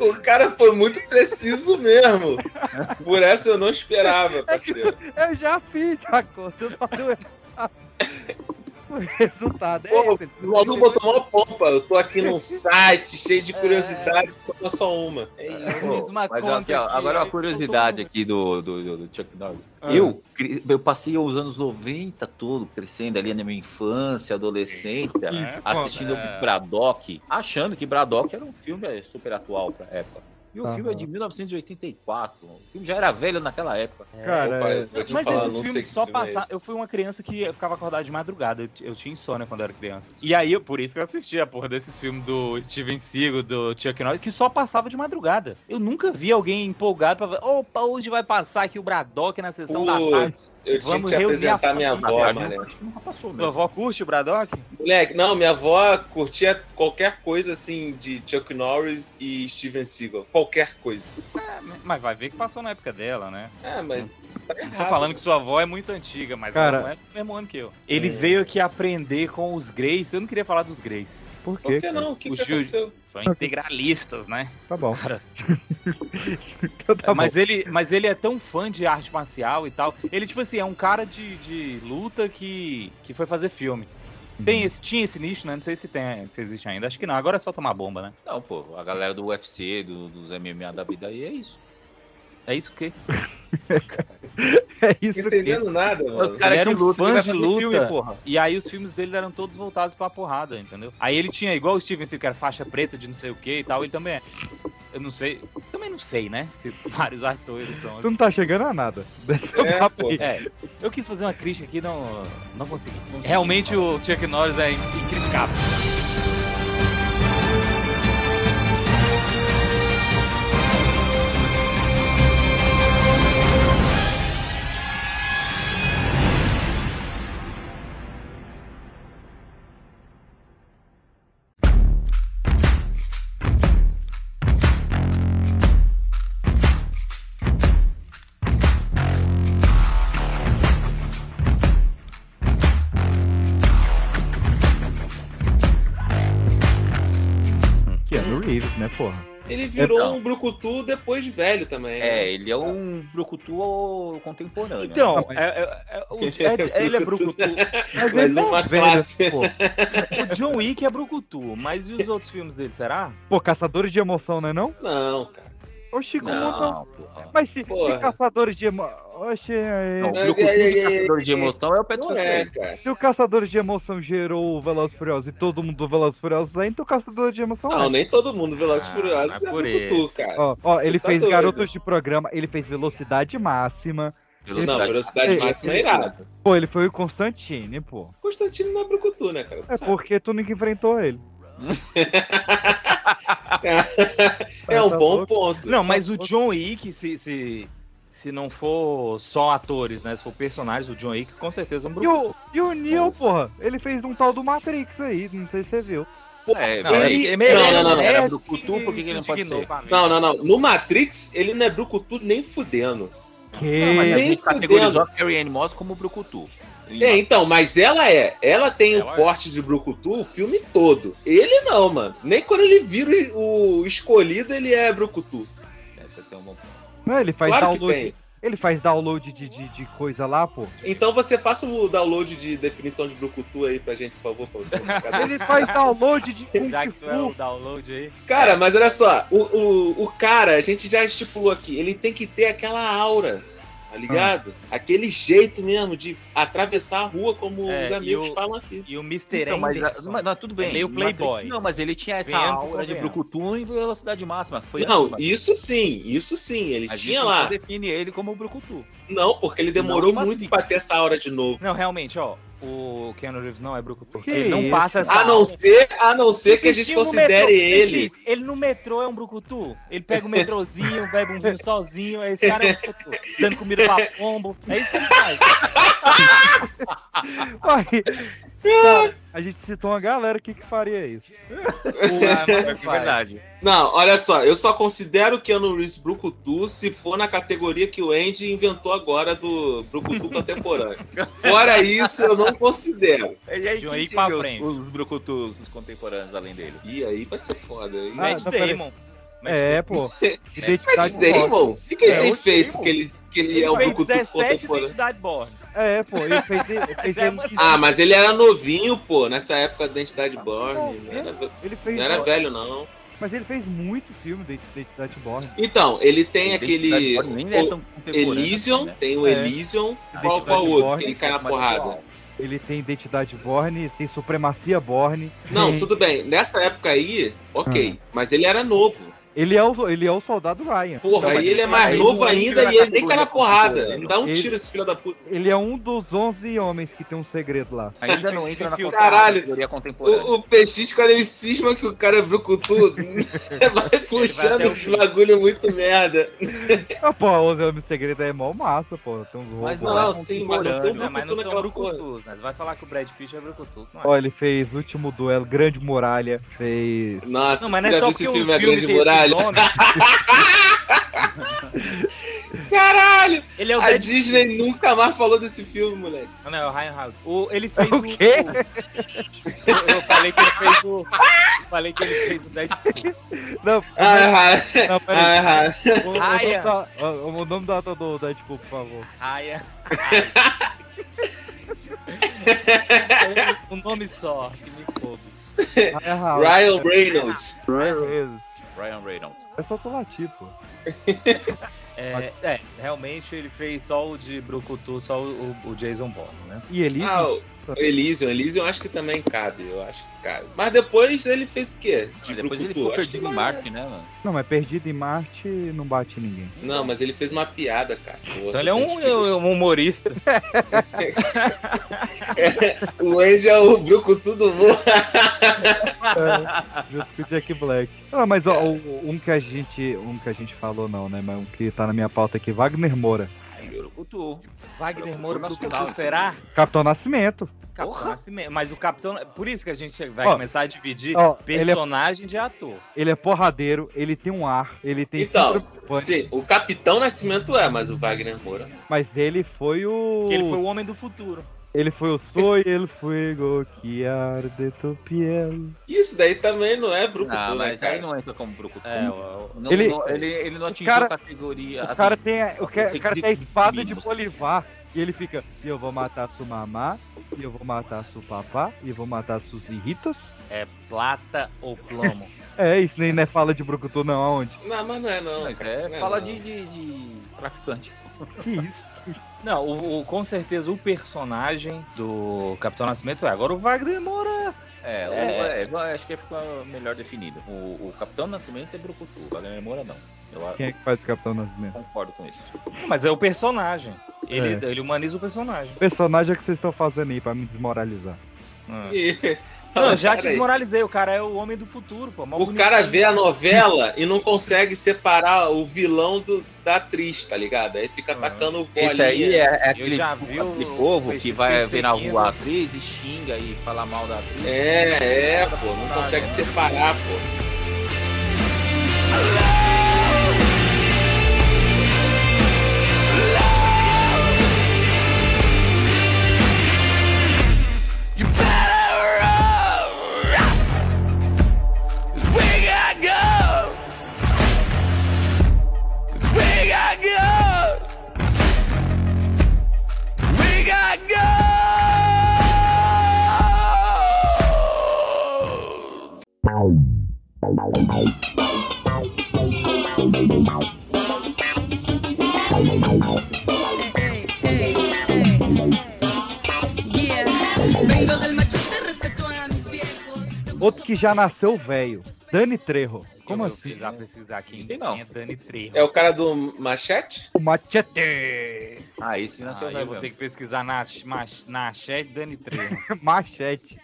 Speaker 3: o cara foi muito preciso mesmo. Por essa eu não esperava, parceiro.
Speaker 1: Eu já fiz a conta, eu só deu errado. O resultado é
Speaker 3: Pô,
Speaker 1: esse. ele
Speaker 3: o
Speaker 1: tem
Speaker 3: maluco botou uma pompa. Eu tô aqui num site cheio de curiosidade, toma só uma. É isso.
Speaker 5: eu fiz Então, uma
Speaker 2: Mas
Speaker 5: conta
Speaker 2: aqui, ó,
Speaker 5: aqui,
Speaker 2: agora é uma
Speaker 5: ele
Speaker 2: curiosidade
Speaker 5: soltou
Speaker 2: aqui do, do, do- do Chuck Norris.
Speaker 5: Ah.
Speaker 2: Eu, cre- eu passei os anos 90 todo crescendo ali na minha infância, adolescência,
Speaker 5: É,
Speaker 2: assistindo
Speaker 5: foda, é.
Speaker 2: Braddock, achando que Braddock era um filme super atual pra época. E o
Speaker 1: Aham.
Speaker 2: filme é de 1984. O filme já era velho naquela época.
Speaker 5: um-
Speaker 1: Cara,
Speaker 3: Opa, eu vou te
Speaker 5: Mas
Speaker 3: falar, não
Speaker 5: esses
Speaker 3: sei
Speaker 5: filmes
Speaker 3: que
Speaker 5: só
Speaker 3: filme é
Speaker 5: passar.
Speaker 3: esse.
Speaker 5: eu fui uma criança que eu ficava acordado de madrugada. Eu, eu tinha insônia quando eu era criança. E aí, eu- por isso que eu assistia a porra desses filmes do Steven Seagal, do Chuck Norris, que só passava de madrugada. Eu nunca vi alguém empolgado pra ver. Opa, hoje vai passar aqui o Braddock na sessão da tarde.
Speaker 3: Putz, eu tinha
Speaker 5: Vamos
Speaker 3: que te
Speaker 5: reunir a
Speaker 3: apresentar minha
Speaker 5: família,
Speaker 3: avó,
Speaker 5: né?
Speaker 3: mané.
Speaker 2: Acho que nunca passou
Speaker 5: Tua
Speaker 2: mesmo.
Speaker 5: avó curte o Braddock?
Speaker 3: Moleque, não, minha avó curtia qualquer coisa assim de Chuck Norris e Steven Seagal. Qualquer coisa.
Speaker 5: É, mas vai ver que passou na época dela, né?
Speaker 3: Ah, mas. Tá
Speaker 5: Não
Speaker 3: errado.
Speaker 5: tô falando que sua avó é muito antiga, mas
Speaker 1: Cara- é.
Speaker 5: ela não é do mesmo ano que eu. Ele veio aqui aprender com os Greys. Eu não queria falar dos Greys.
Speaker 1: Por quê?
Speaker 3: Por que não? O que,
Speaker 5: O
Speaker 3: que
Speaker 5: Gil-
Speaker 3: aconteceu?
Speaker 5: São integralistas, né?
Speaker 1: Tá bom.
Speaker 5: Os caras-
Speaker 1: Então tá
Speaker 5: mas, ele, mas ele é tão fã de arte marcial e tal. Ele, tipo assim, é um cara de, de luta que, que foi fazer filme.
Speaker 1: Uhum.
Speaker 5: Tem esse, tinha esse nicho, né? Não sei se tem, se existe ainda. Acho que não. Agora é só tomar bomba, né?
Speaker 2: Não, pô, a galera do UFC, do- dos MMA da vida aí é isso.
Speaker 5: É isso que.
Speaker 1: bom. É
Speaker 3: Não
Speaker 1: isso aqui.
Speaker 3: entendendo nada,
Speaker 2: Os
Speaker 3: mano.
Speaker 5: cara
Speaker 2: caras
Speaker 5: era
Speaker 2: que
Speaker 5: um
Speaker 2: lutam,
Speaker 5: fã
Speaker 2: ele vai
Speaker 5: de
Speaker 2: fazer
Speaker 5: luta.
Speaker 2: filme, porra.
Speaker 5: E aí os filmes dele eram todos voltados pra porrada, entendeu? Aí ele tinha, igual o Steven Seagal, que era faixa preta de não sei o que e tal. Ele também é. Eu não sei. Também não sei, né? Se vários atores são
Speaker 1: Tu
Speaker 5: assim.
Speaker 1: não tá chegando a nada. Desse teu
Speaker 3: É,
Speaker 1: papo
Speaker 3: pô.
Speaker 1: aí.
Speaker 5: É, eu quis fazer uma crítica aqui, não, não consegui. Realmente o Chuck Norris é in- incriticável.
Speaker 1: Keanu Reeves, é né, porra?
Speaker 3: Ele virou um brucutu depois de velho também. né?
Speaker 2: É, ele é um brucutu contemporâneo.
Speaker 5: Então,
Speaker 2: né?
Speaker 5: é- é- é- o- é- ele é brucutu. Mas
Speaker 2: Mais
Speaker 5: ele é
Speaker 2: uma
Speaker 5: velho,
Speaker 2: classe.
Speaker 5: pô. O John Wick é brucutu, mas e os outros filmes dele, será?
Speaker 1: Pô, caçadores de emoção, não é não?
Speaker 3: Não, cara.
Speaker 1: Ô, Chico,
Speaker 2: Não,
Speaker 1: monta- um Mas se, se
Speaker 2: Porra.
Speaker 1: caçadores de emoção... Oxe, é-
Speaker 2: Não, o brucutu de caçador de emoção é o pé de
Speaker 1: Não
Speaker 3: Tipo
Speaker 2: você.
Speaker 1: é,
Speaker 3: assim,
Speaker 1: Se o Caçador de Emoção gerou o Veloz e Furioso e todo mundo do Veloz e Furioso é, então o Caçador de Emoção
Speaker 3: Não,
Speaker 1: é.
Speaker 3: nem todo mundo Velozes e Furiosos
Speaker 1: não
Speaker 3: é
Speaker 1: é por
Speaker 3: brucutu,
Speaker 1: isso.
Speaker 3: cara.
Speaker 1: Ó, ó, ele
Speaker 3: Tu tá
Speaker 1: fez
Speaker 3: doido.
Speaker 1: Garotos de Programa, ele fez Velocidade Máxima.
Speaker 3: Velocidade- Não,
Speaker 1: ele-
Speaker 3: Velocidade
Speaker 1: ele-
Speaker 3: Máxima é
Speaker 1: ele-
Speaker 3: irado.
Speaker 1: Pô, ele foi o Constantine, pô.
Speaker 3: Constantino não é brucutu, né, cara? Tu
Speaker 1: É
Speaker 3: sabe.
Speaker 1: porque tu nunca enfrentou ele.
Speaker 3: É
Speaker 1: Tá
Speaker 3: um bom ponto.
Speaker 5: Não, mas o John Wick, se, se, se não for só atores, né? Se for personagens, o John Wick com certeza é um
Speaker 1: E
Speaker 5: brucutu.
Speaker 1: o, e o Neo, porra, ele fez um tal do Matrix aí, não sei se você viu.
Speaker 2: É,
Speaker 3: Não,
Speaker 2: ele-
Speaker 3: ele-
Speaker 2: ele-
Speaker 3: não, não, não,
Speaker 2: ele era
Speaker 3: não.
Speaker 2: brucutu, por que que ele não pode ser?
Speaker 3: Não, não, não. No Matrix, ele não é brucutu nem fudendo.
Speaker 2: Não,
Speaker 1: é,
Speaker 2: mas a
Speaker 3: Nem
Speaker 2: gente categorizou a
Speaker 3: fudendo.
Speaker 2: Carrie Ann Moss como brucutu.
Speaker 3: É, então, mas ela é. Ela tem o corte de brucutu o filme todo. Ele não, mano. Nem quando ele vira o o escolhido, ele é brucutu. é
Speaker 1: Não, né, ele faz
Speaker 3: Claro que
Speaker 1: download.
Speaker 3: tem.
Speaker 1: Ele faz download de, de, de coisa lá, pô.
Speaker 3: Então você faça o download de definição de brucutu aí pra gente, por favor, pra você colocar
Speaker 1: Ele faz download de Kung
Speaker 5: Já que tu é
Speaker 1: Fu.
Speaker 5: o download aí.
Speaker 3: Cara, mas olha só, o, o, o cara, a gente já estipulou aqui, ele tem que ter aquela aura, tá ligado? Aquele jeito mesmo de atravessar a rua como
Speaker 5: É,
Speaker 3: os
Speaker 5: e
Speaker 3: amigos
Speaker 5: o-
Speaker 3: falam aqui.
Speaker 5: E o Mr.
Speaker 2: Então, mas,
Speaker 3: ah,
Speaker 5: Anderson.
Speaker 2: mas- mas tudo bem.
Speaker 5: É meio
Speaker 2: no
Speaker 5: playboy.
Speaker 2: Matrix- não, mas ele tinha essa
Speaker 5: Venhamos e
Speaker 2: aura de
Speaker 5: convenhamos.
Speaker 2: brucutu em velocidade máxima. Foi assim,
Speaker 3: não,
Speaker 2: ótimo.
Speaker 3: isso sim, isso sim, ele
Speaker 2: Mas
Speaker 3: tinha
Speaker 2: isso
Speaker 3: lá.
Speaker 2: não define ele como brucutu.
Speaker 3: Não, porque ele demorou
Speaker 2: Não,
Speaker 3: muito pra ter essa aura de novo.
Speaker 5: Não, realmente, ó, o Keanu Reeves não é brucutu. Porque
Speaker 3: Que
Speaker 5: ele não
Speaker 3: isso?
Speaker 5: passa essa
Speaker 3: A não
Speaker 5: aula.
Speaker 3: ser, a não ser que a gente
Speaker 5: Bichinho no
Speaker 3: considere
Speaker 5: metrô,
Speaker 3: ele.
Speaker 5: BX, ele no metrô é um brucutu? Ele pega o metrozinho, bebe um vinho sozinho, aí esse cara é um brucutu. Dando comida pra pombo. É isso que ele faz.
Speaker 1: Uai, tá, a gente citou uma galera aqui que faria isso.
Speaker 5: É
Speaker 2: verdade.
Speaker 3: Não, olha só, eu só considero o Keanu Reeves Brucutu se for na categoria que o Andy inventou agora do Brucutu contemporâneo. Fora isso, eu não considero.
Speaker 2: Ele é
Speaker 5: John Wick
Speaker 2: impossível
Speaker 5: pra
Speaker 2: os-
Speaker 5: frente.
Speaker 2: Os brucutus contemporâneos além dele.
Speaker 3: E aí vai ser foda.
Speaker 1: Ah,
Speaker 3: hein? é
Speaker 5: Matt
Speaker 1: não, peraí.
Speaker 5: Damon.
Speaker 1: É, pô.
Speaker 3: Mas
Speaker 1: Identidade
Speaker 3: Damon, o
Speaker 1: Born.
Speaker 3: que, que ele
Speaker 1: tá É,
Speaker 3: tem
Speaker 1: o
Speaker 3: feito
Speaker 1: Damon.
Speaker 3: que ele, que ele,
Speaker 5: Ele
Speaker 3: é um
Speaker 5: fez
Speaker 3: brucutu
Speaker 5: 17
Speaker 3: contemporâneo?
Speaker 5: identidade born.
Speaker 1: É, pô, ele fez. Ele fez,
Speaker 5: Já é
Speaker 1: ele,
Speaker 5: uma-
Speaker 3: Ah, mas ele era novinho, pô, nessa época da Identidade
Speaker 1: Ah,
Speaker 3: Born. Não era,
Speaker 5: Ah,
Speaker 1: ele fez-
Speaker 3: não era velho, não.
Speaker 1: Mas ele fez muito filme de Identidade Born.
Speaker 3: Então, ele tem
Speaker 2: Identidade
Speaker 3: aquele.
Speaker 2: Born nem é tão
Speaker 3: o
Speaker 2: contemporâneo
Speaker 3: Elysium,
Speaker 2: assim, né?
Speaker 3: tem o
Speaker 1: É.
Speaker 3: Elysium, qual,
Speaker 1: Identidade
Speaker 3: qual outro
Speaker 1: Born
Speaker 3: que ele
Speaker 1: é
Speaker 3: cai na
Speaker 1: mais
Speaker 3: porrada?
Speaker 1: atual. Ele tem Identidade Born, tem Supremacia Born.
Speaker 3: Não, tudo bem. Nessa época aí, ok. Mas ele era novo.
Speaker 1: Ele é o, ele é o soldado Ryan. Não,
Speaker 3: Porra, aí
Speaker 1: mas
Speaker 3: ele é mais
Speaker 1: aí
Speaker 3: novo
Speaker 1: não entra
Speaker 3: ainda
Speaker 1: na
Speaker 3: e ele nem cai na
Speaker 1: categoria
Speaker 3: porrada.
Speaker 1: contemporânea.
Speaker 3: Dá um
Speaker 1: Ele-
Speaker 3: tiro esse filho da puta.
Speaker 1: Ele é um dos 11 homens que tem um segredo lá.
Speaker 2: Ainda não entra na
Speaker 3: Caralho.
Speaker 2: categoria contemporânea.
Speaker 3: O, o PX, quando ele cisma que o cara é brucutu, vai puxando
Speaker 2: até o
Speaker 3: uns bagulho muito merda.
Speaker 1: Ah, pô, 11 homens segredo é mó massa, pô. Tem uns
Speaker 2: Mas
Speaker 1: robôs
Speaker 2: não,
Speaker 1: lá.
Speaker 3: sim, mas não tem um
Speaker 5: Não, mas
Speaker 3: brucutu
Speaker 5: não são
Speaker 3: naquela
Speaker 5: brucutus, né? Você vai falar que o Brad Pitt é brucutu. Não, é.
Speaker 1: Ó, ele fez Último Duelo, Grande Muralha, fez...
Speaker 3: Nossa,
Speaker 5: não mas não
Speaker 3: tu
Speaker 5: é
Speaker 3: já
Speaker 5: só
Speaker 3: viu esse
Speaker 5: porque o
Speaker 3: filme
Speaker 5: filme,
Speaker 3: A
Speaker 5: tem
Speaker 3: Grande
Speaker 5: esse
Speaker 3: Muralha?
Speaker 5: nome.
Speaker 3: Caralho!
Speaker 5: Ele é o
Speaker 3: A
Speaker 5: Brad
Speaker 3: Disney nunca mais falou desse filme, moleque.
Speaker 5: Não, não, é o Ryan Reynolds. O, ele fez
Speaker 1: O quê?
Speaker 5: o- eu falei que ele fez o... Falei que ele fez o Deadpool.
Speaker 1: Não,
Speaker 3: Ah,
Speaker 1: não, peraí.
Speaker 3: ah,
Speaker 1: O- o nome
Speaker 5: Raya.
Speaker 1: da- O, o nome da do Deadpool, por favor.
Speaker 5: Ryan. um nome só, que me coube.
Speaker 1: Raya House.
Speaker 3: ah. Ryan Reynolds.
Speaker 1: Ryan Reynolds.
Speaker 2: Ryan Reynolds.
Speaker 1: É só tu latir, pô.
Speaker 5: É, é, realmente ele fez só o de Brucutu, só o, o Jason Bourne, né?
Speaker 1: E ele...
Speaker 3: Ah, o Elysium, Elysium eu acho que também cabe, eu acho que cabe. Mas depois ele fez o quê? De
Speaker 2: Depois ele
Speaker 3: Brucutu,
Speaker 2: ficou
Speaker 3: acho que
Speaker 2: perdido em
Speaker 3: não.
Speaker 2: Marte, né, mano?
Speaker 1: Não, mas Perdido em Marte não bate ninguém.
Speaker 3: Não, mas ele fez uma piada, cara. O outro
Speaker 5: Então ele é
Speaker 3: tem
Speaker 5: um,
Speaker 3: que-
Speaker 5: um humorista.
Speaker 3: O Andy é o Brucutu do mundo.
Speaker 1: É, junto com o Jack Black. Ah, mas ó, o- um que a gente... Um que a gente falou não, né? Mas um que tá na minha pauta aqui, Wagner Moura.
Speaker 2: Brucutu.
Speaker 5: Wagner Moura
Speaker 2: Brucutu
Speaker 5: Brucutu,
Speaker 3: né?
Speaker 2: nacional.
Speaker 5: será?
Speaker 1: Capitão Nascimento.
Speaker 5: Capitão Nascimento. Mas o Capitão... Por isso que a gente vai
Speaker 1: Ó,
Speaker 5: começar a dividir
Speaker 1: ó, ele é-
Speaker 5: personagem de ator.
Speaker 1: Ele é porradeiro, ele tem um ar, ele tem...
Speaker 3: Então,
Speaker 1: síndrome de pânico,
Speaker 3: sim, o Capitão Nascimento é, mas o Wagner Moura. não.
Speaker 1: Mas ele foi o...
Speaker 5: Porque ele foi o homem do futuro.
Speaker 1: Ele foi o sonho, ele foi o que arde tu piel.
Speaker 3: Isso daí também não é Brucutu,
Speaker 2: Ah,
Speaker 3: né,
Speaker 2: mas
Speaker 3: cara?
Speaker 2: aí não entra como Brucutu.
Speaker 3: É,
Speaker 2: não, não-
Speaker 1: ele-
Speaker 2: ele, ele, não
Speaker 1: o
Speaker 2: atingiu
Speaker 1: cara-
Speaker 2: a categoria.
Speaker 1: O
Speaker 2: assim,
Speaker 1: cara tem a, o
Speaker 2: de-
Speaker 1: ca- o
Speaker 2: de-
Speaker 1: cara
Speaker 2: de-
Speaker 1: tem a
Speaker 2: de
Speaker 1: espada de
Speaker 2: mínimos.
Speaker 1: Bolivar. E ele fica, e eu vou matar sua mamá, e eu vou matar sua papá, e eu vou matar suas irritas.
Speaker 20: É plata ou plomo?
Speaker 1: É, isso nem não é fala de Brucutu não, aonde?
Speaker 3: Não, mas não é não.
Speaker 2: Mas
Speaker 3: cara,
Speaker 2: é,
Speaker 3: não é
Speaker 2: fala
Speaker 3: não.
Speaker 2: de, de, de traficante.
Speaker 1: Que isso?
Speaker 5: Não, o, o- com certeza o personagem do Capitão Nascimento é. Agora o Wagner Moura.
Speaker 2: É, o-
Speaker 5: É.
Speaker 2: é, eu acho que ficou melhor definido. O, o Capitão Nascimento é Brucutu, o Wagner Moura não. Eu
Speaker 1: Quem é que faz o Capitão Nascimento?
Speaker 2: concordo com isso.
Speaker 5: Mas é o personagem. Ele,
Speaker 1: É.
Speaker 5: ele humaniza o personagem.
Speaker 1: Personagem é que vocês estão fazendo aí pra me desmoralizar.
Speaker 5: Ah. Não, eu já te
Speaker 3: Peraí.
Speaker 5: desmoralizei. O cara é o homem do futuro, pô.
Speaker 3: O cara vê
Speaker 2: né?"
Speaker 3: a novela e não consegue separar o vilão do, da atriz, tá ligado? Aí fica atacando o bolinha.
Speaker 2: Esse aí é, é aquele,
Speaker 3: já
Speaker 2: aquele povo que vai ver na rua a atriz e xinga e fala mal da atriz.
Speaker 3: É, é, pô, não consegue separar, pô.
Speaker 6: Vengo del machete, respeto a mis viejos.
Speaker 1: Outro que já nasceu velho, Dani Trejo. Como
Speaker 5: eu
Speaker 1: assim?
Speaker 5: precisar precisar quem,
Speaker 2: Sei não.
Speaker 5: quem é Dani Trejo.
Speaker 3: É o cara do machete?
Speaker 1: O machete.
Speaker 2: Ah, esse
Speaker 5: Ah,
Speaker 2: nasceu
Speaker 5: eu vou ter que pesquisar na, mach- na chat Dani Trejo.
Speaker 1: Machete.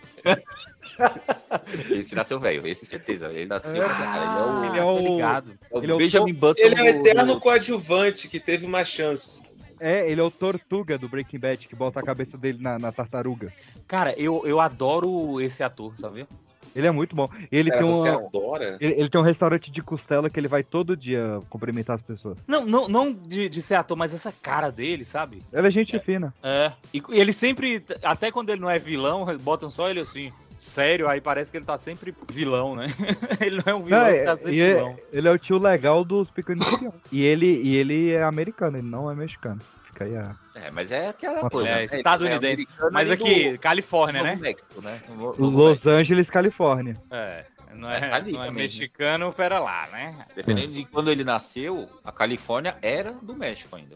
Speaker 2: Esse nasceu velho, esse certeza. Ele nasceu.
Speaker 1: É.
Speaker 2: cara,
Speaker 1: Ele
Speaker 2: ele
Speaker 1: é
Speaker 2: é o.
Speaker 1: o-
Speaker 2: é o
Speaker 1: ele é o
Speaker 2: Benjamin Button.
Speaker 3: Ele é o
Speaker 2: do-
Speaker 3: eterno coadjuvante que teve uma chance.
Speaker 1: É, ele é o Tortuga do Breaking Bad, que bota a cabeça dele na, na tartaruga.
Speaker 5: Cara, eu, eu adoro esse ator, sabe?
Speaker 1: Ele é muito bom. Ele
Speaker 5: Cara,
Speaker 1: tem um,
Speaker 5: você
Speaker 3: adora?
Speaker 1: Ele, ele tem um restaurante de costela que ele vai todo dia cumprimentar as pessoas.
Speaker 5: Não, não, não de, de ser ator, mas essa cara dele, sabe?
Speaker 1: Ela é gente fina.
Speaker 5: É. E e ele sempre, até quando ele não é vilão, botam só ele assim, sério, aí parece que ele tá sempre vilão, né? ele não é um vilão,
Speaker 1: Não,
Speaker 5: ele tá
Speaker 1: é-
Speaker 5: sempre
Speaker 1: e é-
Speaker 5: vilão.
Speaker 1: ele é o tio legal dos pequenos Espiões. E ele, e ele é americano, ele não é mexicano. Fica aí a...
Speaker 2: É, mas é aquela
Speaker 1: Nossa.
Speaker 2: coisa.
Speaker 5: É,
Speaker 2: né?
Speaker 5: estadunidense.
Speaker 2: americano
Speaker 5: Mas
Speaker 2: ali
Speaker 5: aqui,
Speaker 2: do-
Speaker 5: Califórnia,
Speaker 2: do
Speaker 5: né?
Speaker 2: México, né? No- no-
Speaker 1: Los Angeles, Califórnia.
Speaker 5: É, não é,
Speaker 2: tá ali
Speaker 5: não é
Speaker 2: também, né?
Speaker 5: mexicano, pera lá, né?
Speaker 2: Dependendo de quando ele nasceu, a Califórnia era do México ainda.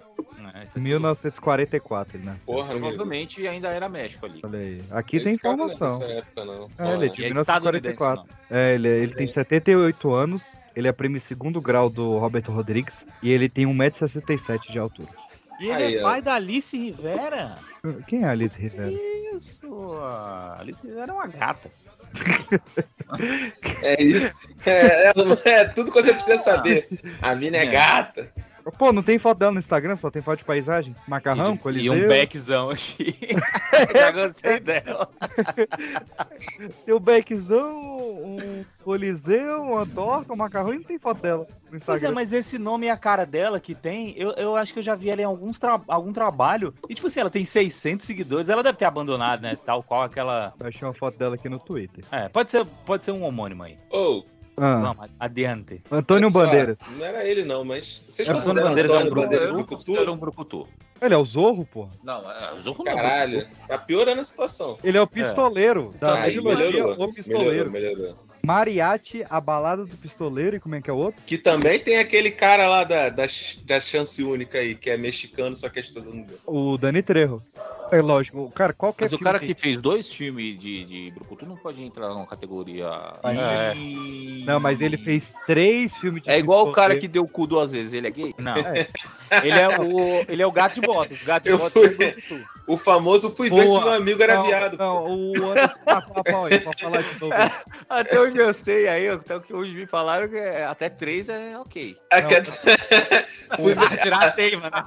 Speaker 5: é,
Speaker 1: 1944 ele nasceu.
Speaker 2: Porra, Provavelmente ainda era México ali.
Speaker 1: Olha aí. Aqui tem
Speaker 2: Esse cara não é
Speaker 1: informação.
Speaker 2: dessa época, não.
Speaker 1: É, ele é de
Speaker 2: E é
Speaker 1: 1944. É, ele, ele tem 78 anos, ele é prêmio segundo grau do Roberto Rodrigues e ele tem 1,67m de altura.
Speaker 5: E ele é pai da Alice Rivera?
Speaker 1: Quem é Alice Rivera?
Speaker 5: Isso, a Alice Rivera é uma gata.
Speaker 1: tipo-
Speaker 3: É isso. É, é- é tudo que você precisa saber. A mina é, gata.
Speaker 1: Pô, não tem foto dela no Instagram, só tem foto de paisagem? Macarrão,
Speaker 5: E
Speaker 1: coliseu.
Speaker 5: um beckzão aqui. Já gostei dela.
Speaker 1: Tem um beckzão, um coliseu, uma torta, um macarrão e não tem foto dela no
Speaker 5: Pois é,
Speaker 1: Instagram.
Speaker 5: mas esse nome e a cara dela que tem, eu, eu acho que eu já vi ela em alguns tra- algum trabalho. E tipo assim, ela tem 600 seguidores, ela deve ter abandonado, né? Tal qual aquela.
Speaker 1: Eu achei uma foto dela aqui no Twitter.
Speaker 5: É, pode ser, pode ser um homônimo aí.
Speaker 3: Ô,
Speaker 1: Ah.
Speaker 5: Vamos, adiante.
Speaker 1: Antônio
Speaker 3: é só,
Speaker 1: Bandeiras.
Speaker 3: Não era ele, não, mas. Vocês
Speaker 1: É,
Speaker 3: consideram
Speaker 5: Antônio Bandeiras é um
Speaker 3: Antônio
Speaker 5: brucutu?
Speaker 3: Bandeiras
Speaker 5: Eu não
Speaker 3: brucutu?
Speaker 2: Era um Brucutu.
Speaker 1: Ele é o Zorro, porra.
Speaker 2: Não, é, o Zorro não é
Speaker 3: Caralho, tá piorando a situação.
Speaker 1: Ele é o pistoleiro da
Speaker 3: Aí,
Speaker 1: trilogia
Speaker 3: melhorou,
Speaker 1: O Pistoleiro.
Speaker 3: melhorou, melhorou.
Speaker 1: Mariachi, a balada do pistoleiro e como é que é o outro?
Speaker 3: Que também tem aquele cara lá da, da, da chance única aí, que é mexicano, só que é estadunidense.
Speaker 1: O Dani Trejo. É lógico, cara, qualquer
Speaker 2: Mas o
Speaker 1: filme
Speaker 2: cara que fez dois filmes de, de Brucutu não pode entrar numa categoria.
Speaker 1: É. Não, mas ele fez três filmes de
Speaker 2: É igual o cara
Speaker 1: pistoleiro.
Speaker 2: que deu o cu duas vezes, ele é gay?
Speaker 5: Não.
Speaker 1: É.
Speaker 5: Ele é o, ele é o gato de botas. O gato de
Speaker 3: Eu
Speaker 5: botas
Speaker 3: fui-
Speaker 5: é o Brucutu.
Speaker 3: O famoso fui ver se
Speaker 1: Boa.
Speaker 3: meu amigo era
Speaker 1: Não,
Speaker 3: viado.
Speaker 1: Não, o Anderson Papapau aí, pra falar de novo.
Speaker 20: Até onde eu sei aí, até o que hoje me falaram, que é- até três é ok.
Speaker 3: Ah, que- Fui ver-
Speaker 5: Tirar a teima, né?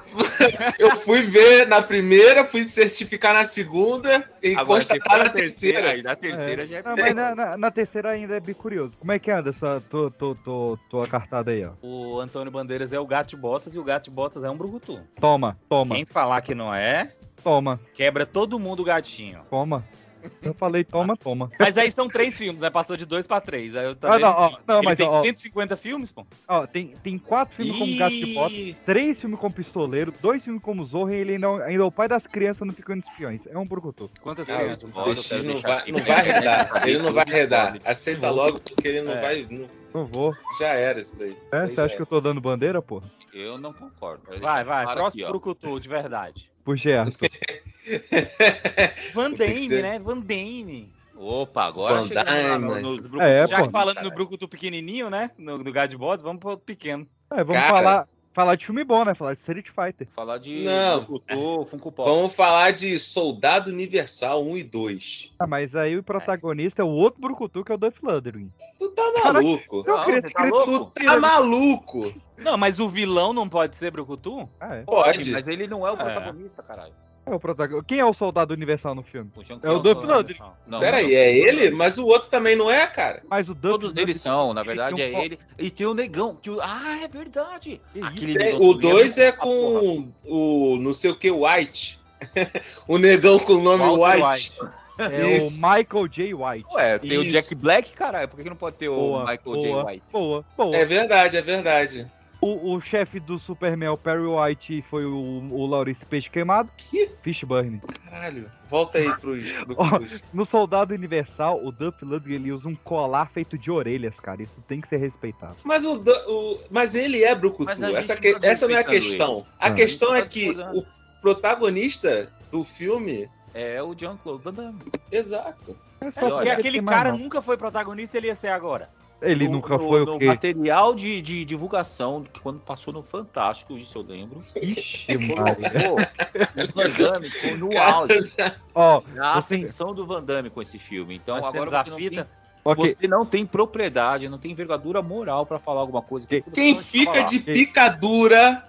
Speaker 3: Eu fui ver na primeira, fui certificar na segunda e
Speaker 20: Agora,
Speaker 3: constatar
Speaker 20: se for
Speaker 3: na terceira.
Speaker 20: aí na terceira já é
Speaker 1: Não, mas na, na- na terceira ainda é bicurioso. Como é que anda essa tua, tua, tua, tua cartada aí, ó?
Speaker 5: O Antônio Bandeiras é o gato de botas e o gato de botas é um Brucutu.
Speaker 1: Toma, toma.
Speaker 5: Quem falar que não é,
Speaker 1: Toma.
Speaker 5: Quebra todo mundo o gatinho.
Speaker 1: Toma. Eu falei, toma, toma.
Speaker 5: Mas aí são três filmes, né? Passou de dois pra três. Aí eu
Speaker 1: Ah,
Speaker 5: também.
Speaker 1: não, ó, não,
Speaker 5: Ele
Speaker 1: mas,
Speaker 5: tem
Speaker 1: ó.
Speaker 5: 150 filmes, pô?
Speaker 1: Ó, tem, tem quatro filmes como Gato de Botas, três filmes como Pistoleiro, dois filmes como Zorro e ele ainda, ainda é o pai das crianças no Ficando Espiões. É um brucutu.
Speaker 5: Quantas
Speaker 3: Não,
Speaker 5: crianças?
Speaker 3: esse
Speaker 5: Bota, eu
Speaker 3: destino
Speaker 5: quero
Speaker 3: não
Speaker 5: deixar
Speaker 3: vai,
Speaker 5: aqui.
Speaker 3: não vai
Speaker 5: Tá
Speaker 3: arredar. Ele não vai
Speaker 5: tudo
Speaker 3: arredar.
Speaker 5: pode.
Speaker 3: Aceita logo, porque ele não
Speaker 5: É.
Speaker 3: vai. não-
Speaker 1: Não vou.
Speaker 3: já era isso daí. Isso
Speaker 1: É,
Speaker 3: daí
Speaker 1: né? você
Speaker 3: já
Speaker 1: acha que eu tô dando bandeira, pô?
Speaker 2: Eu não concordo.
Speaker 5: Vai, vai.
Speaker 2: Para aqui,
Speaker 5: Próximo
Speaker 2: ó.
Speaker 5: pro Couture, de verdade.
Speaker 1: Pro Gerson.
Speaker 5: Van
Speaker 2: Tem que
Speaker 5: Damme,
Speaker 2: ser.
Speaker 5: né? Van Damme.
Speaker 2: Opa, agora
Speaker 5: Van
Speaker 2: chegamos
Speaker 5: Damme.
Speaker 2: lá no- no Brucutu.
Speaker 1: É,
Speaker 5: Já
Speaker 1: pô.
Speaker 5: que falando no Brucutu pequenininho, né? No, no Gad Bots, vamos pro outro pequeno.
Speaker 1: É, vamos
Speaker 5: Cara.
Speaker 1: falar, falar de filme bom, né? Falar de Street Fighter.
Speaker 2: Falar de
Speaker 3: Não.
Speaker 5: é.
Speaker 2: Brucutu, Funko Pop.
Speaker 3: Vamos falar de Soldado Universal 1 e 2.
Speaker 1: Ah, mas aí o protagonista é o outro brucutu que é o Duff Lundgren.
Speaker 3: Tá maluco?
Speaker 1: eu queria ter
Speaker 5: você
Speaker 1: escrito
Speaker 3: Tu tá maluco?
Speaker 5: Não, mas o vilão não pode ser Brucutu?
Speaker 1: Ah, é.
Speaker 3: Pode.
Speaker 2: Mas ele não é o
Speaker 5: É.
Speaker 2: protagonista, caralho.
Speaker 1: É o protagonista. Quem é o soldado universal no filme?
Speaker 2: O Jean
Speaker 1: É o
Speaker 2: Claude
Speaker 1: Duff
Speaker 2: Van Damme.
Speaker 1: Lundgren.
Speaker 2: Não, não.
Speaker 3: Peraí, é ele? Mas o outro também não é, cara?
Speaker 1: Mas o Duff
Speaker 2: Todos eles são, na verdade,
Speaker 3: tem um
Speaker 2: é
Speaker 3: co-
Speaker 2: ele. E tem o negão. Que o... Ah, é verdade. Aquele
Speaker 3: Tem-
Speaker 2: negão
Speaker 3: o
Speaker 2: que lembra-
Speaker 3: 2 é
Speaker 2: Ah, porra.
Speaker 3: com o não sei o que White. o negão com o nome
Speaker 5: Walter
Speaker 3: White.
Speaker 1: É
Speaker 3: Isso.
Speaker 1: o Michael J. White.
Speaker 2: Ué, tem o
Speaker 3: Isso.
Speaker 2: Jack Black, caralho. Por que que não pode ter o Michael
Speaker 1: boa,
Speaker 2: J. White?
Speaker 1: Boa, boa.
Speaker 3: É verdade, é verdade.
Speaker 1: O, o chefe do Superman, o Perry White, foi o, o Laurice Peixe Queimado. Fishburne.
Speaker 3: Caralho. Volta aí pros. pro-
Speaker 1: Ó,
Speaker 3: pros-
Speaker 1: no Soldado Universal, o Duff Lundgren ele usa um colar feito de orelhas, cara. Isso tem que ser respeitado.
Speaker 3: Mas, o, do- o- mas ele é Brucutu.
Speaker 2: Mas a gente
Speaker 3: Essa,
Speaker 2: não
Speaker 3: que-
Speaker 2: tá
Speaker 3: essa não é a
Speaker 2: respeitando
Speaker 3: questão.
Speaker 2: ele.
Speaker 3: A
Speaker 1: Ah.
Speaker 3: questão é
Speaker 2: Tá
Speaker 3: que
Speaker 2: discordando.
Speaker 3: o protagonista do filme.
Speaker 2: É o Jean-Claude Van Damme.
Speaker 3: Exato.
Speaker 1: É
Speaker 5: É, porque
Speaker 1: pra
Speaker 5: aquele
Speaker 1: queimar,
Speaker 5: cara
Speaker 1: não.
Speaker 5: nunca foi protagonista, ele ia ser agora.
Speaker 1: Ele
Speaker 2: No-
Speaker 1: nunca
Speaker 2: no-
Speaker 1: foi o
Speaker 2: no
Speaker 1: quê?
Speaker 2: material de, de divulgação, que quando passou no Fantástico, isso eu lembro.
Speaker 1: Ixi, Maria.
Speaker 2: Colocou o Van Damme com- no auge,
Speaker 1: Ó,
Speaker 2: na
Speaker 1: você-
Speaker 2: ascensão do Van Damme com esse filme. Então
Speaker 5: Nós temos
Speaker 2: agora
Speaker 5: a
Speaker 2: você não,
Speaker 5: fita.
Speaker 2: tem,
Speaker 1: ok.
Speaker 2: você não tem propriedade, não tem envergadura moral pra falar alguma coisa. que você
Speaker 3: Quem
Speaker 2: não
Speaker 3: fica
Speaker 2: falar.
Speaker 3: de picadura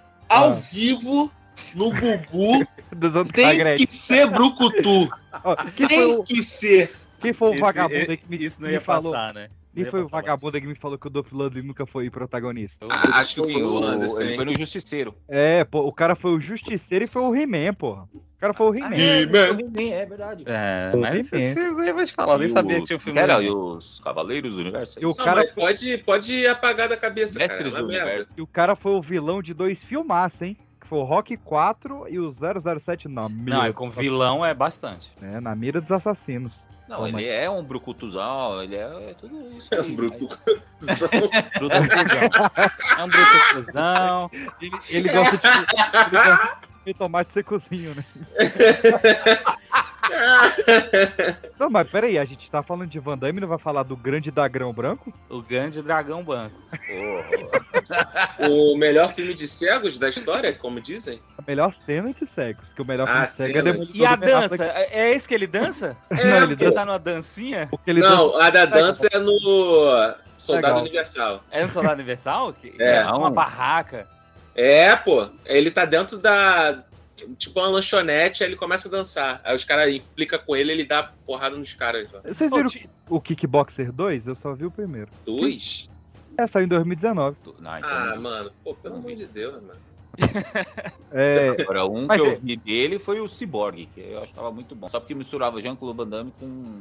Speaker 1: Ah.
Speaker 3: ao vivo no Gugu
Speaker 1: Dos outros da
Speaker 3: tem
Speaker 1: Gretchen.
Speaker 3: que ser Brucutu.
Speaker 1: Ó, quem foi
Speaker 3: Tem
Speaker 1: o-
Speaker 3: que ser.
Speaker 1: Quem foi o
Speaker 5: Esse-
Speaker 1: vagabundo aí que me,
Speaker 5: Isso não
Speaker 1: me
Speaker 5: ia
Speaker 1: falou?
Speaker 5: passar, né? Não
Speaker 1: Quem
Speaker 5: ia
Speaker 1: foi o
Speaker 5: passar mais.
Speaker 1: vagabundo aí que me falou que o Duff Lundgren nunca foi protagonista?
Speaker 2: Ah, acho que
Speaker 3: Foi
Speaker 2: foi
Speaker 3: o
Speaker 2: o
Speaker 3: Anderson,
Speaker 2: Ele
Speaker 3: hein?
Speaker 2: foi no Justiceiro.
Speaker 1: É, pô, o cara foi o Justiceiro e foi o He-Man, porra. O cara foi o He-Man.
Speaker 3: He-Man.
Speaker 2: É verdade.
Speaker 5: É, mas
Speaker 1: Ele
Speaker 5: esses filmes aí eu vou te falar, eu nem sabia que tinha um filme.
Speaker 2: Era,
Speaker 5: dele.
Speaker 2: e os Cavaleiros do Universo? é
Speaker 1: E o
Speaker 2: isso?
Speaker 3: Não,
Speaker 1: cara-
Speaker 3: mas pode, pode apagar da cabeça, cara.
Speaker 2: Mestres
Speaker 3: Ela
Speaker 2: do
Speaker 3: merda.
Speaker 2: Universo.
Speaker 1: E o cara foi o vilão de dois filmaços, hein? Que foi o Rock 4 e o 007 na mira.
Speaker 5: Não, é com vilão é bastante.
Speaker 1: É, na mira dos assassinos.
Speaker 2: Não,
Speaker 1: Toma.
Speaker 2: ele é um brucutuzão, ele é, é tudo isso.
Speaker 3: É
Speaker 2: aí,
Speaker 3: um bruto.
Speaker 5: Bruto cuzão. um É um bruto cuzão.
Speaker 1: Ele, ele gosta de. ele gosta de comer tomate secozinho, né? não, mas peraí, a gente tá falando de Van Damme e não vai falar do grande dagrão branco?
Speaker 5: O grande dragão branco.
Speaker 2: Porra.
Speaker 3: O melhor filme de cegos da história, como dizem?
Speaker 1: A melhor cena de sexo, que o melhor filme
Speaker 3: Ah,
Speaker 1: de sexo é
Speaker 3: cena.
Speaker 1: Demolidor
Speaker 5: E a
Speaker 1: do Ben Affleck.
Speaker 5: dança? É é esse que ele dança?
Speaker 1: Não, ele
Speaker 5: Ele
Speaker 1: dança.
Speaker 5: tá numa dancinha?
Speaker 1: Porque ele dança-
Speaker 3: É, Não, a da dança é no Soldado
Speaker 1: Legal.
Speaker 3: Universal.
Speaker 5: É no Soldado Universal? Que
Speaker 3: É.
Speaker 1: um-
Speaker 5: tá numa barraca.
Speaker 3: É, pô. Ele tá dentro da. Tipo uma lanchonete, aí ele começa a dançar. Aí os caras implicam com ele, ele dá porrada nos caras. ó.
Speaker 1: Vocês viram o Kickboxer 2? Eu só vi o primeiro.
Speaker 3: Dois?
Speaker 1: É, saiu em 2019.
Speaker 2: Tu- Não, então,
Speaker 3: Ah, mano. Pô, pelo amor de Deus, mano.
Speaker 1: É,
Speaker 2: Agora, um
Speaker 1: Mas
Speaker 2: que
Speaker 1: é-
Speaker 2: eu vi dele foi o Cyborg, que eu achava muito bom. Só porque misturava Jean-Claude Van Damme com.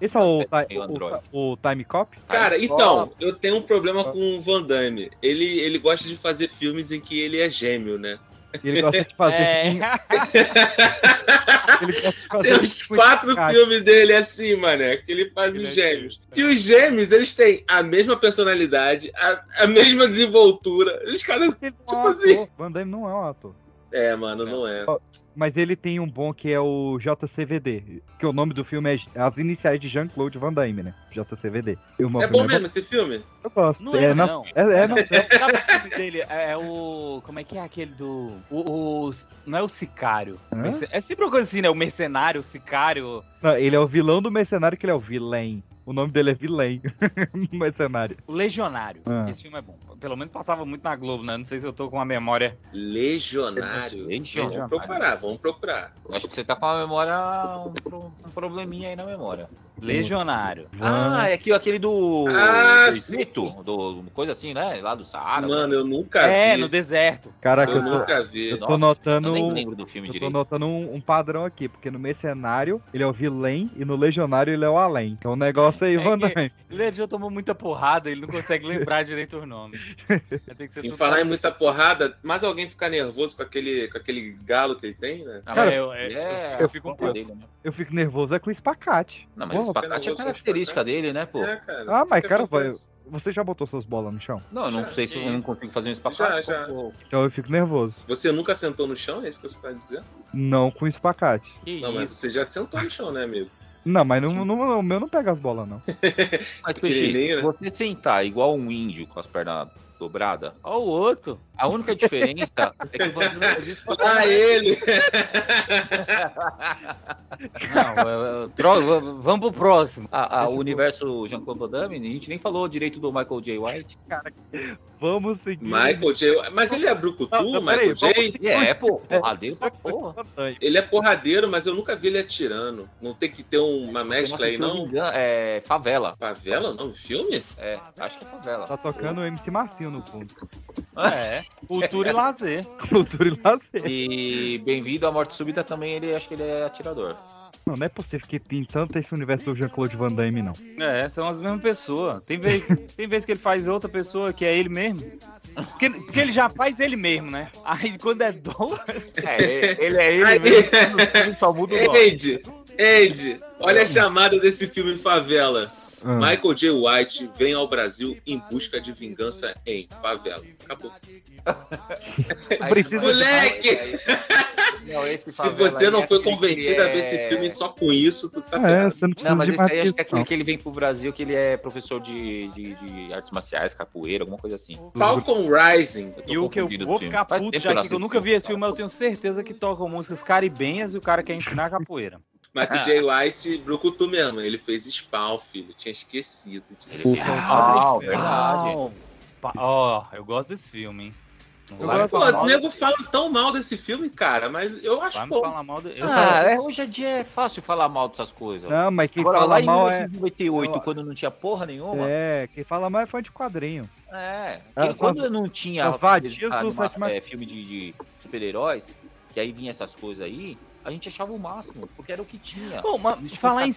Speaker 1: esse é o,
Speaker 2: Tem Android.
Speaker 1: o, o, o Time Cop?
Speaker 3: Cara,
Speaker 2: Aí,
Speaker 3: então, eu tenho um problema com o Van Damme. Ele, ele gosta de fazer filmes em que ele é gêmeo, né?
Speaker 1: Ele gosta de fazer.
Speaker 5: É.
Speaker 1: Ele gosta de fazer
Speaker 3: Tem uns
Speaker 1: tipo
Speaker 3: quatro
Speaker 1: Skype.
Speaker 3: filmes dele assim, mané, que ele faz os gêmeos. E os gêmeos, eles têm a mesma personalidade, a, a mesma desenvoltura. Os caras.
Speaker 1: Ele não é
Speaker 3: Tipo
Speaker 1: um
Speaker 3: assim.
Speaker 1: ator. Van Damme não é um ator.
Speaker 3: É, mano, não é.
Speaker 1: Mas ele tem um bom que é o JCVD. Que o nome do filme é as iniciais de Jean-Claude Van Damme, né? JCVD. E o meu
Speaker 3: É
Speaker 1: filme
Speaker 3: bom mesmo esse filme?
Speaker 1: Eu gosto.
Speaker 5: Não é,
Speaker 1: na-
Speaker 5: não.
Speaker 1: É, é na-
Speaker 5: Sabe o filme dele? É o. Como é que é aquele do. O, o- não é o Sicário.
Speaker 1: Hã?
Speaker 5: Merce- É sempre uma coisa assim, né? O mercenário, o Sicário.
Speaker 1: não, ele é o vilão do mercenário, que ele é o vilém. O nome dele é vilém. mercenário.
Speaker 5: O Legionário.
Speaker 1: Ah.
Speaker 5: Esse filme é bom. Pelo menos passava muito na Globo, né? Não sei se eu tô com a memória.
Speaker 3: Legionário.
Speaker 2: Legionário.
Speaker 3: Vamos procurar, vamos procurar.
Speaker 2: Acho que você tá com a memória. Um, pro- um probleminha aí na memória.
Speaker 5: Legionário.
Speaker 2: Ah, é aqui aquele do.
Speaker 3: Ah,
Speaker 2: do
Speaker 3: sim.
Speaker 2: Egito, do coisa assim, né? Lá do Saara.
Speaker 3: Mano, eu nunca
Speaker 5: É,
Speaker 3: vi.
Speaker 5: no deserto.
Speaker 1: Caraca,
Speaker 3: eu
Speaker 1: eu tô,
Speaker 3: nunca vi.
Speaker 1: eu tô
Speaker 2: Nossa,
Speaker 1: notando. um,
Speaker 2: eu nem lembro do filme
Speaker 1: eu tô
Speaker 2: direito.
Speaker 1: notando um, um padrão aqui, porque no Mercenário ele é o vilém e no Legionário ele é o além. Então o negócio aí,
Speaker 5: É
Speaker 1: Vandai.
Speaker 5: Legion tomou muita porrada, ele não consegue lembrar direito os nomes. Vai ter que ser
Speaker 3: Em
Speaker 5: tudo
Speaker 3: falar em
Speaker 5: parecido.
Speaker 3: muita porrada, mas alguém ficar nervoso com aquele, com aquele galo que ele tem, né?
Speaker 5: Ah,
Speaker 1: Cara,
Speaker 5: mas eu, eu-
Speaker 2: é,
Speaker 5: eu- eu fico um pouco.
Speaker 2: dele, né?
Speaker 1: Eu fico nervoso é com o espacate.
Speaker 2: Não, mas
Speaker 1: Porra,
Speaker 2: esse pacote é
Speaker 3: nervoso com
Speaker 2: característica dele, né, pô?
Speaker 3: É, cara.
Speaker 1: Ah,
Speaker 3: o
Speaker 1: mas
Speaker 3: que
Speaker 1: cara, vai-
Speaker 3: acontece?
Speaker 1: você já botou suas bolas no chão?
Speaker 2: Não, eu não
Speaker 3: Já,
Speaker 2: sei se eu não
Speaker 3: isso.
Speaker 2: consigo fazer um espacate.
Speaker 3: Já, já.
Speaker 2: pô.
Speaker 1: Então eu fico nervoso.
Speaker 3: Você nunca sentou no chão, é isso que você tá dizendo?
Speaker 1: Não com o espacate.
Speaker 5: Que
Speaker 3: Não, mas
Speaker 5: isso?
Speaker 3: você já sentou no chão, né, amigo?
Speaker 1: Não, mas não, não- o meu não pega as bolas, não.
Speaker 2: Mas,
Speaker 3: Pequenininho,
Speaker 2: Peixe,
Speaker 3: né?
Speaker 2: você sentar igual um índio com as pernas dobradas,
Speaker 5: Ó o outro.
Speaker 2: a única diferença é que você não existe pra
Speaker 3: Ah, ele!
Speaker 5: Não, eu- eu- tro- v- vamos pro próximo.
Speaker 2: A, a- o universo Jean-Claude Van Damme, a gente nem falou direito do Michael J. White.
Speaker 1: Vamos seguir.
Speaker 3: Michael J. Mas ele é brucutu,
Speaker 1: Não, não, peraí,
Speaker 3: Michael J.
Speaker 1: vamos-
Speaker 2: E é, pô, porradeiro pra porra.
Speaker 1: Vandai.
Speaker 3: Ele é porradeiro, mas eu nunca vi ele atirando. Não tem que ter uma mescla aí,
Speaker 2: Se eu me
Speaker 3: não?
Speaker 2: engano, É, favela.
Speaker 3: Favela, não? Filme?
Speaker 2: É, acho que é favela.
Speaker 1: Tá tocando o MC Marcinho no fundo.
Speaker 5: É. Cultura e lazer.
Speaker 1: Cultura e lazer.
Speaker 2: E bem-vindo à Morte Súbita também, ele acho que ele é atirador.
Speaker 1: Não, não é possível que tem tanto esse universo do Jean-Claude Van Damme, não.
Speaker 5: É, são as mesmas pessoas. Tem vez, tem vez que ele faz outra pessoa que é ele mesmo. Porque, porque ele já faz ele mesmo, né? Aí quando é Douglas.
Speaker 2: É, ele,
Speaker 20: Ele é ele
Speaker 3: Ai,
Speaker 20: mesmo, no filme só muda o nome.
Speaker 3: Ed! Ed! Olha a chamada desse filme Favela.
Speaker 1: Ah.
Speaker 3: Michael J. White vem ao Brasil em busca de vingança em favela. Acabou.
Speaker 1: Precisa-
Speaker 3: Moleque!
Speaker 2: Não, esse
Speaker 3: Se
Speaker 2: favela
Speaker 3: você não
Speaker 2: aí é
Speaker 3: foi
Speaker 2: aquele que
Speaker 3: convencido a ver
Speaker 2: é-
Speaker 3: esse filme só com isso, tu tá
Speaker 1: É,
Speaker 3: ferrado.
Speaker 1: você não precisa
Speaker 2: Não, mas
Speaker 1: de
Speaker 2: esse
Speaker 1: mais
Speaker 2: aí acho que é
Speaker 1: isso, não.
Speaker 2: aquele que ele vem pro Brasil, que ele é professor de, de, de artes marciais, capoeira, alguma coisa assim.
Speaker 3: Falcon Rising.
Speaker 5: E o que eu vou ficar puto já aqui, que eu nunca vi esse filme, mas eu tenho certeza que tocam músicas caribenhas e o cara quer ensinar capoeira.
Speaker 3: Michael
Speaker 1: Ah.
Speaker 3: J. White, brucutu mesmo. Ele fez Spawn, filho. Tinha esquecido.
Speaker 2: Ele fez
Speaker 5: Ah,
Speaker 2: é verdade.
Speaker 5: Ó, eu gosto desse filme, hein? Não
Speaker 1: Eu
Speaker 5: vai me
Speaker 1: gosto-
Speaker 3: Pô,
Speaker 5: falar
Speaker 3: o
Speaker 5: mal
Speaker 3: nego
Speaker 5: desse-
Speaker 3: fala tão mal desse filme, cara, mas eu acho
Speaker 5: Vai me
Speaker 3: bom.
Speaker 5: falar mal do. Eu
Speaker 2: Ah,
Speaker 5: falo-
Speaker 2: é, hoje em dia é fácil falar mal dessas coisas.
Speaker 1: Não, mas quem
Speaker 2: Agora, lá
Speaker 1: fala
Speaker 2: em
Speaker 1: mal é.
Speaker 2: 1998, quando não tinha porra nenhuma, é.
Speaker 1: É, Ah, quem fala mal é fã de quadrinho.
Speaker 2: Aquele-
Speaker 1: as-
Speaker 2: quando não tinha
Speaker 1: as vadias
Speaker 2: ah,
Speaker 1: do
Speaker 2: numa-
Speaker 1: Sétima-
Speaker 2: é, filme de, de super-heróis, que aí vinha essas coisas aí, a gente achava o máximo, porque era o que tinha.
Speaker 5: Pô, mas falar em,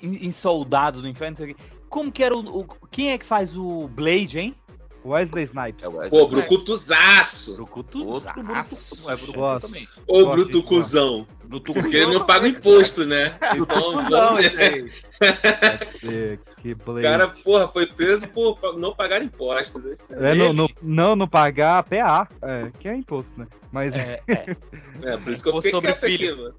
Speaker 5: em, em soldado do inferno, não sei o quê. Como que era o, o- Quem é que faz o Blade, hein?
Speaker 1: Wesley Snipes.
Speaker 2: É o Wesley
Speaker 3: Pô,
Speaker 2: Snipes.
Speaker 3: brucutuzaço.
Speaker 2: Outro
Speaker 5: Brucutuzaço.
Speaker 2: bruto. Não é bruto
Speaker 1: Gosto.
Speaker 2: também. é
Speaker 3: Ô,
Speaker 1: Gosto
Speaker 3: bruto
Speaker 1: de-
Speaker 3: cuzão.
Speaker 2: Bruto
Speaker 3: Porque ele não paga imposto, né? Então,
Speaker 20: Não,
Speaker 3: vamos ver.
Speaker 20: esse aí.
Speaker 1: É, Que
Speaker 3: o
Speaker 1: Blade.
Speaker 3: cara, porra, foi preso por pa- não pagar impostos. Esse
Speaker 1: É, não, não, não, não pagar PA, é, que é imposto, né? Mas,
Speaker 5: É,
Speaker 3: É, por isso que eu
Speaker 5: Ou
Speaker 3: fiquei
Speaker 5: sobre
Speaker 3: quieto
Speaker 5: filho.
Speaker 3: aqui, mano.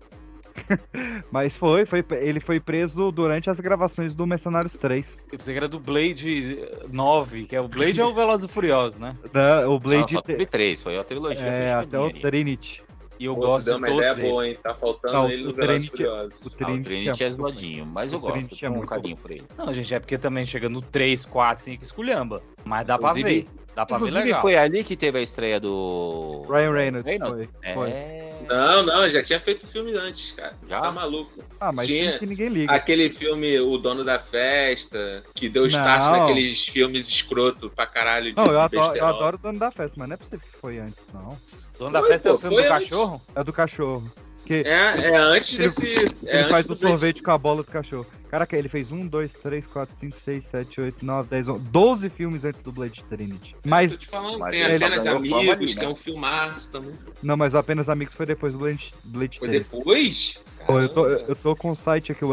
Speaker 1: mas foi, foi, ele foi preso durante as gravações do Mercenários 3.
Speaker 5: eu pensei que era do Blade 9, que é o Blade é o Veloz e Furioso, né?
Speaker 1: Da- o
Speaker 2: Não,
Speaker 1: Blade
Speaker 2: só
Speaker 1: te-
Speaker 2: teve três, foi a trilogia.
Speaker 1: é,
Speaker 2: fechadinha
Speaker 1: até o
Speaker 2: ali.
Speaker 1: Trinity.
Speaker 5: E eu
Speaker 3: Pô,
Speaker 5: gosto
Speaker 3: tu deu
Speaker 5: de
Speaker 3: uma
Speaker 5: todos
Speaker 3: ideia
Speaker 5: eles.
Speaker 3: boa, hein? Tá faltando
Speaker 1: Não,
Speaker 3: ele
Speaker 1: o
Speaker 3: no Velozes
Speaker 1: Trinity
Speaker 3: e
Speaker 1: é-
Speaker 3: Furiosos.
Speaker 1: O
Speaker 2: Ah, o
Speaker 1: Trinity é
Speaker 2: Trinity é
Speaker 1: muito bom.
Speaker 2: zoadinho, mas eu
Speaker 1: O
Speaker 2: gosto.
Speaker 1: Trinity é
Speaker 2: Tenho um
Speaker 1: muito
Speaker 2: carinho por ele.
Speaker 5: Não, gente, é porque também chega no 3, 4, 5, esculhamba. Mas dá pra
Speaker 2: Inclusive-
Speaker 5: ver. Dá pra ver
Speaker 2: Inclusive,
Speaker 5: legal.
Speaker 2: foi ali que teve a estreia do.
Speaker 1: Ryan Reynolds,
Speaker 2: Reynolds?
Speaker 1: foi,
Speaker 2: É.
Speaker 1: foi.
Speaker 3: Não, não, já tinha feito filme antes, cara.
Speaker 2: Já?
Speaker 3: Tá maluco.
Speaker 1: Ah, mas
Speaker 3: Tinha-
Speaker 1: tem que ninguém liga.
Speaker 3: Aquele filme O Dono da Festa, que deu
Speaker 1: Não.
Speaker 3: start naqueles filmes escroto pra caralho de
Speaker 1: Não, eu adoro, eu
Speaker 3: besterol.
Speaker 1: adoro o dono da festa, mas não é possível que foi antes, não.
Speaker 5: Dono da
Speaker 3: Foi,
Speaker 5: Festa é o
Speaker 3: pô,
Speaker 5: filme
Speaker 3: foi
Speaker 5: do
Speaker 3: antes.
Speaker 5: cachorro?
Speaker 1: É do cachorro.
Speaker 3: É, é antes
Speaker 1: Ele-
Speaker 3: desse. É
Speaker 1: ele
Speaker 3: antes
Speaker 1: faz
Speaker 3: do
Speaker 1: o
Speaker 3: Blade
Speaker 1: sorvete com a bola do cachorro. Caraca, ele fez 1, 2, 3, 4, 5, 6, 7, 8, 9, 10, 11, 12 filmes antes do Blade Trinity.
Speaker 3: Tô
Speaker 1: Mas,
Speaker 3: te falando,
Speaker 2: Mas
Speaker 3: tem
Speaker 2: ele
Speaker 3: apenas
Speaker 2: só ganhou fama
Speaker 3: amigos,
Speaker 2: ali, né?
Speaker 3: que é um filmaço também.
Speaker 1: não, mas o Apenas Amigos foi depois do Blade, Blade
Speaker 3: Foi
Speaker 1: 3.
Speaker 3: depois?
Speaker 1: Pô, eu, tô,
Speaker 3: Caramba.
Speaker 1: eu tô com o site aqui,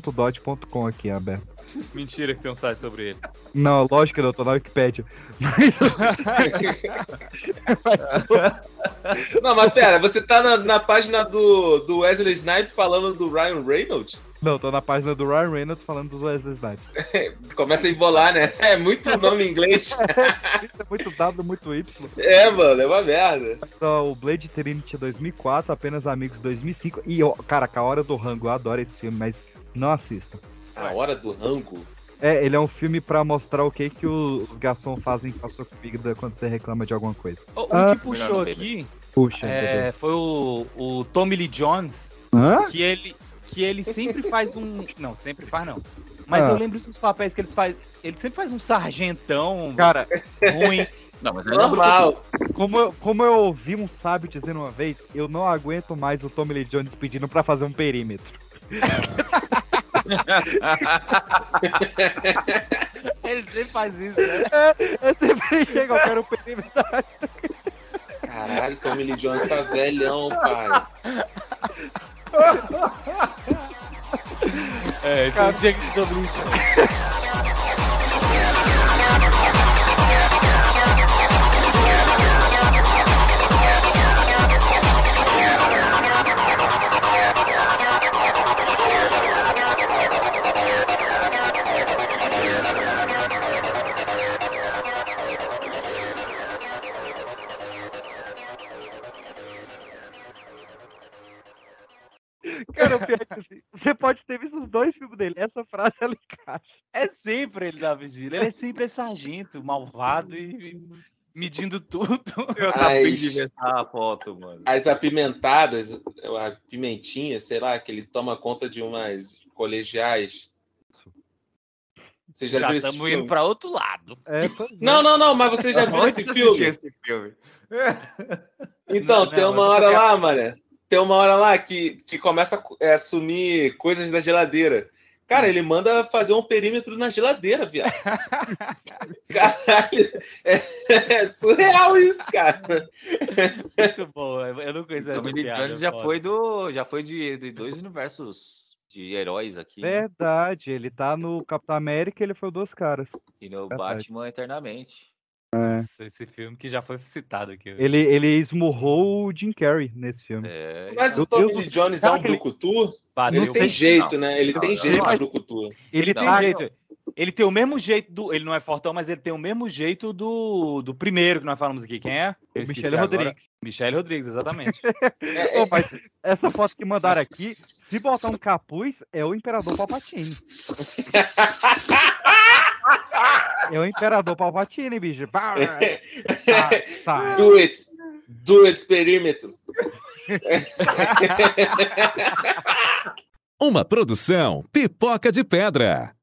Speaker 1: wesleysnipes.dot.com aqui aberto.
Speaker 5: Mentira que tem um site sobre ele.
Speaker 1: Não, lógico que não, eu tô na Wikipédia. Mas,
Speaker 3: Não, mas pera, você tá na, na página do, do Wesley Snipes falando do Ryan Reynolds?
Speaker 1: não, tô na página do Ryan Reynolds falando dos Wesley Snipes.
Speaker 3: Começa a embolar, né? É muito nome em inglês.
Speaker 1: Isso é muito W, muito Y.
Speaker 3: É, mano, é uma merda.
Speaker 1: Só o Blade Trinity 2004, Apenas Amigos 2005. E, ó, caraca, A Hora do Rango, eu adoro esse filme, mas não assista.
Speaker 3: A hora do rango.
Speaker 1: É, ele é um filme pra mostrar o que que os garçons fazem com a sua comida quando você reclama de alguma coisa.
Speaker 5: O, o que puxou aqui
Speaker 1: Puxa,
Speaker 5: é, foi o, o Tommy Lee Jones,
Speaker 1: Hã?
Speaker 5: que ele, que ele sempre faz um... Não, sempre faz não. Mas
Speaker 1: Ah.
Speaker 5: eu lembro dos papéis que eles faz. Ele sempre faz um sargentão
Speaker 1: Cara,
Speaker 5: ruim.
Speaker 2: Não, mas é
Speaker 3: Ah.
Speaker 1: Como eu, como eu ouvi um sábio dizendo uma vez, eu não aguento mais o Tommy Lee Jones pedindo pra fazer um perímetro.
Speaker 5: Ele sempre faz isso, né?
Speaker 1: É, é sempre chega, eu quero um perímetro.
Speaker 3: Caralho, Tommy Lee Jones tá velhão, pai.
Speaker 5: É, então chega de Tommy Lee Jones.
Speaker 1: Cara, o pior é que assim, você pode ter visto os dois filmes dele. Essa frase ela encaixa.
Speaker 5: É sempre ele da vigília. Ele é sempre esse sargento malvado e e medindo tudo.
Speaker 3: As,
Speaker 2: Ah, a foto, mano.
Speaker 3: as apimentadas, a pimentinha, sei lá, que ele toma conta de umas colegiais. Você já,
Speaker 5: Já
Speaker 3: viu esse
Speaker 5: estamos indo
Speaker 3: filme?
Speaker 5: pra outro lado.
Speaker 1: É, pois
Speaker 3: Não, não, não, mas você já viu
Speaker 20: Onde
Speaker 3: esse
Speaker 20: você
Speaker 3: filme?
Speaker 20: assistiu esse filme?
Speaker 3: Então,
Speaker 5: Não,
Speaker 3: tem
Speaker 5: não,
Speaker 3: uma
Speaker 5: eu
Speaker 3: hora
Speaker 5: quero-
Speaker 3: lá, mano. Tem uma hora lá que, que começa a co- é, sumir coisas da geladeira. Cara, ele manda fazer um perímetro na geladeira, viado. Caralho, é, é surreal isso, cara.
Speaker 5: Muito bom. Eu eu não
Speaker 3: é
Speaker 5: conheço essa
Speaker 2: Tommy Lee
Speaker 5: piada.
Speaker 2: Jones já
Speaker 5: foda.
Speaker 2: foi do. Já foi de, de dois universos de heróis aqui.
Speaker 1: É.
Speaker 2: né?
Speaker 1: Verdade, ele tá no Capitão América e ele foi o Dois Caras.
Speaker 2: E no
Speaker 1: Verdade.
Speaker 2: Batman eternamente.
Speaker 5: Nossa, esse filme que já foi citado aqui.
Speaker 1: Ele, ele esmurrou o Jim Carrey nesse filme.
Speaker 2: É.
Speaker 3: Mas
Speaker 1: Meu
Speaker 3: o Tommy
Speaker 1: Deus
Speaker 3: Lee
Speaker 1: do
Speaker 3: Jones
Speaker 1: céu,
Speaker 3: é um
Speaker 1: aquele-
Speaker 3: brucutu?
Speaker 5: Bateu
Speaker 3: Ele
Speaker 5: o-
Speaker 3: tem jeito, né? Ele
Speaker 2: não,
Speaker 3: tem
Speaker 2: não,
Speaker 3: jeito
Speaker 2: não.
Speaker 3: de brucutu.
Speaker 5: Ele
Speaker 2: Não.
Speaker 5: tem
Speaker 1: tá-
Speaker 5: jeito. Ele tem o mesmo jeito do. Ele não é fortão, mas ele tem o mesmo jeito do, do primeiro que nós falamos aqui. Quem é? Eu esqueci
Speaker 1: Michele
Speaker 5: agora.
Speaker 1: Rodrigues.
Speaker 5: Michele Rodrigues, exatamente.
Speaker 3: É,
Speaker 1: Ô, mas essa foto que mandaram aqui, se botar um capuz, é o Imperador Palpatine. É o Imperador Palpatine, bicho. Bah, tá, tá.
Speaker 3: Do it. Do it, perímetro.
Speaker 13: Uma produção pipoca de pedra.